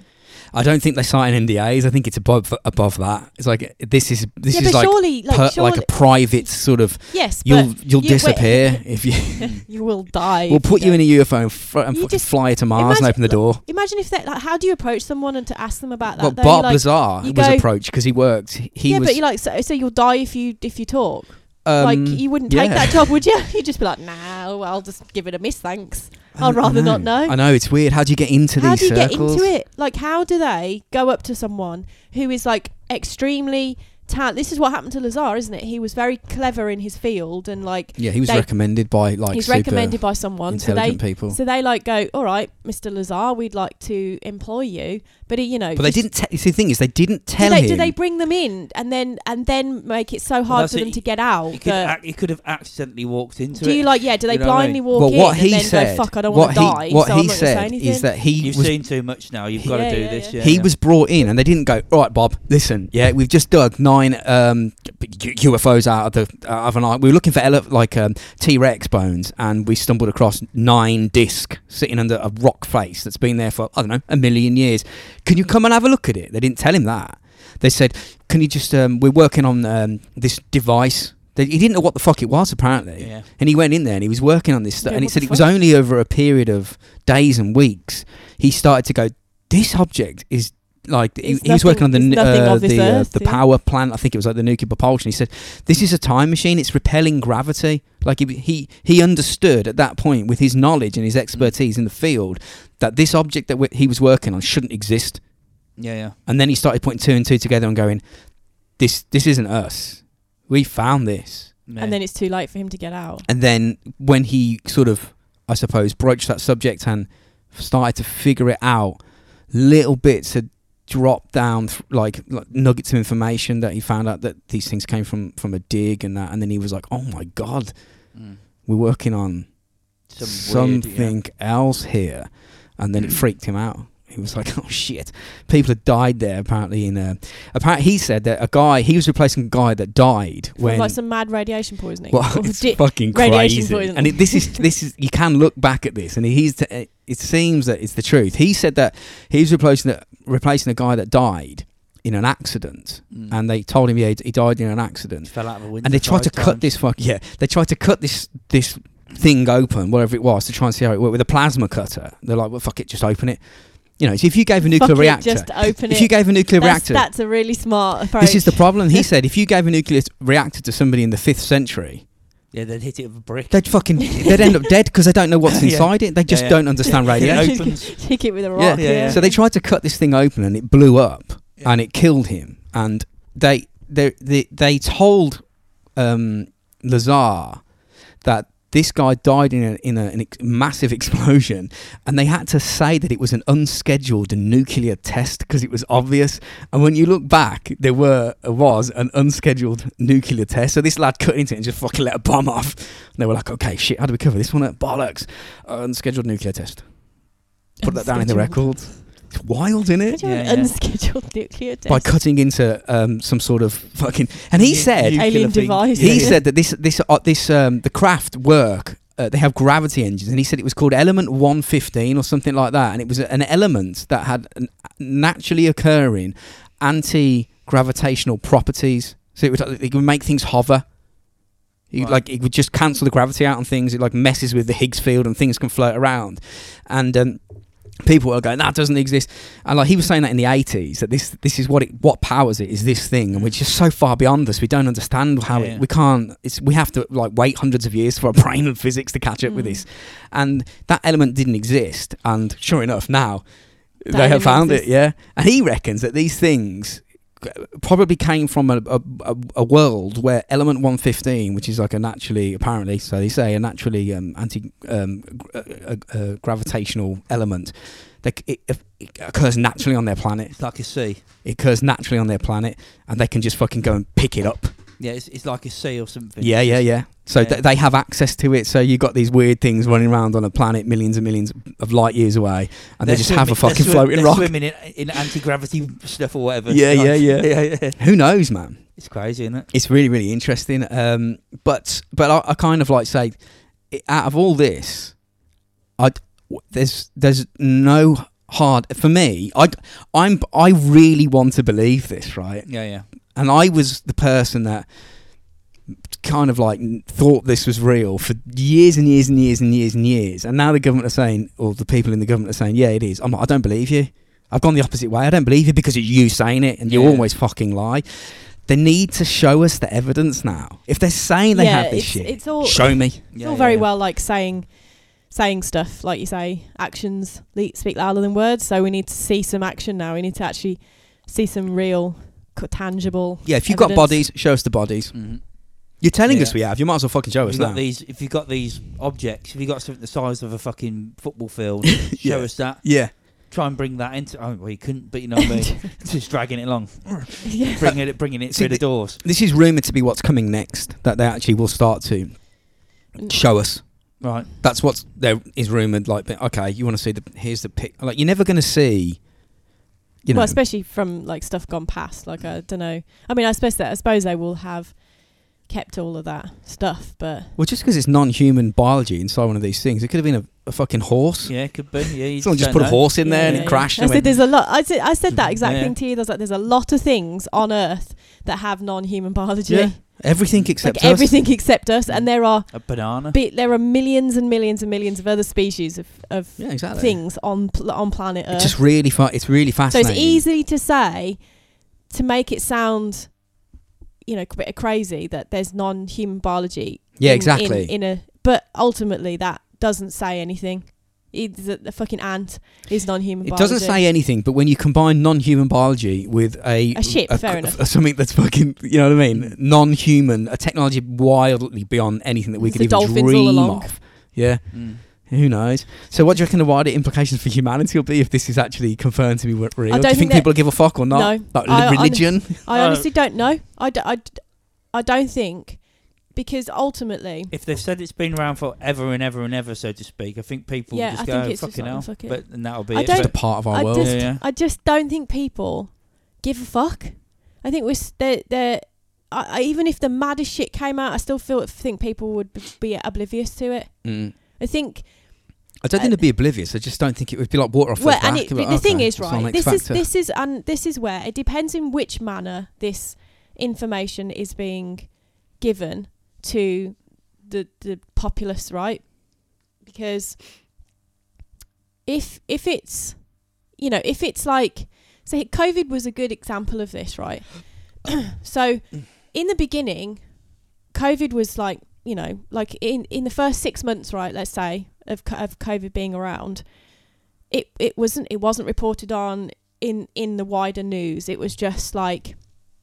[SPEAKER 2] I don't think they sign NDAs. I think it's above above that. It's like this is this
[SPEAKER 4] yeah,
[SPEAKER 2] is
[SPEAKER 4] but
[SPEAKER 2] like
[SPEAKER 4] surely, like,
[SPEAKER 2] per,
[SPEAKER 4] surely,
[SPEAKER 2] like a private sort of.
[SPEAKER 4] yes,
[SPEAKER 2] You'll
[SPEAKER 4] you-
[SPEAKER 2] you'll
[SPEAKER 4] wait-
[SPEAKER 2] disappear if you.
[SPEAKER 4] but you will die.
[SPEAKER 2] We'll put you in a UFO and, fr- and
[SPEAKER 4] You
[SPEAKER 2] fucking
[SPEAKER 4] just-
[SPEAKER 2] fly to Mars
[SPEAKER 4] imagine-
[SPEAKER 2] and open the door.
[SPEAKER 4] Imagine if that. Like, how do you approach someone and to ask them about that?
[SPEAKER 2] Well,
[SPEAKER 4] though?
[SPEAKER 2] Bob
[SPEAKER 4] Like,
[SPEAKER 2] Lazar
[SPEAKER 4] you
[SPEAKER 2] was
[SPEAKER 4] go-
[SPEAKER 2] approached because he worked. He
[SPEAKER 4] yeah,
[SPEAKER 2] was.
[SPEAKER 4] but you like so, so you'll die if you if you talk.
[SPEAKER 2] um,
[SPEAKER 4] like you wouldn't take
[SPEAKER 2] yeah.
[SPEAKER 4] that job, would you? You'd just be like, nah, well, I'll just give it a miss, thanks.
[SPEAKER 2] I
[SPEAKER 4] I'd
[SPEAKER 2] don't
[SPEAKER 4] rather not know.
[SPEAKER 2] I know it's weird. How do you get into
[SPEAKER 4] how
[SPEAKER 2] these
[SPEAKER 4] do you
[SPEAKER 2] circles?
[SPEAKER 4] get into it? Like, how do they go up to someone who is like extremely talented? This is what happened to Lazar, isn't it? He was very clever in his field, and like
[SPEAKER 2] Yeah, he was
[SPEAKER 4] They-
[SPEAKER 2] recommended by like
[SPEAKER 4] he's
[SPEAKER 2] super
[SPEAKER 4] recommended by someone. So they
[SPEAKER 2] intelligent people.
[SPEAKER 4] so they like go, all right, Mr. Lazar, we'd like to employ you, but he, you know,
[SPEAKER 2] but they
[SPEAKER 4] just-
[SPEAKER 2] didn't. Te- see, the thing is, they didn't
[SPEAKER 4] Do
[SPEAKER 2] tell
[SPEAKER 4] they,
[SPEAKER 2] him.
[SPEAKER 4] do they bring them in and then and then make it so hard
[SPEAKER 3] that's
[SPEAKER 4] for
[SPEAKER 3] it.
[SPEAKER 4] them to get out?
[SPEAKER 3] You could,
[SPEAKER 4] that-
[SPEAKER 3] ac- you could have accidentally walked into
[SPEAKER 4] do
[SPEAKER 3] it.
[SPEAKER 4] you like yeah? Do they
[SPEAKER 3] You know what I
[SPEAKER 4] blindly
[SPEAKER 3] mean?
[SPEAKER 4] walk
[SPEAKER 2] well,
[SPEAKER 4] in
[SPEAKER 2] what
[SPEAKER 4] and
[SPEAKER 2] he
[SPEAKER 4] then
[SPEAKER 2] said.
[SPEAKER 4] go fuck? I don't
[SPEAKER 2] what
[SPEAKER 4] want
[SPEAKER 2] he,
[SPEAKER 4] to die.
[SPEAKER 2] what
[SPEAKER 4] so
[SPEAKER 2] he
[SPEAKER 4] I'm not gonna say
[SPEAKER 2] said
[SPEAKER 4] anything.
[SPEAKER 2] is that he
[SPEAKER 3] You've
[SPEAKER 2] was
[SPEAKER 3] seen too much now. You've got
[SPEAKER 4] Yeah,
[SPEAKER 3] to do
[SPEAKER 4] yeah,
[SPEAKER 3] this.
[SPEAKER 4] yeah.
[SPEAKER 3] Yeah,
[SPEAKER 2] he
[SPEAKER 3] yeah.
[SPEAKER 2] was brought in, and they didn't go. All right, Bob, listen. Yeah, we've just dug nine um, U- UFOs out of the out of an eye. We were looking for ele- like um, T Rex bones, and we stumbled across nine disc sitting under a rock face that's been there for I don't know a million years. Can you come and have a look at it? They didn't tell him that. They said, "Can you just? Um, we're working on um, this device." They, he didn't know what the fuck it was apparently.
[SPEAKER 3] Yeah.
[SPEAKER 2] And he went in there and he was working on this stuff.
[SPEAKER 4] Yeah,
[SPEAKER 2] and he
[SPEAKER 4] what
[SPEAKER 2] said
[SPEAKER 4] the
[SPEAKER 2] it was
[SPEAKER 4] fuck?
[SPEAKER 2] only over a period of days and weeks. He started to go, this object is like, he,
[SPEAKER 4] It's
[SPEAKER 2] he was
[SPEAKER 4] nothing-
[SPEAKER 2] working on the
[SPEAKER 4] it's
[SPEAKER 2] nu-
[SPEAKER 4] nothing
[SPEAKER 2] uh,
[SPEAKER 4] of this
[SPEAKER 2] the, uh,
[SPEAKER 4] earth,
[SPEAKER 2] the
[SPEAKER 4] yeah.
[SPEAKER 2] power plant. I think it was like the nuclear propulsion. He said, this is a time machine. It's repelling gravity. Like he, he, he understood at that point with his knowledge
[SPEAKER 4] Mm-hmm.
[SPEAKER 2] and his expertise in the field that this object that we- he was working on shouldn't exist.
[SPEAKER 3] Yeah, yeah.
[SPEAKER 2] And then he started putting two and two together and going, this, this isn't us. We found this.
[SPEAKER 3] yeah.
[SPEAKER 4] And then it's too late for him to get out.
[SPEAKER 2] And then when he sort of, I suppose, broached that subject and started to figure it out, little bits had dropped down, th- like, like nuggets of information that he found out that these things came from from a dig and that. And then he was like, "Oh my god,
[SPEAKER 3] Mm.
[SPEAKER 2] we're working on
[SPEAKER 3] Some weird, yeah. Mm.
[SPEAKER 2] something else here," and then it freaked him out. He was like, "Oh shit! People had died there apparently." In a, apparently, he said that a guy he was replacing a guy that died
[SPEAKER 4] From
[SPEAKER 2] when
[SPEAKER 4] like some mad radiation poisoning.
[SPEAKER 2] well,
[SPEAKER 4] Or
[SPEAKER 2] it's
[SPEAKER 4] di-
[SPEAKER 2] fucking
[SPEAKER 4] radiation
[SPEAKER 2] crazy.
[SPEAKER 4] poisoning.
[SPEAKER 2] And it, this is this is you can look back at this, and he's t- uh, it seems that it's the truth. He said that he's replacing a, replacing a guy that died in an accident,
[SPEAKER 3] Mm.
[SPEAKER 2] and they told him yeah he died in an accident,
[SPEAKER 3] fell out of a window.
[SPEAKER 2] and they tried to
[SPEAKER 3] five
[SPEAKER 2] cut
[SPEAKER 3] times.
[SPEAKER 2] this fuck yeah they tried to cut this this thing open whatever it was to try and see how it worked with a plasma cutter. They're like well fuck it just open it, you know. So if you gave a nuclear
[SPEAKER 4] Fuck it,
[SPEAKER 2] reactor,
[SPEAKER 4] Just open
[SPEAKER 2] if
[SPEAKER 4] it.
[SPEAKER 2] you gave a nuclear
[SPEAKER 4] that's,
[SPEAKER 2] reactor,
[SPEAKER 4] that's a really smart approach.
[SPEAKER 2] this is the problem. He said if you gave a nuclear reactor to somebody in the fifth century.
[SPEAKER 3] Yeah, they'd hit it with a brick.
[SPEAKER 2] They'd fucking they'd end up dead because they don't know what's
[SPEAKER 3] Yeah.
[SPEAKER 2] inside it. They just
[SPEAKER 3] yeah.
[SPEAKER 2] don't understand radiation.
[SPEAKER 3] It opens.
[SPEAKER 4] Kick it with a rock.
[SPEAKER 3] yeah,
[SPEAKER 4] Yeah,
[SPEAKER 3] yeah.
[SPEAKER 2] So they tried to cut this thing open and it blew up
[SPEAKER 3] Yeah.
[SPEAKER 2] and it killed him. And they they they, they told um, Lazar that this guy died in a, in a, an ex- massive explosion, and they had to say that it was an unscheduled nuclear test because it was obvious. And when you look back, there were uh, was an unscheduled nuclear test. So this lad cut into it and just fucking let a bomb off. And they were like, "Okay, shit, how do we cover this one? up? Bollocks! unscheduled nuclear test. Put that down in the
[SPEAKER 4] Unscheduled.
[SPEAKER 2] records. It's wild, isn't it?
[SPEAKER 4] Could you have
[SPEAKER 3] Yeah,
[SPEAKER 4] an
[SPEAKER 3] yeah.
[SPEAKER 4] unscheduled nuclear test?
[SPEAKER 2] By cutting into um, some sort of fucking. And he
[SPEAKER 3] Nu-
[SPEAKER 2] said,
[SPEAKER 3] nuclear
[SPEAKER 4] Alien
[SPEAKER 3] thing.
[SPEAKER 4] device.
[SPEAKER 2] he
[SPEAKER 4] Yeah.
[SPEAKER 2] said that this this uh, this um, the craft work. Uh, they have gravity engines, and he said it was called Element 115 or something like that, and it was an element that had an naturally occurring anti-gravitational properties. So it would it would make things hover. You,
[SPEAKER 3] Right.
[SPEAKER 2] Like it would just cancel the gravity out on things. It like messes with the Higgs field, and things can float around. And um, people are going, that doesn't exist. And like he was saying that in the 80s, that this this is what it what powers it is this thing, and we're just so far beyond us. We don't understand how
[SPEAKER 3] Yeah.
[SPEAKER 2] it, we can't. It's we have to like wait hundreds of years for our brain and physics to catch up with
[SPEAKER 4] Mm.
[SPEAKER 2] this. And that element didn't exist. And sure enough, now
[SPEAKER 4] That
[SPEAKER 2] they
[SPEAKER 4] element
[SPEAKER 2] have found it.
[SPEAKER 4] exists.
[SPEAKER 2] Yeah, and he reckons that these things probably came from a, a, a, a world where element 115 which is like a naturally apparently so they say a naturally um, anti um, gr- uh, uh, uh, gravitational element that c- it, it occurs naturally on their planet
[SPEAKER 3] It's like a sea.
[SPEAKER 2] it occurs naturally on their planet and they can just fucking go and pick it up
[SPEAKER 3] Yeah, it's, it's like a sea or something.
[SPEAKER 2] yeah yeah yeah so
[SPEAKER 3] Yeah.
[SPEAKER 2] Th- they have access to it so you got these weird things running around on a planet millions and millions of light years away and they
[SPEAKER 3] They're
[SPEAKER 2] just have a
[SPEAKER 3] swimming-
[SPEAKER 2] fucking
[SPEAKER 3] they're swim-
[SPEAKER 2] floating
[SPEAKER 3] they're
[SPEAKER 2] rock
[SPEAKER 3] swimming in, in anti-gravity stuff or whatever.
[SPEAKER 2] Yeah,
[SPEAKER 3] Like-
[SPEAKER 2] yeah, yeah.
[SPEAKER 3] yeah, yeah.
[SPEAKER 2] who knows man
[SPEAKER 3] It's crazy, isn't it?
[SPEAKER 2] it's really really interesting um but but i, I kind of like say i out of all this i there's there's no hard for me i i'm i really want to believe this right
[SPEAKER 3] Yeah, yeah.
[SPEAKER 2] and i was the person that kind of like thought this was real for years and years and years and years and years and now the government are saying or the people in the government are saying yeah it is i'm like i don't believe you i've gone the opposite way i don't believe you because it's you saying it and you
[SPEAKER 3] Yeah.
[SPEAKER 2] always fucking lie they need to show us the evidence now if they're saying they
[SPEAKER 4] Yeah,
[SPEAKER 2] have this
[SPEAKER 4] it's-
[SPEAKER 2] shit
[SPEAKER 4] it's all-
[SPEAKER 2] show me
[SPEAKER 4] It's
[SPEAKER 3] yeah,
[SPEAKER 4] all
[SPEAKER 3] yeah,
[SPEAKER 4] very
[SPEAKER 3] yeah.
[SPEAKER 4] well like saying saying stuff like you say actions le- speak louder than words so we need to see some action now we need to actually see some real co- tangible
[SPEAKER 2] yeah if you've got
[SPEAKER 4] Evidence.
[SPEAKER 2] bodies show us the bodies
[SPEAKER 3] Mhm.
[SPEAKER 2] you're telling
[SPEAKER 3] Yeah.
[SPEAKER 2] us we have you might as well fucking show
[SPEAKER 3] If
[SPEAKER 2] us
[SPEAKER 3] you got
[SPEAKER 2] now
[SPEAKER 3] these, if you got these objects, if you got something the size of a fucking football field,
[SPEAKER 2] Yeah.
[SPEAKER 3] show us that.
[SPEAKER 2] yeah
[SPEAKER 3] Try and bring that into. Oh, well, you couldn't, but you know what I mean. Just dragging it along,
[SPEAKER 4] yeah.
[SPEAKER 3] bringing it, bringing it
[SPEAKER 2] See,
[SPEAKER 3] through the
[SPEAKER 2] the-
[SPEAKER 3] doors.
[SPEAKER 2] this is rumored to be what's coming next that they actually will start to
[SPEAKER 4] Mm.
[SPEAKER 2] show us
[SPEAKER 3] Right.
[SPEAKER 2] that's what there is rumored. Like, but, okay, you want to see the here's the pic. Like, you're never going to see you know,
[SPEAKER 4] well, especially from like stuff gone past. Like I don't know. I mean, I suppose that I suppose they will have kept all of that stuff, but
[SPEAKER 2] well, just because it's non-human biology inside one of these things, it could have been a, a fucking horse.
[SPEAKER 3] Yeah, could be. Yeah, you
[SPEAKER 2] Someone just
[SPEAKER 3] don't
[SPEAKER 2] put a
[SPEAKER 3] know.
[SPEAKER 2] horse in there
[SPEAKER 4] Yeah,
[SPEAKER 2] and
[SPEAKER 4] yeah,
[SPEAKER 2] it
[SPEAKER 4] yeah.
[SPEAKER 2] crashed.
[SPEAKER 4] I
[SPEAKER 2] and
[SPEAKER 4] said
[SPEAKER 2] went,
[SPEAKER 4] there's a lot. I said, I said that exact
[SPEAKER 3] Yeah.
[SPEAKER 4] thing to you. I was like, there's a lot of things on Earth that have non-human biology,
[SPEAKER 2] Yeah, everything except
[SPEAKER 4] like everything except us, and there are
[SPEAKER 3] A banana.
[SPEAKER 4] be, there are millions and millions and millions of other species of, of
[SPEAKER 2] us. Yeah, exactly.
[SPEAKER 4] things on pl- on planet Earth.
[SPEAKER 2] It's just really fa- It's really
[SPEAKER 4] uh, so
[SPEAKER 2] fascinating.
[SPEAKER 4] it's easy to say to make it sound, you know, a bit crazy that there's non-human biology.
[SPEAKER 2] Yeah,
[SPEAKER 4] in- in-
[SPEAKER 2] exactly.
[SPEAKER 4] In, a but ultimately that doesn't say anything. It's that the fucking ant is non-human.
[SPEAKER 2] It
[SPEAKER 4] biology.
[SPEAKER 2] doesn't say anything, but when you combine non-human biology with a
[SPEAKER 4] A ship, fair
[SPEAKER 2] a-
[SPEAKER 4] enough.
[SPEAKER 2] a- something that's fucking, you know what I mean, non-human, a technology wildly beyond anything that we
[SPEAKER 4] It's
[SPEAKER 2] could
[SPEAKER 4] the
[SPEAKER 2] even
[SPEAKER 4] dolphins all
[SPEAKER 2] dream
[SPEAKER 4] along.
[SPEAKER 2] of. Yeah,
[SPEAKER 3] Mm.
[SPEAKER 2] who knows? So, what do you reckon the wider implications for humanity will be if this is actually confirmed to be w- real?
[SPEAKER 4] don't
[SPEAKER 2] do you
[SPEAKER 4] think
[SPEAKER 2] think
[SPEAKER 4] that-
[SPEAKER 2] people give a fuck or not?
[SPEAKER 4] No.
[SPEAKER 2] Like
[SPEAKER 4] I- I-
[SPEAKER 2] religion?
[SPEAKER 4] I
[SPEAKER 3] No.
[SPEAKER 4] honestly don't know. I, d- I, d- I don't think because ultimately,
[SPEAKER 3] If they've said it's been around forever and ever and ever, so to speak, I think people
[SPEAKER 4] Yeah,
[SPEAKER 3] just
[SPEAKER 4] I
[SPEAKER 3] go
[SPEAKER 4] think
[SPEAKER 3] "Oh,
[SPEAKER 4] it's just
[SPEAKER 3] fucking
[SPEAKER 4] like,
[SPEAKER 3] hell.
[SPEAKER 4] fuck it.
[SPEAKER 3] But and that'll be
[SPEAKER 4] I
[SPEAKER 3] it.
[SPEAKER 4] don't-
[SPEAKER 2] just a
[SPEAKER 3] But
[SPEAKER 2] part of our
[SPEAKER 4] I
[SPEAKER 2] world.
[SPEAKER 4] just,
[SPEAKER 3] Yeah, yeah.
[SPEAKER 4] I just don't think people give a fuck. I think we're s- they're, they're I, I, even if the maddest shit came out, I still feel think people would b- be oblivious to it.
[SPEAKER 2] Mm.
[SPEAKER 4] I think
[SPEAKER 2] I don't think it'd be oblivious. I just don't think it would be like water off
[SPEAKER 4] well,
[SPEAKER 2] the back.
[SPEAKER 4] and it,
[SPEAKER 2] It'd be
[SPEAKER 4] the
[SPEAKER 2] like,
[SPEAKER 4] thing
[SPEAKER 2] okay,
[SPEAKER 4] is,
[SPEAKER 2] that's not an
[SPEAKER 4] right?
[SPEAKER 2] X
[SPEAKER 4] This is
[SPEAKER 2] factor.
[SPEAKER 4] this is and this is where it depends in which manner this information is being given to the the populace, right? Because if if it's you know if it's like so COVID was a good example of this, right? so in the beginning, COVID was like you know like in in the first six months, right? Let's say of co- of COVID being around, it it wasn't it wasn't reported on in in the wider news. It was just like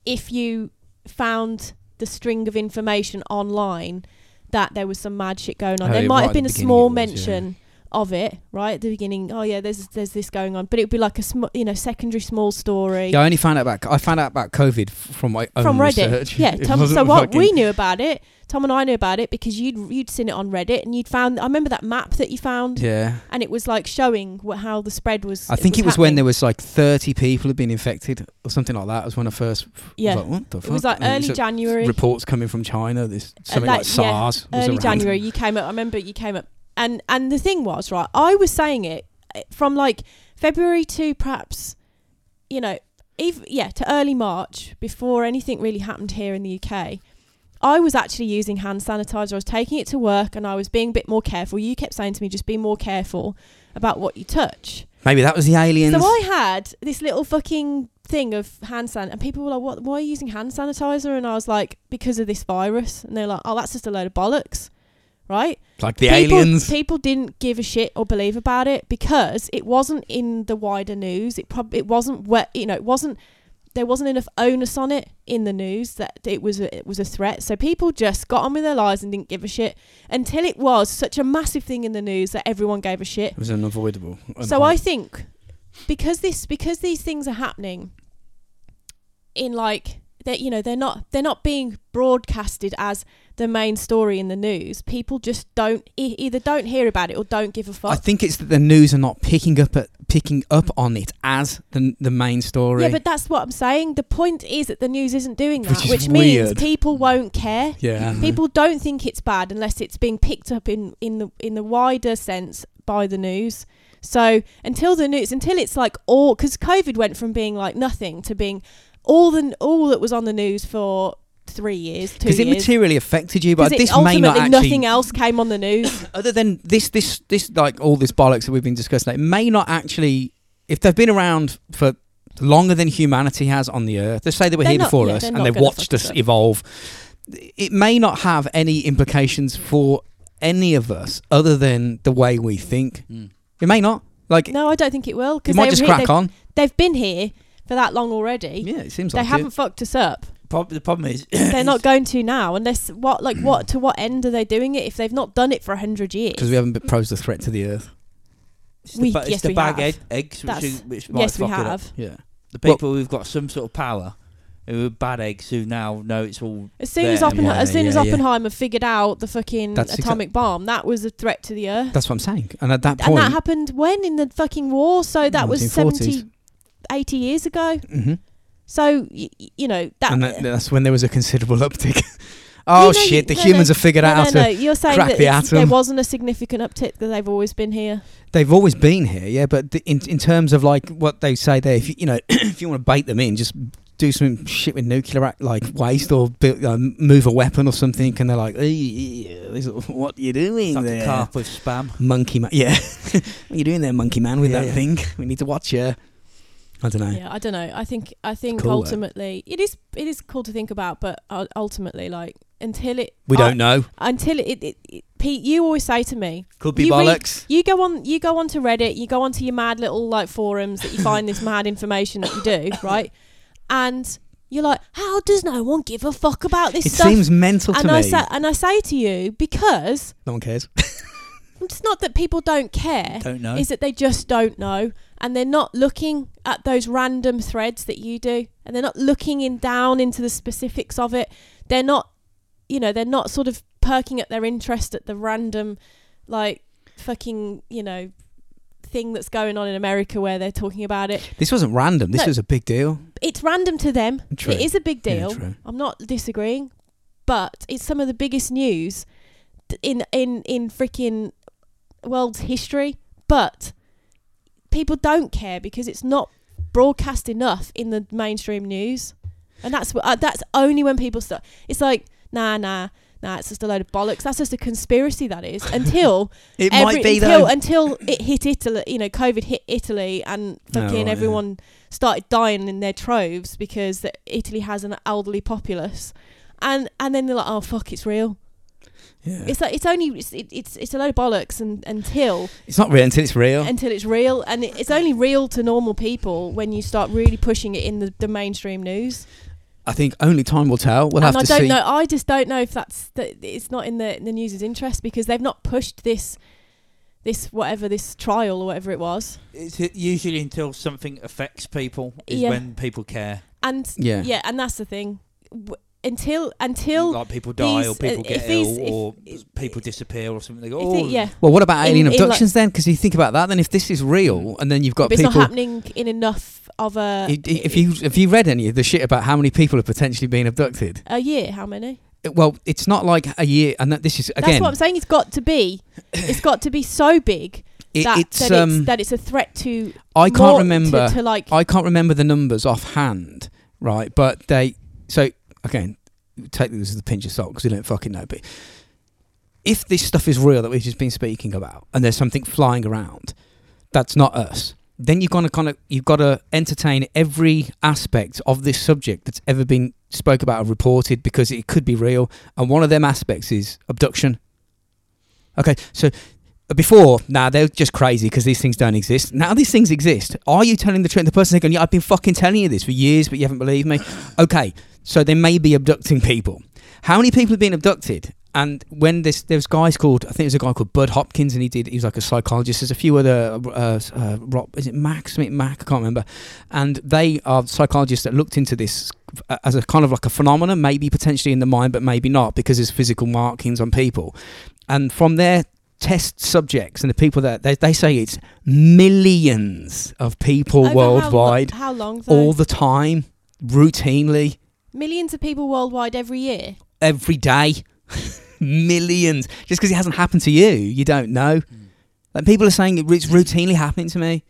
[SPEAKER 4] if you found the string of information online that there was some mad shit going on.
[SPEAKER 2] Oh,
[SPEAKER 4] there
[SPEAKER 2] yeah,
[SPEAKER 4] might
[SPEAKER 2] right
[SPEAKER 4] have
[SPEAKER 2] at
[SPEAKER 4] been
[SPEAKER 2] the
[SPEAKER 4] a
[SPEAKER 2] beginning
[SPEAKER 4] small
[SPEAKER 2] it was, yeah.
[SPEAKER 4] mention of it, right at the beginning. Oh yeah, there's there's this going on, but it would be like a sm- you know secondary small story.
[SPEAKER 2] Yeah, I only found out about I found out about COVID f- from my own
[SPEAKER 4] from Reddit.
[SPEAKER 2] research.
[SPEAKER 4] Yeah,
[SPEAKER 2] It
[SPEAKER 4] Tom,
[SPEAKER 2] wasn't
[SPEAKER 4] so what
[SPEAKER 2] fucking-
[SPEAKER 4] we knew about it, Tom and I knew about it because you'd you'd seen it on Reddit and you'd found. I remember that map that you found,
[SPEAKER 2] Yeah,
[SPEAKER 4] and it was like showing what, how the spread was.
[SPEAKER 2] I think it was when
[SPEAKER 4] happening.
[SPEAKER 2] there was like 30 people had been infected or something like that. Was when I first
[SPEAKER 4] Yeah.
[SPEAKER 2] was like, what the fuck?
[SPEAKER 4] It was like
[SPEAKER 2] And
[SPEAKER 4] early
[SPEAKER 2] so-
[SPEAKER 4] January.
[SPEAKER 2] Reports coming from China. This something
[SPEAKER 4] that-
[SPEAKER 2] like
[SPEAKER 4] yeah,
[SPEAKER 2] SARS. was
[SPEAKER 4] early
[SPEAKER 2] around.
[SPEAKER 4] January. You came up. I remember you came up, and and the thing was right. I was saying it uh, from like February to perhaps, you know, even yeah to early March before anything really happened here in the UK. I was actually using hand sanitizer. I was taking it to work, and I was being a bit more careful. You kept saying to me, "Just be more careful about what you touch."
[SPEAKER 2] Maybe that was the aliens.
[SPEAKER 4] So I had this little fucking thing of hand san, and people were like, "What? Why are you using hand sanitizer?" And I was like, "Because of this virus." And they're like, "Oh, that's just a load of bollocks, right?"
[SPEAKER 2] like the
[SPEAKER 4] people,
[SPEAKER 2] aliens.
[SPEAKER 4] People didn't give a shit or believe about it because it wasn't in the wider news. It prob it wasn't where you know it wasn't there wasn't enough onus on it in the news that it was a, it was a threat. So people just got on with their lives and didn't give a shit until it was such a massive thing in the news that everyone gave a shit.
[SPEAKER 2] it was unavoidable.
[SPEAKER 4] So I think because this because these things are happening in like that you know they're not they're not being broadcasted as the main story in the news. People just don't e- either don't hear about it or don't give a fuck.
[SPEAKER 2] I think it's that the news are not picking up at, picking up on it as the the main story.
[SPEAKER 4] yeah, but that's what I'm saying. The point is that the news isn't doing that,
[SPEAKER 2] Which
[SPEAKER 4] which,
[SPEAKER 2] is
[SPEAKER 4] means
[SPEAKER 2] weird.
[SPEAKER 4] people won't care.
[SPEAKER 2] yeah, I know.
[SPEAKER 4] People don't think it's bad unless it's being picked up in, in the in the wider sense by the news. So until the news, until it's like all, because COVID went from being like nothing to being all the all that was on the news for three years, two
[SPEAKER 2] because
[SPEAKER 4] years.
[SPEAKER 2] it materially affected you, but
[SPEAKER 4] 'Cause it
[SPEAKER 2] this may
[SPEAKER 4] ultimately
[SPEAKER 2] not actually
[SPEAKER 4] nothing else came on the news.
[SPEAKER 2] other than this, this, this, like all this bollocks that we've been discussing, it may not actually, if they've been around for longer than humanity has on the earth, let's say they were
[SPEAKER 4] They're
[SPEAKER 2] here
[SPEAKER 4] not-
[SPEAKER 2] before
[SPEAKER 4] yeah,
[SPEAKER 2] us
[SPEAKER 4] they're
[SPEAKER 2] and
[SPEAKER 4] not
[SPEAKER 2] they
[SPEAKER 4] gonna
[SPEAKER 2] watched
[SPEAKER 4] fuck
[SPEAKER 2] us
[SPEAKER 4] us up.
[SPEAKER 2] evolve, it may not have any implications for any of us other than the way we think.
[SPEAKER 3] Mm.
[SPEAKER 2] It may not. Like,
[SPEAKER 4] no, I don't think it will
[SPEAKER 2] it
[SPEAKER 4] because
[SPEAKER 2] might
[SPEAKER 4] they
[SPEAKER 2] just
[SPEAKER 4] re-
[SPEAKER 2] crack
[SPEAKER 4] they've,
[SPEAKER 2] on.
[SPEAKER 4] they've been here for that long already.
[SPEAKER 2] Yeah, it seems
[SPEAKER 4] They
[SPEAKER 2] like
[SPEAKER 4] haven't
[SPEAKER 2] it.
[SPEAKER 4] fucked us up.
[SPEAKER 3] prob- the problem is
[SPEAKER 4] They're not going to now, unless what like what to what end are they doing it if they've not done it for a hundred years?
[SPEAKER 2] Because we haven't been- posed a threat to the earth.
[SPEAKER 3] it's the,
[SPEAKER 4] we-
[SPEAKER 3] ba- it's
[SPEAKER 4] yes,
[SPEAKER 3] the
[SPEAKER 4] we
[SPEAKER 3] bag
[SPEAKER 4] have.
[SPEAKER 3] egg, eggs, which,
[SPEAKER 4] That's-
[SPEAKER 3] is, which might
[SPEAKER 4] yes, we
[SPEAKER 3] fuck it up.
[SPEAKER 4] have.
[SPEAKER 2] Yeah.
[SPEAKER 3] The
[SPEAKER 2] Well-
[SPEAKER 3] people who've got some sort of power, who are bad eggs, who now know it's all
[SPEAKER 4] As soon as
[SPEAKER 3] there.
[SPEAKER 4] Oppen-
[SPEAKER 2] Yeah,
[SPEAKER 4] as soon as
[SPEAKER 2] yeah, yeah.
[SPEAKER 4] Oppenheimer figured out the fucking
[SPEAKER 2] That's exa-
[SPEAKER 4] atomic bomb, that was a threat to the earth.
[SPEAKER 2] That's what I'm saying. And at that
[SPEAKER 4] and
[SPEAKER 2] point,
[SPEAKER 4] that happened when in the fucking war. So that was
[SPEAKER 2] 1940s.
[SPEAKER 4] seventy 80 years ago.
[SPEAKER 2] Mm-hmm.
[SPEAKER 4] Oh, So, y- y- you know, that.
[SPEAKER 2] And that, that's when there was a considerable uptick. oh
[SPEAKER 4] no,
[SPEAKER 2] shit!
[SPEAKER 4] you-
[SPEAKER 2] The
[SPEAKER 4] no,
[SPEAKER 2] humans have figured
[SPEAKER 4] no,
[SPEAKER 2] out
[SPEAKER 4] no,
[SPEAKER 2] how to.
[SPEAKER 4] no. You're saying
[SPEAKER 2] crack
[SPEAKER 4] that
[SPEAKER 2] the
[SPEAKER 4] it's- there
[SPEAKER 2] atom.
[SPEAKER 4] wasn't a significant uptick that they've always been here.
[SPEAKER 2] They've always been here, yeah. But th- in in terms of like what they say there, if you, you know, if you want to bait them in, just do some shit with nuclear act, like waste or build, uh, move a weapon or something, and they're like, "Ee, this- "What you doing
[SPEAKER 3] It's like
[SPEAKER 2] there,
[SPEAKER 3] a carp with spam.
[SPEAKER 2] monkey man?" Yeah, what you doing there, monkey man, with
[SPEAKER 3] Yeah,
[SPEAKER 2] that
[SPEAKER 3] yeah.
[SPEAKER 2] thing? We need to watch you. I don't know.
[SPEAKER 4] Yeah, I don't know. I think I think
[SPEAKER 2] cool, though.
[SPEAKER 4] ultimately it is it is cool to think about, but ul- ultimately, like until it
[SPEAKER 2] We
[SPEAKER 4] I-
[SPEAKER 2] don't know.
[SPEAKER 4] until it, it, it, it Pete, you always say to me,
[SPEAKER 2] Could be
[SPEAKER 4] you read-
[SPEAKER 2] bollocks.
[SPEAKER 4] you go on you go onto reddit you go onto your mad little like forums that you find this mad information that you do right and you're like how does no one give a fuck about this
[SPEAKER 2] It
[SPEAKER 4] stuff
[SPEAKER 2] seems mental
[SPEAKER 4] and
[SPEAKER 2] to
[SPEAKER 4] i
[SPEAKER 2] me.
[SPEAKER 4] say and i say to you because
[SPEAKER 2] no one cares.
[SPEAKER 4] it's not that people don't care
[SPEAKER 3] Don't know.
[SPEAKER 4] is that they just don't know and they're not looking at those random threads that you do and they're not looking in down into the specifics of it they're not you know they're not sort of perking at their interest at the random like fucking you know thing that's going on in America where they're talking about it
[SPEAKER 2] This wasn't random. This
[SPEAKER 4] No.
[SPEAKER 2] was a big deal.
[SPEAKER 4] it's random to them
[SPEAKER 2] True.
[SPEAKER 4] it is a big
[SPEAKER 2] Yeah,
[SPEAKER 4] deal
[SPEAKER 2] true.
[SPEAKER 4] I'm not disagreeing but it's some of the biggest news th- in in in freaking world history but people don't care because it's not broadcast enough in the mainstream news and that's what uh, that's only when people start it's like nah nah nah it's just a load of bollocks that's just a conspiracy that is until
[SPEAKER 2] It
[SPEAKER 4] every-
[SPEAKER 2] might be
[SPEAKER 4] until,
[SPEAKER 2] though.
[SPEAKER 4] until it hit Italy. You know, COVID hit Italy, and
[SPEAKER 2] Oh,
[SPEAKER 4] fucking
[SPEAKER 2] right, yeah.
[SPEAKER 4] everyone started dying in their troves because that Italy has an elderly populace, and and then they're like, oh fuck, it's real.
[SPEAKER 2] Yeah.
[SPEAKER 4] It's like it's only it's it, it's, it's a load of bollocks, and until
[SPEAKER 2] It's not real until it's real.
[SPEAKER 4] until it's real, and it, it's only real to normal people when you start really pushing it in the, the mainstream news.
[SPEAKER 2] I think only time will tell. We'll
[SPEAKER 4] and
[SPEAKER 2] have
[SPEAKER 4] I
[SPEAKER 2] to
[SPEAKER 4] don't
[SPEAKER 2] see.
[SPEAKER 4] know. I just don't know if that's that it's not in the in the news's interest because they've not pushed this. This whatever this trial or whatever it was,
[SPEAKER 3] It's u- usually until something affects people is
[SPEAKER 4] Yeah.
[SPEAKER 3] when people care.
[SPEAKER 4] and
[SPEAKER 2] Yeah.
[SPEAKER 4] yeah and that's the thing W- until until
[SPEAKER 3] like people die or
[SPEAKER 4] these-
[SPEAKER 3] people
[SPEAKER 4] uh,
[SPEAKER 3] get
[SPEAKER 4] if these-
[SPEAKER 3] ill
[SPEAKER 4] if-
[SPEAKER 3] or
[SPEAKER 4] if-
[SPEAKER 3] people disappear or something. They go,
[SPEAKER 4] I
[SPEAKER 3] oh,
[SPEAKER 4] think- yeah
[SPEAKER 2] Well, what about
[SPEAKER 4] In-
[SPEAKER 2] alien
[SPEAKER 4] in, like-
[SPEAKER 2] abductions then? 'Cause then? Because you think about that, then if this is real, and then you've got
[SPEAKER 4] but it's not
[SPEAKER 2] people.
[SPEAKER 4] happening in enough of a
[SPEAKER 2] i- i- If you if you read any of the shit about how many people are potentially being abducted,
[SPEAKER 4] a year how many
[SPEAKER 2] it- well, it's not like a year, and that this is
[SPEAKER 4] that's
[SPEAKER 2] again,
[SPEAKER 4] what i'm saying it's got to be it's got to be so big
[SPEAKER 2] it-
[SPEAKER 4] that,
[SPEAKER 2] it's
[SPEAKER 4] that,
[SPEAKER 2] um,
[SPEAKER 4] it's, that it's a threat to
[SPEAKER 2] I can't
[SPEAKER 4] more-
[SPEAKER 2] remember,
[SPEAKER 4] to, to like
[SPEAKER 2] I can't remember the numbers offhand, right? But they so again, take this as a pinch of salt because we don't fucking know. But if this stuff is real that we've just been speaking about, and there's something flying around, that's not us. Then you're gonna kind of you've got to entertain every aspect of this subject that's ever been spoke about or reported because it could be real. And one of them aspects is abduction. Okay, so before, nah, they're just crazy because these things don't exist. Now these things exist. Are you telling the truth? The person's going, yeah, I've been fucking telling you this for years, but you haven't believed me. Okay, so they may be abducting people. How many people have been abducted? And when this, there's guys called, I think there's a guy called Bud Hopkins, and he did, he was like a psychologist. There's a few other, uh, uh, Rob, is it Max? I mean, Mac, I can't remember. And they are psychologists that looked into this uh, as a kind of like a phenomenon, maybe potentially in the mind, but maybe not because there's physical markings on people. And from their test subjects and the people that they, they say it's millions of people
[SPEAKER 4] over how lo-
[SPEAKER 2] worldwide
[SPEAKER 4] how, long though?
[SPEAKER 2] all the time, routinely,
[SPEAKER 4] millions of people worldwide every year
[SPEAKER 2] every day. millions. Just because it hasn't happened to you, you don't know. Like people are saying it- it's routinely happening to me.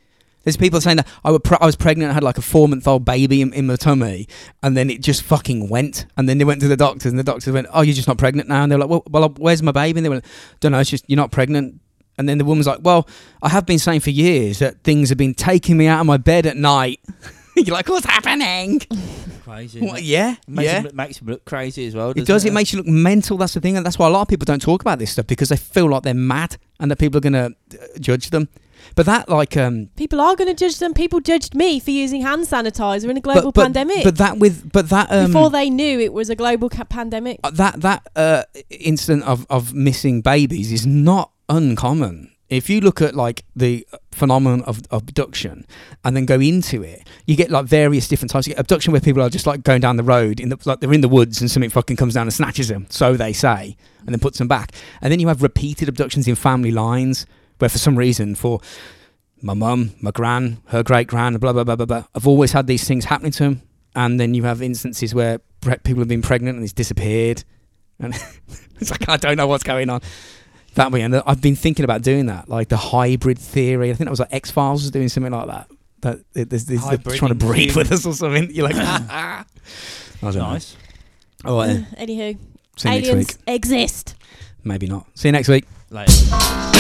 [SPEAKER 2] There's people saying that I, were pre- I was pregnant, I had like a four month old baby in, in my tummy, and then it just fucking went. And then they went to the doctors, and the doctors went, "Oh, you're just not pregnant now." And they're like, "Well, well uh, where's my baby?" And they went, "Don't know. It's just you're not pregnant." And then the woman's like, "Well, I have been saying for years that things have been taking me out of my bed at night." you're like, "What's happening?"
[SPEAKER 3] crazy. isn't
[SPEAKER 2] What,
[SPEAKER 3] it?
[SPEAKER 2] yeah,
[SPEAKER 3] Makes,
[SPEAKER 2] yeah.
[SPEAKER 3] them look, makes them look crazy as well.
[SPEAKER 2] It
[SPEAKER 3] doesn't
[SPEAKER 2] does. It, makes you look mental. That's the thing, and that's why a lot of people don't talk about this stuff because they feel like they're mad and that people are going to judge them. But that, like, um,
[SPEAKER 4] people are going to judge them people judged me for using hand sanitizer in a global
[SPEAKER 2] but, but,
[SPEAKER 4] pandemic
[SPEAKER 2] But that with, but that um,
[SPEAKER 4] before they knew it was a global ca- pandemic
[SPEAKER 2] uh, that that uh, incident of of missing babies is not uncommon. If you look at like the phenomenon of abduction and then go into it, you get like various different types. You get abduction where people are just like going down the road in the like they're in the woods and something fucking comes down and snatches them, so they say, and then puts them back. And then you have repeated abductions in family lines where for some reason for my mum, my gran, her great gran, blah blah blah blah blah. I've always had these things happening to them, and then you have instances where pre- people have been pregnant and it's disappeared, and it's like I don't know what's going on. That way, and I've been thinking about doing that, like the hybrid theory. I think that was like X Files was doing something like that. That it, there's, there's they're
[SPEAKER 3] Hybrid
[SPEAKER 2] trying to breed
[SPEAKER 3] into-
[SPEAKER 2] with us or something. You're like, ah, ah. I don't know.
[SPEAKER 3] nice.
[SPEAKER 2] All right, then.
[SPEAKER 4] Anywho,
[SPEAKER 2] see you next
[SPEAKER 4] aliens
[SPEAKER 2] week.
[SPEAKER 4] exist.
[SPEAKER 2] Maybe not. See you next week.
[SPEAKER 3] Later.